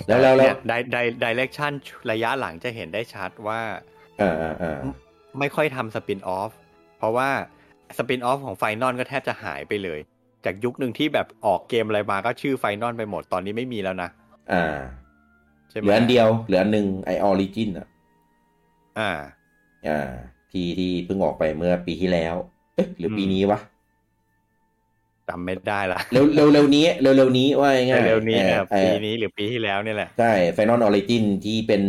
แล้วแล้วแล้ว
ไดไดไดเรกชันระยะหลังจะเห็นได้ชัดว่า
เอ่าอ่าอ่า
ไม่ค่อยทำสปินออฟ เพราะว่าสปินออฟของไฟนอลก็แทบจะหายไปเลย จากยุคหนึ่งที่แบบออกเกมอะไรมาก็ชื่อไฟนอลไปหมดตอนนี้ไม่มีแล้วนะ
อ่า
ใช่ไหม
เหลืออันเดียว เหลืออันหนึ่งไอออริจินอ่ะ
อ่า
อ่า ที่ที่เพิ่งออกไปเมื่อปีที่แล้ว เอ๊ะหรือปี
อืม
นี้วะ
จำไม่ได้ละ
เร็วเร็วเร็วนี้ เร็วเร็วนี้ว่าง่ายๆ
เร็วๆนี้
อ่อ
อ่ะ
เอ่
ปี
อ
นี้หรือปีที่แล้วเนี่ยแหละ
ใช่ไฟนอลออริจินที่เป็น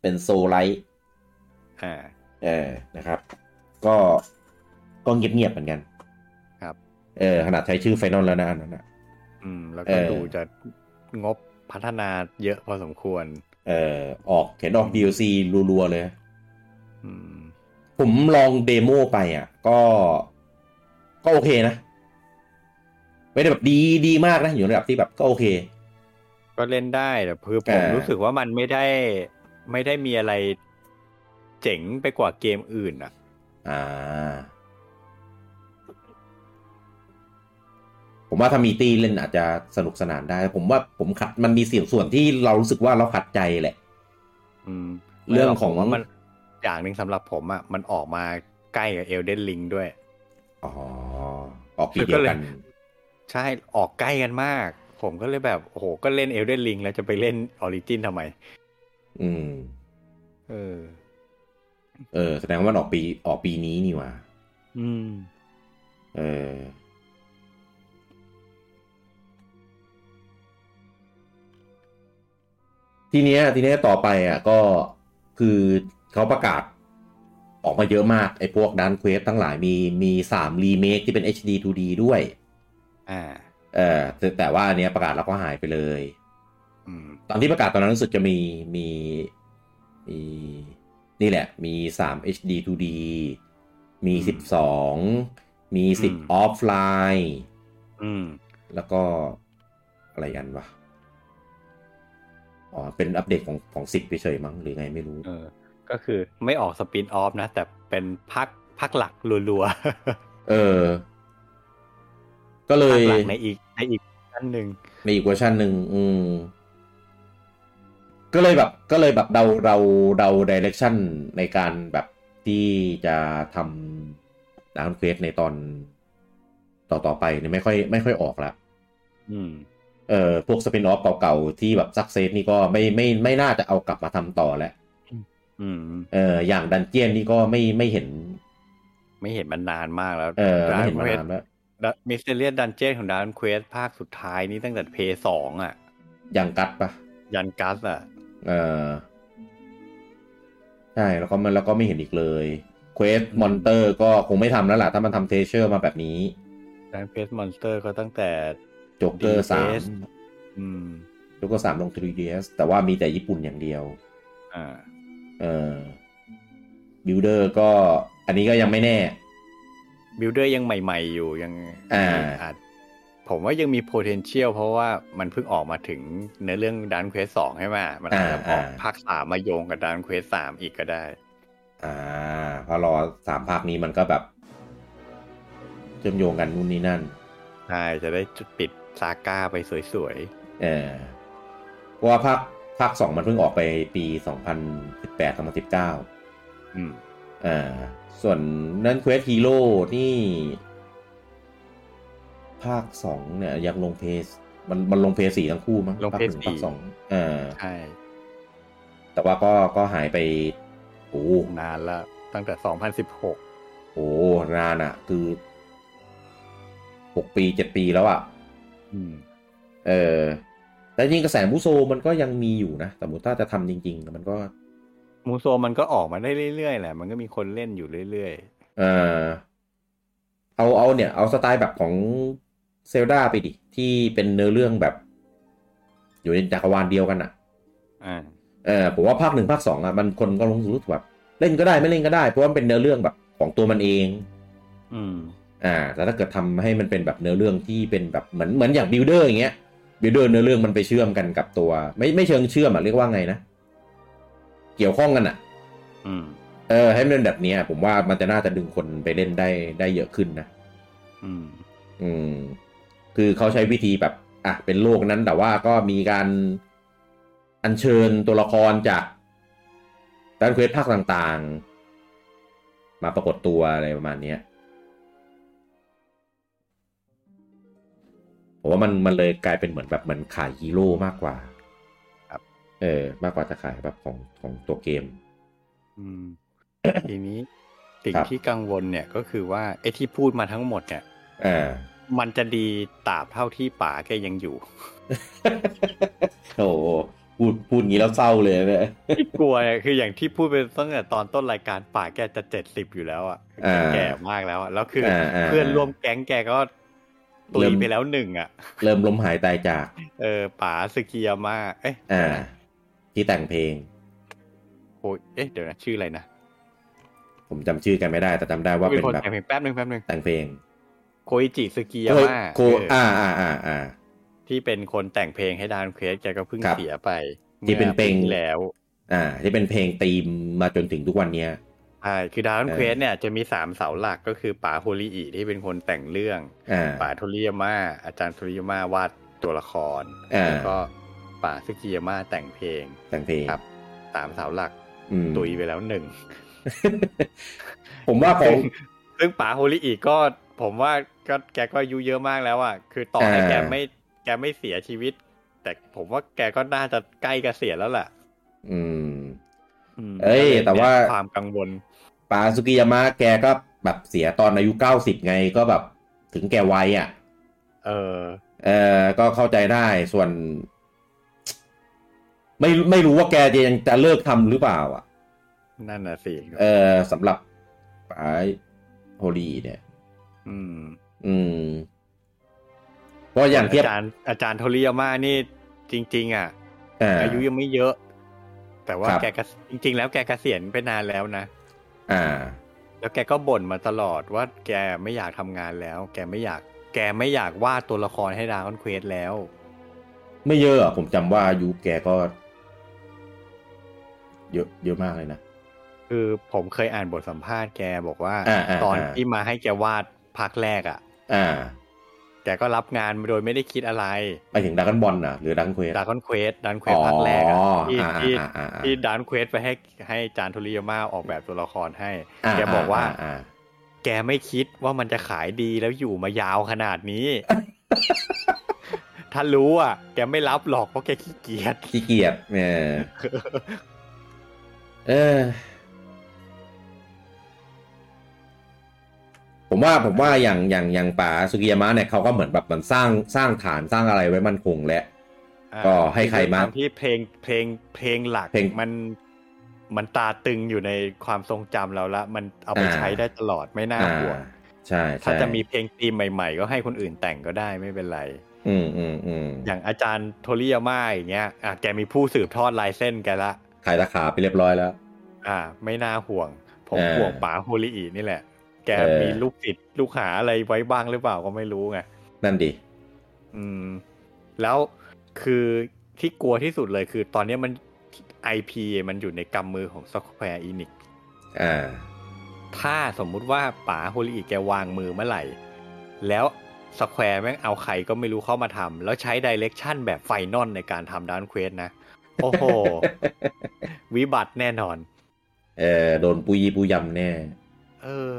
เป็นโซไลท์
อ่า
เออ นะครับ ก็ก็เงียบเงียบๆเหมือนกัน
ครับ
เออ ขนาดใช้ชื่อไฟนอลแล้วนะอันนั้นนะ
อืม แล้วก็ดูจะงบพัฒนาเยอะพอสมควร
เออ ออกเห็นออก DLC รัวๆเลย
อืม
ผมลองเดโมไปอ่ะ ก็ ก็โอเคนะ ไม่ได้แบบดีดีมากนะ อยู่ในระดับที่แบบก็โอเค
ก็เล่นได้แต่คือผม
อ่ารู้
รู้สึกว่ามันไม่ได้ไม่ได้มีอะไรเจ๋งไปกว่าเกมอื่นอ่ะ
อ่า ผมว่าถ้ามีตีเล่นอาจจะสนุกสนานได้ ผมว่าผมขัดมันมีเสี่ยงส่วนที่เรารู้สึกว่าเราขัดใจแหละ
อืม
เรื่องของ
ผมว่ามันอย่างหนึ่งสำหรับผมอ่ะมันออกมาใกล้กับเอลเดนลิงด้วย
อ๋อออกปีเดียวกัน
ใช่ออกใกล้กันมาก ผมก็เลยแบบโอ้โหก็เล่นเอลเดนลิงแล้วจะไปเล่นออริจินทำไม
อืม
เออ
เออ แสดงว่ามันออกปีออกปีนี้นี่หว่า
อืม
เออ ทีเนี้ย ทีเนี้ยต่อไปอ่ะ ก็คือเขาประกาศ ออกมาเยอะมาก ไอ้พวกดันเควสทั้งหลายมีมีสามรีเมคที่เป็น HD 2D ด้วย
อ่า
เออแต่แต่ว่าอันเนี้ยประกาศแล้วก็หายไปเลย
อืม
ตอนที่ประกาศตอนนั้นรู้สึกจะมีมีมี นี่แหละ มี 3 HD 2D มี
อืม
12 มี
อืม
10 ออฟไลน์
อืม
แล้วก็อะไรอันวะ อ๋อ เป็นอัปเดตของของ 10เฉยๆมั้งหรือไงไม่รู้
เออ ก็คือไม่ออกสปินออฟนะ แต่เป็นพักพักหลักรัวๆ
เออ ก็เล
พั
ย
หลัในอีกในอีกอันหนึ่ง
ในอีกเวอร์ชันหนึ่งอืม ก็เลยแบบ ก็เลยแบบเดาเราเดาดิเรกชันในการแบบที่จะทำดาวน์เควสในตอนต่อต่อไปเนี่ยไม่ค่อยไม่ค่อยออกละ
อืม
เอ่อพวกสปินออฟเก่าๆ ที่แบบซักเซสนี่ก็ไม่ไม่ไม่น่าจะเอากลับมาทำต่อแล้ว
อืม
เอออย่างดันเจียนนี่ก็ไม่ไม่เห็น
ไม่เห็นมันนานมากแล้ว
เออไม่
ดา
เห็นมา
เควส
นานแล้ว
มิสเตอรียดันเจียนของดานเควสภาคสุดท้ายนี้ตั้งแต่เพย์สองอ่ะ
อย่างกัดปะ
ยันกัสอ่ะ
เออใช่แล้วก็มันแล้วก็ไม่เห็นอีกเลยเควสมอนเตอร์ก็คงไม่ทำแล้วล่ะ ถ้ามันทำเทเชอร์มาแบบนี้
ดันเควสมอนสเตอร์ก็ตั้งแต่
จ็กเกอร์
DS
สาม
อืม
จ็กเกอร์สามลง 3ds แต่ว่ามีแต่ญี่ปุ่นอย่างเดียว
อ่า
เออบิลเดอร์ก็ อันนี้ก็ยังไม่แน่
บิลเดอร์ยังใหม่ๆอยู่ยัง
อ่า
อาจผมว่ายังมี potential เพราะว่ามันเพิ่งออกมาถึงในเรื่องดันเควสสองใช่ไหมมันอาจจะออก
อ่า
ภาคสามมาโยงกับดันเควสสามอีกก็ได้
อ่าเพอรอสามภาคนี้มันก็แบบเชื่อมโยงกันนู่นนี่นั่น
ใช่ จะได้จุดปิดซาก้าไปสวย
เออเพราะว่าภาคภาคสองมันเพิ่งออกไปปีสองพันสิบแปดสองพันสิบเก้า
ๆ อืม
อ่า ส่วนนั้นเควสฮีโร่นี่ ภาคสองเนี่ย ยังลงเพสมันมันลงเพสสี่ทั้งคู่มั้ง
ลง
ภาค
เพ
ห
ส
นึ่งภาค
สี่
สองอ่า
ใช่
แต่ว่าก็ก็หายไป โอ้โห
นานละตั้งแต่ 2016
โอ้โหนานอะคือหกปีเจ็ดปีแล้วอะ
อืม
เออแต่จริงกระแสมูโซมันก็ยังมีอยู่นะ แต่มูต้าจะทำจริง ๆ มันก็
มูโซมันก็ออกมาได้เรื่อยๆแหละ มันก็มีคนเล่นอยู่เรื่อย
เออเอาเอาเนี่ย เอาสไตล์แบบของเซลดาไปดิ ที่เป็นเนื้อเรื่องแบบ อยู่ในจักรวาลเดียวกันอะ
ๆ อ่า
เออผมว่าภาคหนึ่งภาคสองอะมันคนก็ลงรู้สึกแบบ เล่นก็ได้ไม่เล่นก็ได้ เพราะว่ามันเป็นเนื้อเรื่องแบบของตัวมันเอง
อืม
อ่า แต่ถ้าเกิดทำให้มันเป็นแบบเนื้อเรื่องที่เป็นแบบเหมือนเหมือนอย่างบิลเดอร์อย่างเงี้ยบิลเดอร์เนื้อเรื่องมันไปเชื่อมกันกับตัว ไม่ไม่เชิงเชื่อมอะเรียกว่าไงนะ เกี่ยวข้องกันอะ
อืม
เออให้มันเป็นแบบเนี้ยผมว่ามันจะน่าจะดึงคนไปเล่นได้ได้เยอะขึ้นนะ
อืม
อืม คือเขาใช้วิธีแบบ อ่ะ เป็นโลกนั้นแต่ว่าก็มีการอัญเชิญตัวละครจากดันเควสภาคต่างๆ มาปรากฏตัวอะไรประมาณเนี้ยผมว่ามันมันเลยกลายเป็นเหมือนแบบเหมือนขายฮีโร่มากกว่า
ครับ
เออ มากกว่าจะขายแบบของของตัวเกม
อืม ทีนี้สิ่ง
ครับ
ที่กังวลเนี่ยก็คือว่าไอ้ที่พูดมาทั้งหมดเนี่ย
อ่า
มันจะดีตราบเท่าที่ป๋าแกยังอยู่
โอ้โหพูดพูดงี้แล้วเศร้าเลยนะ
ที่กลัวเนี่ยคืออย่างที่พูดไปตั้งแต่ตอนต้นรายการป่าแกจะเจ็ดสิบอยู่แล้วอ่ะ
อ่า
แก่มากแล้วอะแล้วคืออา
อ่า
เพื่อนร่วมแก๊งแกก็ตุ
เริ่
ย
ม
ไปแล้วหนึ่งอ่ะ
เริ่มล้มหายตายจาก
เออป๋าสึกิยามะเอ๊ะ
อ่า ที่แต่งเพลง
โอ้ยเอ๊ะเดี๋ยวนะชื่ออะไรนะ
ผมจำชื่อกันไม่ได้ แต่จำได้ว่า
เป็
เป็น น
คน
แบบ
แต่งเพลงแป๊บหนึ่งแป๊บหนึ่ง
แต่งเพลง
โคอิจิสึกิยา
โอ้ย
มะ
โค
เอออ
อ่าอ่าอ่าอ่า
ที่เป็นคนแต่งเพลงให้ดานเควสแกก็เพิ่ง
ครับ
เสียไป
ที่เป็นเพลง
มื่อปีที่แล้ว
อ่า ที่เป็นเพลงธีมมาจนถึงทุกวันเนี้ย
ใช่คือดาน
เออ
เควสเนี่ยจะมีสามเสาหลักก็คือป๋าโฮริอิที่เป็นคนแต่งเรื่อง
อ่า
ป่าโทริยาม่าอาจารย์โทริยาม่าวาดตัวละคร
อ่า
แล้วก็ป่าซึกิยาม่าแต่งเพลง
แต่งเพลง
ครับ สามสาวหลัก
อืม
ตุยไปแล้วหนึ่ง
ผมว่าของ
ซึ่งป่าโฮริอีกก็ผมว่าก็แกก็อายุเยอะมากแล้วอ่ะคือต่อให้
อ่า
แกไม่แกไม่เสียชีวิต แต่ผมว่าแกก็น่าจะใกล้เกษียณแล้วล่ะ
อืม
ม
เอ้ย
ก็ลนี่
แต่ว่า
ความกังวล
ปาสุกิยามะแกก็แบบเสียตอนอายุเก้าสิบไงก็แบบถึงแก่วัยอ่ะ
เออ
เออก็เข้าใจได้ส่วน ไม่ไม่รู้ว่าแกจะยังจะเลิกทำหรือเปล่า อ่ะ
นั่นน่ะสิ
เออสำหรับป๋าโฮลีเนี่ย
อืม
อืมก็อย่างเทียบ
อาจารย์อาจารย์โทริยาม่านี่จริง ๆ อ่ะ
อ่า
อายุยังไม่เยอะ แต่ว่า
ครับ
แกเกษจริง ๆ แล้วแกเกษียณไปนานแล้วนะ
อ่า
แล้วแกก็บ่นมาตลอดว่าแกไม่อยากทำงานแล้ว แกไม่อยาก แกไม่อยากวาดตัวละครให้ดาคอนเควสแล้ว
ไม่เยอะอะผมจำว่าอายุแกก็ เยอะเยอะมากเลยนะ
คือผมเคยอ่านบทสัมภาษณ์แกบอกว่า
อ่าอ่า
ตอน
อ่า
ที่มาให้แกวาดภาคแรกอะ่ะ
อ่า
แกก็รับงานโดยไม่ได้คิดอะไร
ไปถึงดัก o n นบอลน่ะ หรือดัก q เควส
ดาคอนเควสดานเควสภาคแรกอะที่
อ่า
ที่
อ่าอ่าอ่า
ที่ดานเควสไปให้ให้จานโทริยาม่าออกแบบตัวละครให้
า
แกบอกว่า
อ่า
แกไม่คิดว่ามันจะขายดีแล้วอยู่มายาวขนาดนี้ ถ้ารู้อ่ะ แกไม่รับหรอกเพราะแกขี้เกียจ
ขี้เกียจเออเออ ผมว่าผมว่าอย่างอย่างอย่างป๋าสุกิยามะเนี่ยเขาก็เหมือนแบบมันสร้างสร้างฐานสร้างอะไรไว้มั่นคงและ
อ่า
ก็ให้ใครมา
ด้วยวที่เพลงเพลงเพลงหลัก
เพลง
มันมันตราตึงอยู่ในความทรงจำเราละ มันเอาไป
อ่า
ใช้ได้ตลอดไม่น่า
อ่า
ห่วง
ใช่
ถ้า
ใช่
จะมีเพลงธีมใหม่ๆ ก็ให้คนอื่นแต่งก็ได้ไม่เป็นไร
อืมอืมอืม
อย่างอาจารย์โทริยาม่าอย่างเงี้ยอ่ะแกมีผู้สืบทอดลายเส้นแกละ
ขายราคาไปเรียบร้อยแล้ว
อ่า ไม่น่าห่วง ผม
เออ
ห่วงป๋าโฮลิอีนี่แหละ แก
เออ
มีลูกศิษย์ลูกหาอะไรไว้บ้างหรือเปล่าก็ไม่รู้ไง
นั่นดิ
อืม แล้วคือที่กลัวที่สุดเลยคือตอนเนี้ยมัน IP มันอยู่ในกำมือของ Square Enix
อ่า
ถ้าสมมุติว่าป๋าโฮลิอิแกวางมือเมื่อไหร่ แล้ว Square แม่งเอาใครก็ไม่รู้เข้ามาทำแล้วใช้ดิเรกชันแบบไฟนอลในการทำดานเควสนะ โอ้โห วิบัติแน่นอน
เออโดนปุยยี่ปุยยำแน่
เออ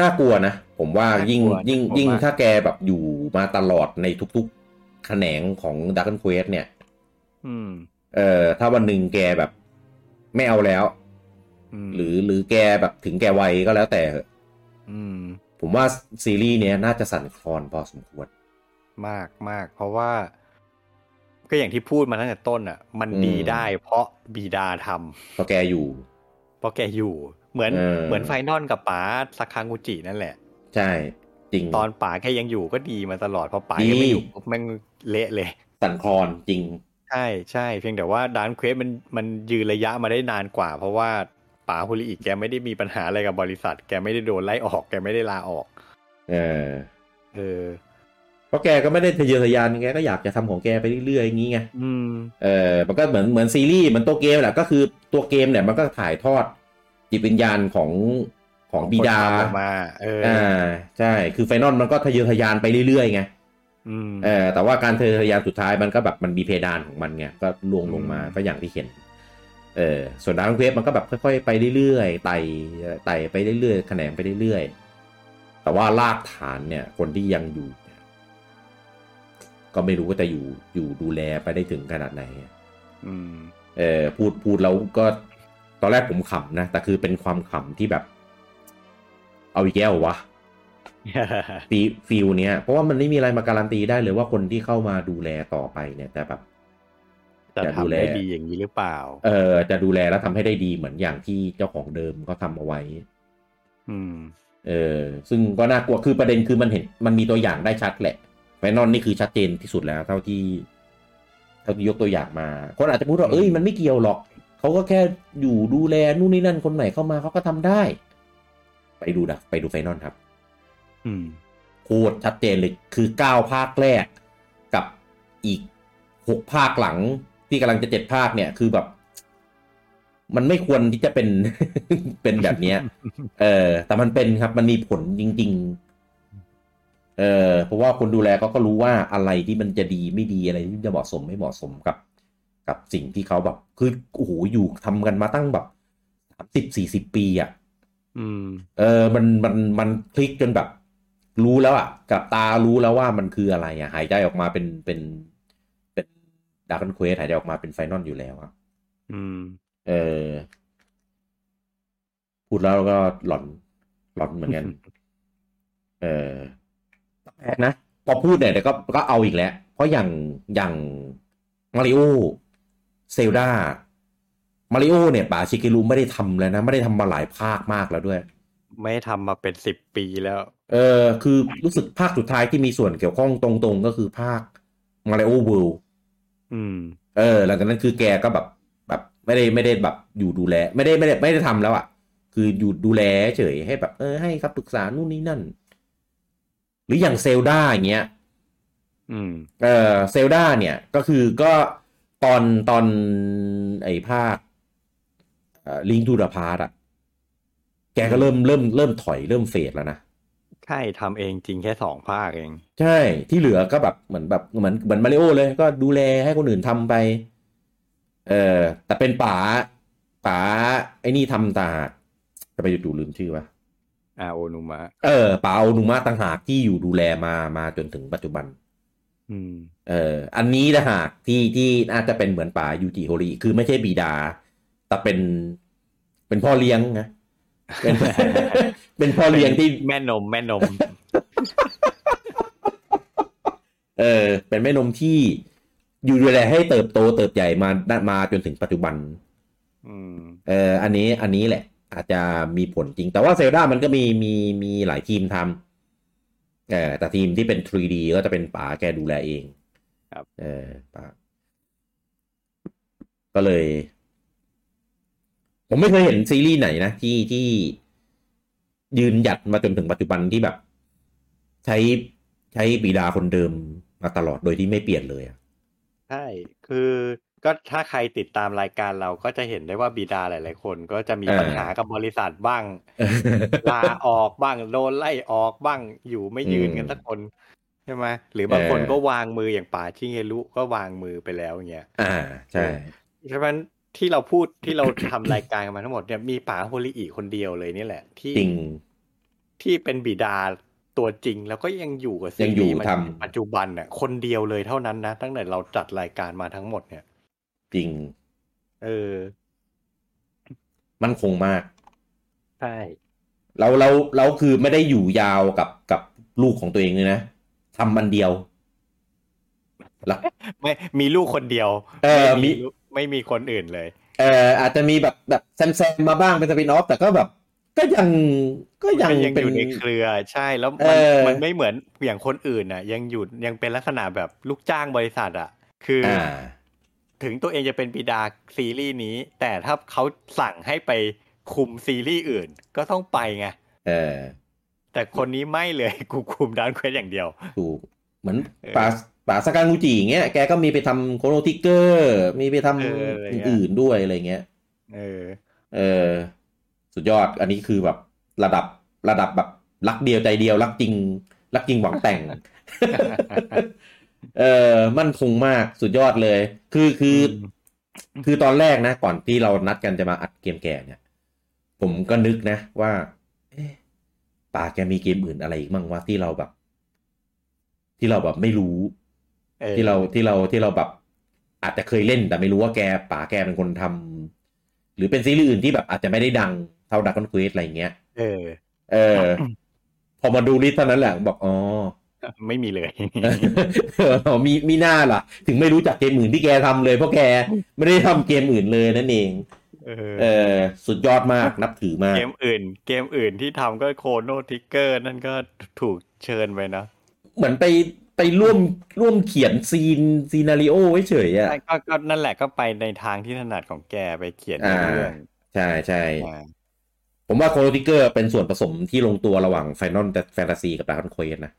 น่ากลัวนะ ผมว่า
น่ากลัว
ยิ่งยิ่ง
น่ากลัว
ยิ่ง
มาก
ถ้าแกแบบอยู่มาตลอดในทุกๆ แขนงของดัก q นเควสเนี่ย
อืม
เออถ้าวันหนึ่งแกแบบ ไม่เอาแล้ว
อืม
หรือหรือแกแบบถึงแกวัยก็แล้วแต่เถอะ
อืม
ผมว่าซีรีส์เนี้ยน่าจะสั่นคลอนพอสมควร
มากมากเพราะว่า ก็อย่างที่พูดมาตั้งแต่ต้นอ่ะ มัน
อืม
ดีได้เพราะบีดาท
เพราะแกอยู่
ำเพราะแกอยู่ เหมือน
เออ
เหมือนไฟนอลกับป๋าสักคังกุจินั่นแหละ
ใช่ จริง
ตอนป๋าแกยังอยู่ก็ดีมาตลอดพอป๋า
ดี
ยังไม่อยู่ปุ๊บแม่งเละเลย
สั่นคลอนจริง
ใช่ใช่เพียงแต่ว่าดานเควสมันมันยืนระยะมาได้นานกว่า เพราะว่าป๋าฮุลิอิแกไม่ได้มีปัญหาอะไรกับบริษัท แกไม่ได้โดนไล่ออกแกไม่ได้ลาออก
เออ
เออ
เพราะแกก็ไม่ได้ทะเยอทะยานแกก็อยากจะทำของแกไปเรื่อยๆอย่างนี้ไง
อืม
เออมันก็เหมือนเหมือนซีรีส์เหมันตัวเกมแหละก็คือตัวเกมเนี่ยมันก็ถ่ายทอด จิตวิญญาณของของบิดา
คนทำออกมา เออ
อ่าใช่คือไฟนอลมันก็ทะเยอทะยานไปเรื่อยๆไง
อืม
เออแต่ว่าการทะเยอทะยานสุดท้ายมันก็แบบมันมีเพดานของมันไงก็ลวงลงมา
อืม
ก็อย่างที่เห็นเออส่วนดาร์กเวฟมันก็แบบค่อยๆไปเรื่อยๆไต่ไต่ไปเรื่อยๆแขนงไปเรื่อยๆแต่ว่ารากฐานเนี่ย คนที่ยังอยู่เนี่ยก็ไม่รู้ว่าจะอยู่อยู่ดูแลไปได้ถึงขนาดไหน
อืม
เออพูดพูดแล้วก็ตอนแรกผมขำนะ แต่คือเป็นความขำที่แบบ เอาอีกแก้ววะฟีฟิลเนี้ยเพราะว่ามันไม่มีอะไรมาการันตีได้เลยว่าคนที่เข้ามาดูแลต่อไปเนี่ยแต่แบบ
จะ
อย่าดู
ทำ
แล
ได้ดีอย่างนี้หรือเปล่า
เออจะดูแลแล้วทำให้ได้ดีเหมือนอย่างที่เจ้าของเดิมเขาทำเอาไว้
อืม
เออซึ่งก็น่ากลัวคือประเด็นคือมันเห็นมันมีตัวอย่างได้ชัดแหละแฟนนอนนี่คือชัดเจนที่สุดแล้ว เท่าที่เท่าที่ยกตัวอย่างมา คนอาจจะพูดว่าเอ้ยมันไม่เกี่ยวหรอก เขาก็แค่อยู่ดูแลนู่นนี่นั่นคนไหนเข้ามาเขาก็ทำได้ ไปดูนะไปดูไฟนอนครับ
อืม
โคตรชัดเจนเลยคือเก้าภาคแรกกับอีกหกภาคหลัง ที่กำลังจะเจ็ดภาคเนี่ยคือแบบ มันไม่ควรที่จะเป็น เป็นแบบเนี้ย เออแต่มันเป็นครับมันมีผลจริง ๆ เออเพราะว่าคนดูแลเขาก็รู้ว่าอะไรที่มันจะดีไม่ดีอะไรที่จะเหมาะสมไม่เหมาะสมกับ กับสิ่งที่เขาแบบ คือโอ้โหอยู่ทำกันมาตั้งแบบสามสิบสี่สิบปีอะ่ะ
อืม
เออมันมันมันคลิกจนแบบ รู้แล้วอะ่ะ กับตารู้แล้วว่ามันคืออะไรอะ่ะ หายใจออกมาเป็นเป็นเป็นดาร์คเควสหายใจออกมาเป็นไฟนอลอยู่แล้วอะ
อืม
เออพูดแล้วก็หลอนหลอนเหมือน กัน เออแปลกนะพอพูดเนี่ยเดี๋ยวก็ก็เอาอีกแล้ว เพราะอย่างอย่างมาริโอเซลดามาริโอเนี่ยป่าชิเกิรุไม่ได้ทำแล้วนะ ไม่ได้ทำมาหลายภาคมากแล้วด้วย
ไม่ทำมาเป็นสิบปีแล้ว
เออคือรู้สึกภาคสุดท้ายที่มีส่วนเกี่ยวข้องตรงๆ ก็คือภาคมาริโอเวิลด์
อืม
เออหลังจากนั้นคือแกก็แบบแบบไม่ได้ไม่ได้แบบอยู่ดูแล ไม่ได้ไม่ได้ไม่ได้ทำแล้วอะ่ะ คืออยู่ดูแลเฉยให้แบบเออให้ครับปรึกษานู่นนี่นั่น หรืออย่างเซลดาอย่างเงี้ย
อืม
เออเซลดาเนี่ยก็คือก็ตอนตอนไอ้ภาคลิงทูดาพาร์ตอ่ะแกก็เริ่มเริ่มเริ่มถอยเริ่มเฟดแล้วนะ
ใช่ทำเองจริงแค่สองภาคเอง
ใช่ที่เหลือก็แบบเหมือนแบบเหมือนเหมือนมาริโอเลย ก็ดูแลให้คนอื่นทำไป เออแต่เป็นป๋าป๋าไอ้นี่ทำตางหากจะไปอยู่ๆลืมชื่อวะ
อาโอนุมะ
เออป๋าโอนุมาต่างหากที่อยู่ดูแลมามาจนถึงปัจจุบัน
อืม
เอออันนี้ต่างหากที่ที่น่าจะเป็นเหมือนป๋ายูจิโฮริคือไม่ใช่บิดา แต่เป็นเป็นพ่อเลี้ยงนะเป็น เป็นพ่อเลี้ยงที่
แม่นมแม่น ม
เออเป็นแม่นมที่อยู่ดูแลให้เติบโตเติบใหญ่มามาจนถึงปัจจุบัน
อืม
เอออันนี้อันนี้แหละ อาจจะมีผลจริง แต่ว่าเซลดามันก็มีมีมีหลายทีมทำเออแต่ทีมที่เป็น 3D ก็จะเป็นป๋าแกดูแลเอง
ครับ
เออป๋าก็เลย ผมไม่เคยเห็นซีรีส์ไหนนะที่ที่ยืนหยัดมาจนถึงปัจจุบันที่แบบ ใช้ใช้บิดาคนเดิมมาตลอดโดยที่ไม่เปลี่ยนเลยอะ
ใช่ คือก็ถ้าใครติดตามรายการเราก็จะเห็นได้ว่าบิดาหลาย ๆ คนก็จะมี
เออ
ปัญหากับบริษัทบ้าง ลาออกบ้างโดนไล่ออกบ้างอยู่ไม่ยืนกันสักคนใช่ไหมหรือบางคน
เออ
ก็วางมืออย่างป่าชิเงรุก็วางมือไปแล้วอย่างเงี้ย
อ่า ใช่
ฉะนั้นที่เราพูดที่เรา ทำรายการกันมาทั้งหมดเนี่ยมีป่าโฮลิอีคนเดียวเลยนี่แหละ ที่
จริง
ที่เป็นบิดาตัวจริง แล้วก็ยังอยู่กับซี
ยังอยู่
รีส์มา
ทำ
จนถึงปัจจุบันน่ะคนเดียวเลยเท่านั้นนะตั้งแต่เราจัดรายการมาทั้งหมดเนี่ย
จริง
เออ
มั่นคงมาก
ใช่
เราเราเราคือไม่ได้อยู่ยาวกับกับลูกของตัวเองเลยนะทำมันเดียวแล้ว
ไม่มีลูกคนเดียว
เออ
ไม่
มี
มีลูกไม่มีคนอื่นเลย
เอ่ออาจจะมีแบบแบบแซมแซมมาบ้างเป็นสปินออฟแต่ก็แบบ ก็ยังก็ยั
ยัง งยัง
เป็
อน ยู่ในเครือใช่แล้ว
เอ
มัน
อ
มันไม่เหมือนอย่างคนอื่นน่ะ ยังอยู่ยังเป็นลักษณะแบบลูกจ้างบริษัทอ่ะ คืออ
อ่า
ถึงตัวเองจะเป็นบิดาซีรีส์นี้ แต่ถ้าเขาสั่งให้ไปคุมซีรีส์อื่น ก็ต้องไปไง
เออ
แต่คนนี้ไม่เลย กูคุมดานเควสอย่างเดียว
ถูกเหมือน
เออ
ป่าป่าสกางูจิอย่างเงี้ยแกก็มีไปทำโคโนติกเกอร์ มีไปทำ
เอออะไรเงี้ย
อื่นๆด้วยอะไรเงี้ย
เออ
เออ สุดยอดอันนี้คือแบบระดับระดับแบบรักเดียวใจเดียว รักจริง รักจริงหวัง แต่ง เออมั่นคงมากสุดยอดเลย คือคืออคือตอนแรกนะ ก่อนที่เรานัดกันจะมาอัดเกมแก่เนี่ย ผมก็นึกนะ ว่าเอ๊ะป่าแกมีเกมอื่นอะไรอีกบ้างวะที่เราแบบ ที่เราแบบไม่รู้
ออ
ที่เราที่เราที่เราแบบ อาจจะเคยเล่นแต่ไม่รู้ว่าแกป่าแกเป็นคนทำหรือเป็นซีรีส์อื่นที่แบบอาจจะไม่ได้ดังเท่าดักคอนควีสอะไรอย่างเงี้ย
เออ
เออ พอมาดูลิสต์เท่านั้นแหละบอก อ๋อ
ไม่มีเลย
เออมีมีหน้าล่ะ ถึงไม่รู้จักเกมอื่นที่แกทำเลย เพราะแกไม่ได้ทำเกมอื่นเลยนั่นเอง
เออ
เออ สุดยอดมากนับถือมาก
เกมอื่น เกมอื่นที่ทำก็โคโนทิกเกอร์นั่นก็ถูกเชิญไปเนอะ
เหมือนไปไปร่วมร่วมเขียนซีนซีนารีโอไว้เฉยอ่ะ
แต่ก็ก็นั่นแหละก็ไปในทางที่ถนัดของแกไปเขียนใน
อ่า
เรื่อง
ใช่ใช่
อ่า
ผมว่าโคโรติเกอร์เป็นส่วนผสมที่ลงตัวระหว่างไฟนอลแฟนตาซีกับดาร์คควีนนะ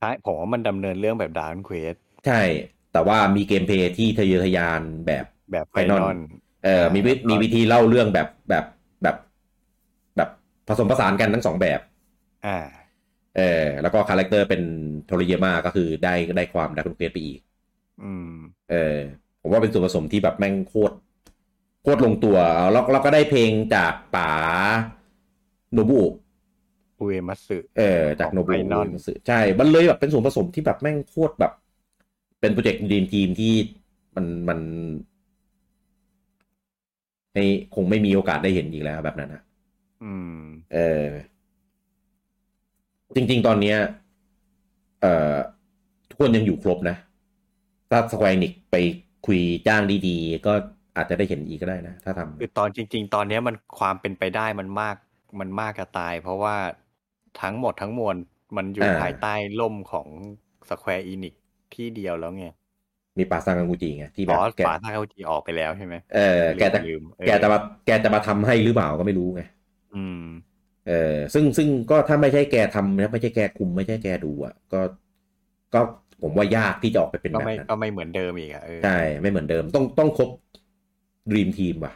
ใช่ผมว่ามันดำเนินเรื่องแบบดาวน์เควส
ใช่ แต่ว่ามีเกมเพลย์ที่ทะเยอทะยานแบบ
แบบไฟ
Final
นอล
เออมีวิ
อ่า
มีวิธีเล่าเรื่องแบบแบบแบบแบบผสมผสานกันทั้งสองแบบ
อ่า
เออแล้วก็คาแรคเตอร์เป็นโทริเยมาก็คือได้ได้ความดักคุณเกรสไปอีก
อืม
เออผมว่าเป็นส่วนผสมที่แบบแม่งโคตรโคตรลงตัวแล้วเราก็ได้เพลงจากป๋าโนบุ
อุเอมัตสึ
เออจาก
ของ
โนบุ
Painon
ใช่ มันเลยแบบเป็นส่วนผสมที่แบบแม่งโคตรแบบ เป็นโปรเจกต์ดีมทีมที่มันมันไม่คงไม่มีโอกาสได้เห็นอีกแล้วแบบนั้นนะ
อืม
เออจริง ๆ ตอนเนี้ยเอ่อทุกคนยังอยู่ครบนะ ถ้าสควอนิกไปคุยจ้างดีๆ ก็อาจจะได้เห็นอีกก็ได้นะ ถ้าทำ
คือตอนจริง ๆ ตอนเนี้ยมันความเป็นไปได้มันมากมันมากกระตาย เพราะว่าทั้งหมดทั้งมวลมันอยู่
อ่า
ภายใต้ล่มของสแควร์อินิกที่เดียวแล้วไง
มีป่าซางกังกูจีไงที่แบ
อ๋
บ
อ
แก
ฝาทางเขาจีออกไปแล้วใช่ไหม
เออแกจะ
ลืมเออ
แกจะมาแกจะมาทำให้หรือเปล่าก็ไม่รู้ไง
อืม
เออซึ่งซึ่งก็ถ้าไม่ใช่แกทำนะไม่ใช่แกคุมไม่ใช่แกดูอ่ะก็ก็ผมว่ายากที่จะออกไปเป็น
ก็
แบบ
ไม่
นั้น
ก็ไม่เหมือนเดิมอีกอะเออ
ใช่ไม่เหมือนเดิม ต้องต้องครบดีมทีมว่ะ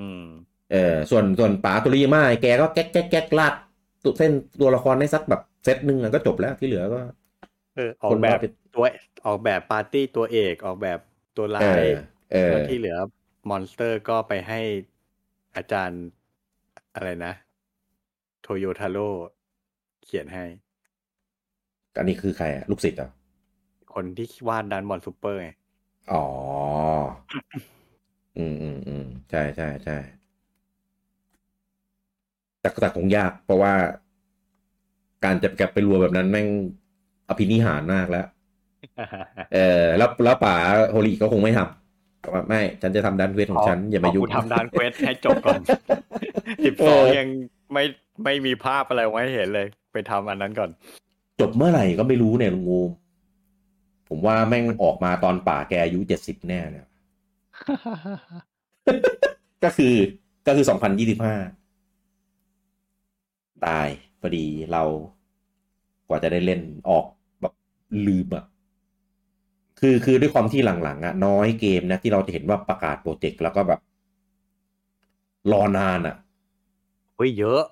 อืม
เออส่วนส่วนป๋าโทริยาม่าแกก็แก๊กแก๊กแก๊กลาดตัวเส้นตัวละครได้สักแบบเซตหนึ่งอะก็จบแล้วที่เหลือก็
เออ ออก
น
แบ
ว่า
บ
เป็น
ตัวออกแบบปาร์ตี้ตัวเอก ออกแบบตัวร้า
เออย เออ
แล้วที่เหลือมอนสเตอร์ก็ไปให้อาจารย์อะไรนะ โทโยทาโร่เขียนให้
อันนี้คือใครอะลูกศิษย์เหรอ
คนที่วาดดันบอลซูเปอร์ไง
อ๋อ อืมอืมอืมใช่ใช่ใช่แต่แต่คงยาก เพราะว่า การจะกลับไปรัวมแบบนั้นแม่งอภินิหารมากแล้ว เออแล้วแล้วป๋าโฮลีก็คงไม่ทำบอกว่าไม่ ฉันจะทำดันเวทของฉันอย่ามายุ่
ข
ง
กูทำดานเควสให้จบก่อน สิบ
เอ
สอง
อ
ยังไม่ไม่มีภาพอะไรไว้ให้เห็นเลย ไปทำอันนั้นก่อน
จบเมื่อไหร่ก็ไม่รู้เนี่ยลุงงูมผมว่าแม่งออกมาตอนป่าแกอายุเจ็ดสิบแน่เนี่ยก็คือก็คือสองพันยี่สิบห้าตายพอดีเรากว่าจะได้เล่นออกแบบลืมอะคือคือด้วยความที่หลังๆอะน้อยเกมนะที่เราจะเห็นว่าประกาศโปรเจกต์แล้วก็แบบ รอนานอะ
เฮ้ยเยอะ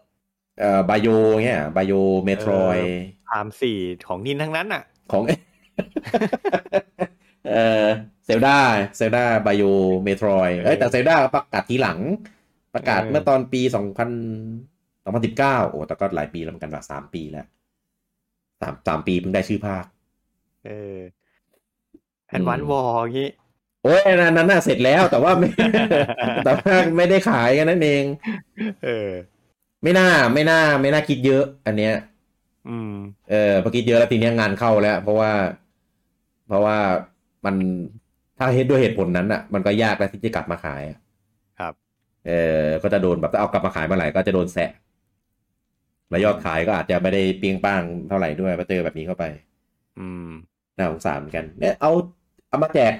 เอ่อบโยเงี้ยบโยเมโทรย
ไทม์สี่ของนินทั้งนั้นอ่ะ
ของ เออเซลดาเซลดาไบโอเมโทรยเอ้ยแต่เซลดาประกาศทีหลัง ประกาศ
เออ
เมื่อตอนปีสองพันสองพันสิบเก้าโอ้แต่ก็หลายปีแล้วเหมือนกันว่าสามปีแล้วสามสามปีเพิ่งได้ชื่อภาค
เออแอดวานวอลงี้
โอ้ยอันนั้นอันนั้นน่ะเสร็จแล้วแต่ว่าไม่ แต่ว่าไม่ได้ขายกันนั่นเอง
เออ
ไม่น่าไม่น่าไม่น่าคิดเยอะ อันเนี้ย
อืม
เออพอคิดเยอะแล้วทีเนี้ยงานเข้าแล้ว เพราะว่า เพราะว่ามันถ้าเฮ็ดด้วยเหตุผลนั้นอ่ะ มันก็ยากแล้วที่จะกลับมาขายอะ
ครับ
เออก็จะโดนแบบถ้าเอากลับมาขายเมื่อไหร่ก็จะโดนแสะแล้วยอดขายก็อาจจะไม่ได้เปรียงป้างเท่าไหร่ด้วยมาเจอแบบนี้เข้าไป
อืม
น่าสงสารเหมือนกันเนี่ยเอาเอามาแจก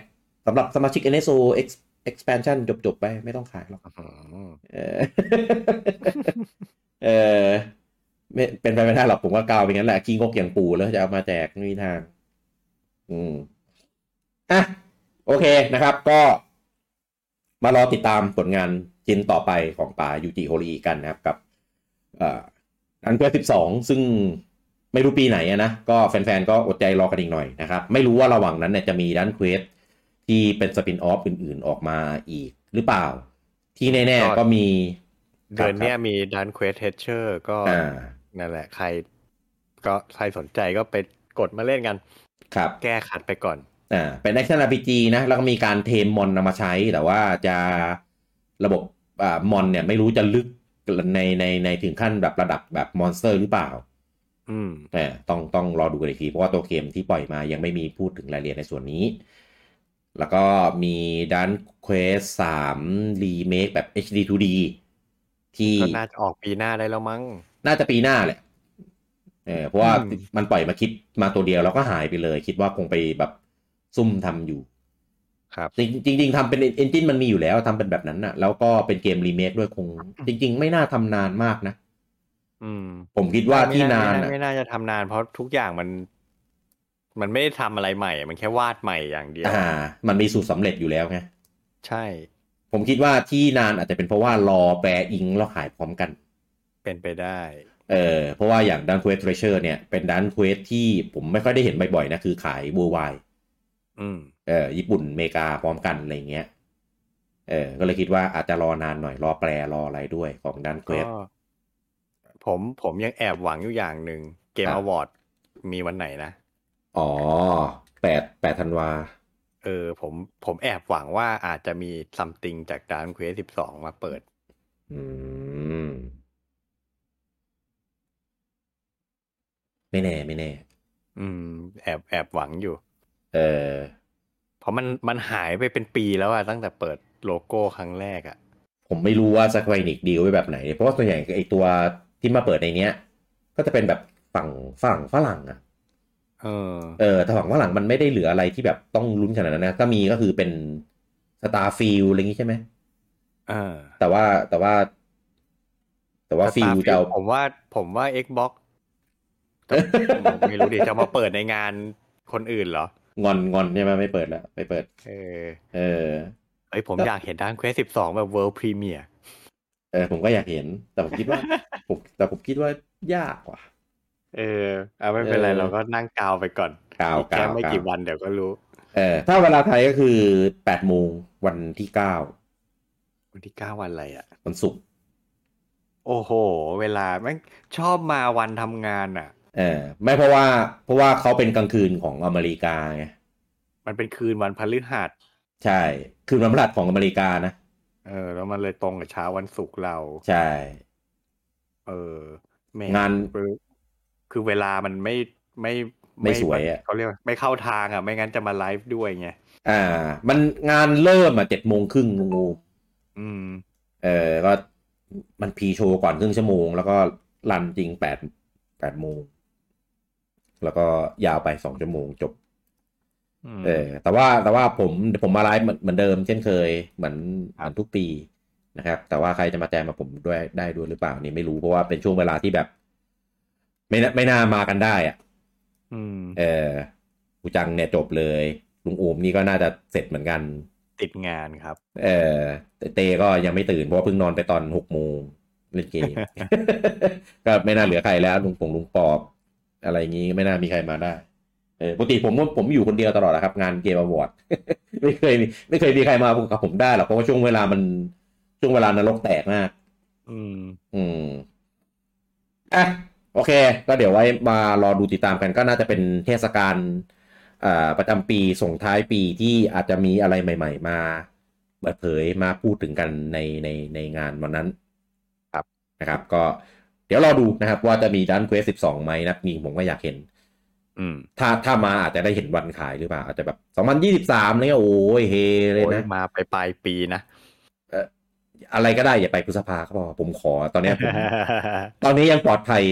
สำหรับสมาชิก NSO Ex- expansion จบๆไปไม่ต้องขายหรอก เออ เออไม่เป็นไปไม่ได้หรอกผมว่ากาวเป็นงั้นแหละขี้งกอย่างปูแล้วจะเอามาแจกไม่มีทาง อืมอ่ะโอเคนะครับ ก็มารอติดตามผลงาน จินต่อไปของป๋ายูจิโฮริกันนะครับกับเอ่ออันเกอร์สิบสองซึ่งไม่รู้ปีไหนอะนะ ก็แฟนๆ ก็อดใจรอกันอีกหน่อยนะครับ ไม่รู้ว่าระหว่างนั้นเนี่ยจะมีดันเควสที่เป็นสปินออฟอื่นๆออกมาอีกหรือเปล่า ที่แน่ๆก็มี
เดือนเนี้ยมีดันเควสเทเชอร์ก็
อ่า
นั่นแหละใคร ก็ใครสนใจก็ไปกดมาเล่นกัน
ครับ
แก้ขัดไปก่อน
อ่าเป็น Action RPG นะ แล้วก็มีการเทมมอนนำมาใช้ แต่ว่าจะระบบอ่ามอนเนี่ยไม่รู้จะลึกในในในถึงขั้นแบบระดับแบบมอนสเตอร์หรือเปล่า
อืม
อ่าต้องต้องรอดูกันอีกที เพราะว่าตัวเกมที่ปล่อยมายังไม่มีพูดถึงรายละเอียดในส่วนนี้ แล้วก็มีดันเควสสามรีเมคแบบ HD 2D ที่
ก็น่าจะออกปีหน้าได้แล้วมั้ง
น่าจะปีหน้าแหละ เออเพราะว่า
อืม
มันปล่อยมาคิดมาตัวเดียวแล้วก็หายไปเลย คิดว่าคงไปแบบซุ่มทำอยู่
ครับ
จริงๆจริงๆทำเป็นเอนจินมันมีอยู่แล้วทำเป็นแบบนั้นน่ะ แล้วก็เป็นเกมรีเมคด้วยคง จริง ๆ ไม่น่าทำนานมากนะ
อืม
ผมคิดว่าที่นาน
ไม่
น่ะ
ไม่น่าจะทำนาน เพราะทุกอย่างมัน มันไม่ได้ทำอะไรใหม่ มันแค่วาดใหม่อย่างเดียว
อ่า มันมีสูตรสำเร็จอยู่แล้วไง
ใช่
ผมคิดว่าที่นานอาจจะเป็นเพราะว่ารอแปรอิงแล้วขายพร้อมกัน
เป็นไปได้
เออเพราะว่าอย่างดันเควสเทรเชอร์เนี่ยเป็นดันเควสที่ผมไม่ค่อยได้เห็นบ่อยๆนะคือขายเวอร์ไว
อืม
เออญี่ปุ่นอเมริกาพร้อมกัน อะไรเงี้ย เออ ก็เลยคิดว่าอาจจะรอนานหน่อย รอแปลรออะไรด้วยของดันเกร
ก็
ด
ผมผมยังแอบหวังอยู่อย่างหนึ่งเกม
ครับ
อวอร์ดมีวันไหนนะ
อ๋อแปดแปดธันวา
เออ ผมผมแอบหวังว่าอาจจะมีซัมติงจากดานเควสสิบสองมาเปิด
อืม ไม่แน่ไม่แน่
อืม แอบแอบหวังอยู่
เออ
เพราะมันมันหายไปเป็นปีแล้วอะตั้งแต่เปิดโลโก้ครั้งแรกอะ
ผมไม่รู้ว่าสควอนิกดีลไว้แบบไหน เพราะว่าส่วนใหญ่ไอตัวที่มาเปิดในเนี้ย ก็จะเป็นแบบฝั่งฝั่งฝรั่งอะ
เออ
เออแต่ฝั่งฝรั่งมันไม่ได้เหลืออะไรที่แบบต้องลุ้นขนาดนั้นนะ ถ้ามีก็คือเป็นสตาร์ฟิลอะไรอย่างงี้ใช่ไหม
เออ
แต่ว่าแต่ว่า แต่ว่าฟิลจะเอา
ผมว่าผมว่า Xbox แต่ไม่รู้ดิจะมาเปิดในงานคนอื่นเหรอ
งอนงอนใช่ไหมไม่เปิดแล้วไม่เปิด
เออ
เออ
เอ้ยผมอยากเห็นด้านเควสสิบสองแบบเวิลด์พรีเมียร์
เออ ผมก็อยากเห็น แต่ผมคิดว่า ผมแต่ผมคิดว่ายากกว่า
เออเอาไม่เป็นไร
เออ
เราก็นั่งกาวไปก่อน
กาว
อีก
กา
แค่
ว
ไม่
กาว
กี่วันเดี๋ยวก็รู้
เออถ้าเวลาไทยก็คือแปดโมงวันที่เก้า
วันที่เก้าวันอะไรอะ่ะ
วันศุกร์
โอ้โห เวลาแม่งชอบมาวันทำงานอะ่ะ
เออ ไม่เพราะว่า เพราะว่าเขาเป็นกลางคืนของอเมริกาไง
มันเป็นคืนวันพฤหัส
ใช่ คืนวันพฤหัสของอเมริกานะ
เออ แล้วมันเลยตรงกับเช้าวันศุกร์เรา
ใช่
เออแม่
งาน
คือคือเวลามันไม่ไม่
ไม่สวยอะ
เขาเรียกว่าไม่เข้าทางอ่ะ ไม่งั้นจะมาไลฟ์ด้วยไง
อ่า มันงานเริ่มอ่ะเจ็ดโมงครึ่งงู
อืม
เออก็มันพรีโชว์ก่อนครึ่งชั่วโมง แล้วก็รันจริงแปดแปดโมง แล้วก็ยาวไปสองชั่วโมงจบ เออ แต่ว่าแต่ว่าผมผมมาไลฟ์เหมือนเหมือนเดิม เช่นเคยเหมือนเหมือนทุกปีนะครับ แต่ว่าใครจะมาแจมมาผมด้วยได้ด้วยหรือเปล่านี่ไม่รู้เพราะว่าเป็นช่วงเวลาที่แบบ ไม่น่าไม่น่ามากันได้อะ
อืม
เออกูจังเนี่ยจบเลยลุงอูมนี่ก็น่าจะเสร็จเหมือนกัน
ติดงานครับ
เออแต่เต้ก็ยังไม่ตื่นเพราะว่าเพิ่งนอนไปตอนหกโมงเล่นเกม ก็ไม่น่าเหลือใครแล้วลุงปงลุงปอบ อะไรอย่างงี้ไม่น่ามีใครมาได้เออปกติผมผมอยู่คนเดียวตลอดนะครับ งานเกมอวอร์ด ไม่เคยมีไม่เคยมีใครมากับผมได้หรอกเพราะว่าช่วงเวลามันช่วงเวลานรกแตกมาก
อืม
อืม อ่ะ โอเค ก็เดี๋ยวไว้มารอดูติดตามกันก็น่าจะเป็นเทศกาลเอ่อประจำปีส่งท้ายปีที่อาจจะมีอะไรใหม่ ๆ มาเปิดเผยมาพูดถึงกันในในในงานวันนั้น
ครับ
นะครับ ก็เดี๋ยวรอดูนะครับ ว่าจะมีดันเควส12ไหมนะมีผมก็อยากเห็น
อืม
ถ้าถ้ามาอาจจะได้เห็นวันขายหรือเปล่า อาจจะแบบ 2023อะไรเนี่ยโอ้ยเฮเลย
โอ้ย
นะ
มาไปปลายปี นะ
อะไรก็ได้อย่าไปพฤษภาก็พอผมขอตอนเนี้ยผม ตอนนี้ยังปลอดภัย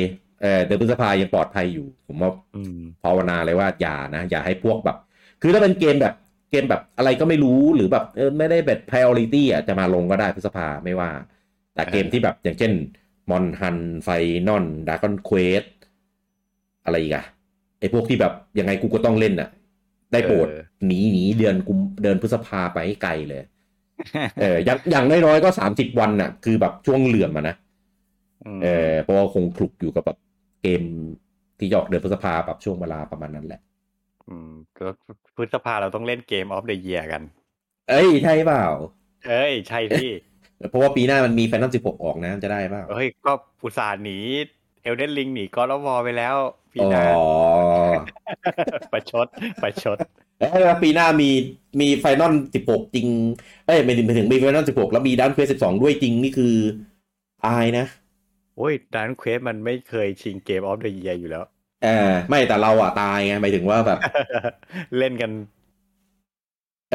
เออเดือนพฤษภายังปลอดภัยอยู่ ผมว่า
อืม
ภาวนาเลยว่าอย่านะ อย่าให้พวกแบบ คือถ้าเป็นเกมแบบเกมแบบอะไรก็ไม่รู้หรือแบบเออไม่ได้แบบ priority อ่ะจะมาลงก็ได้พฤษภาไม่ว่า แต่เกมที่แบบอย่างเช่นมอนฮันไฟนอนดากอนเควสอะไรอีกอะไอพวกที่แบบยังไงกูก็ต้องเล่นอ่ะ ได้โปรด
เออ
หนีหนีเดือนกุมเดือนพฤษภาไปให้ไกลเลย เอออย่างอย่างน้อยๆก็สามสิบวันน่ะ คือแบบช่วงเหลื่อมอะนะ
ม
เออเพราะว่าคงคลุกอยู่กับแบบเกมที่จะออกเดือนพฤษภาแบบช่วงเวลาประมาณนั้นแหละ
มก็พฤษภาเราต้องเล่นเกมออฟเด e y เยียกัน
เอ้ยใช่เปล่า
เอ้ย ใช่พี่
เพราะว่าปีหน้ามันมีแฟนต a มสิบหกออกนะจะได้เปล่า
เอ้ย ก็อุตส่าห์หนีเอลเดนลิงหนีก็ลวอไปแล้วปี
อ๋
หน้า
อ
ประชดประชด
เอ้ยแล้วปีหน้ามีมีไฟนอลสิบหกจริง เอ้ยไม่ถึงไม่ถึงมีไฟนอลสิบหกแล้วมีดันเควสสิบสองด้วยจริงนี่คืออายนะ
โอ้ยดันเควสมันไม่เคยชิงเกมออฟเด e y เยียอยู่แล้ว
เออไม่แต่เราอะตายไงหมายถึงว่าแบบ
เล่นกัน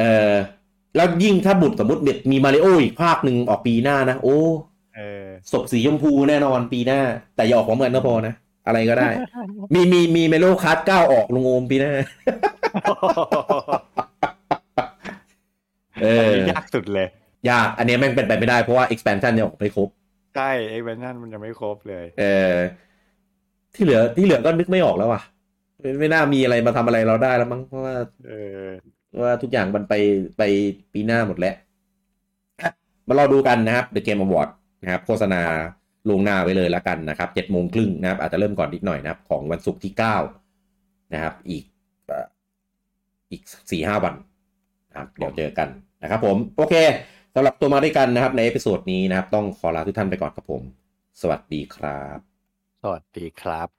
เออแล้วยิ่งถ้าบุตรสมมติเด็ดมีมาริโออีกภาคหนึ่งออกปีหน้านะ โอ้
เออ
ศพสีชมพูแน่นอนปีหน้า แต่อย่าออกของเหมือนก็พอนะ อะไรก็ได้ มีมีมีเมโลคัสเก้าออกลุงโอมปีหน้า เอ อ
ยากสุดเลย
ยากอันเนี้ยแม่งเป็นไปไม่ได้เพราะว่า expansion ยังออกไม่ครบ
ใช่ไอ้แวนนั่นมันยังไม่ครบเลย
เออที่เหลือที่เหลือก็นึกไม่ออกแล้วว่ะไม่ไม่น่ามีอะไรมาทำอะไรเราได้แล้วมั้งเพราะว่า
เออ
ว่าทุกอย่างมันไปไปปีหน้าหมดแล้วอ่ะมารอดูกันนะครับ The Game Award นะครับ โฆษณาลวงหน้าไว้เลยละกันนะครับเจ็ดโมงครึ่งนะครับ อาจจะเริ่มก่อนนิดหน่อยนะครับ ของวันศุกร์ที่เก้านะครับ อีกเอ่ออีกสี่ห้าวันนะครับเดี๋ยวเจอกันนะครับผมโอเคสำหรับตัวมาด้วยกันนะครับ ในเอพิโซดนี้นะครับ ต้องขอลาทุกท่านไปก่อนครับผม สวัสดีครับ
สวัสดีครับ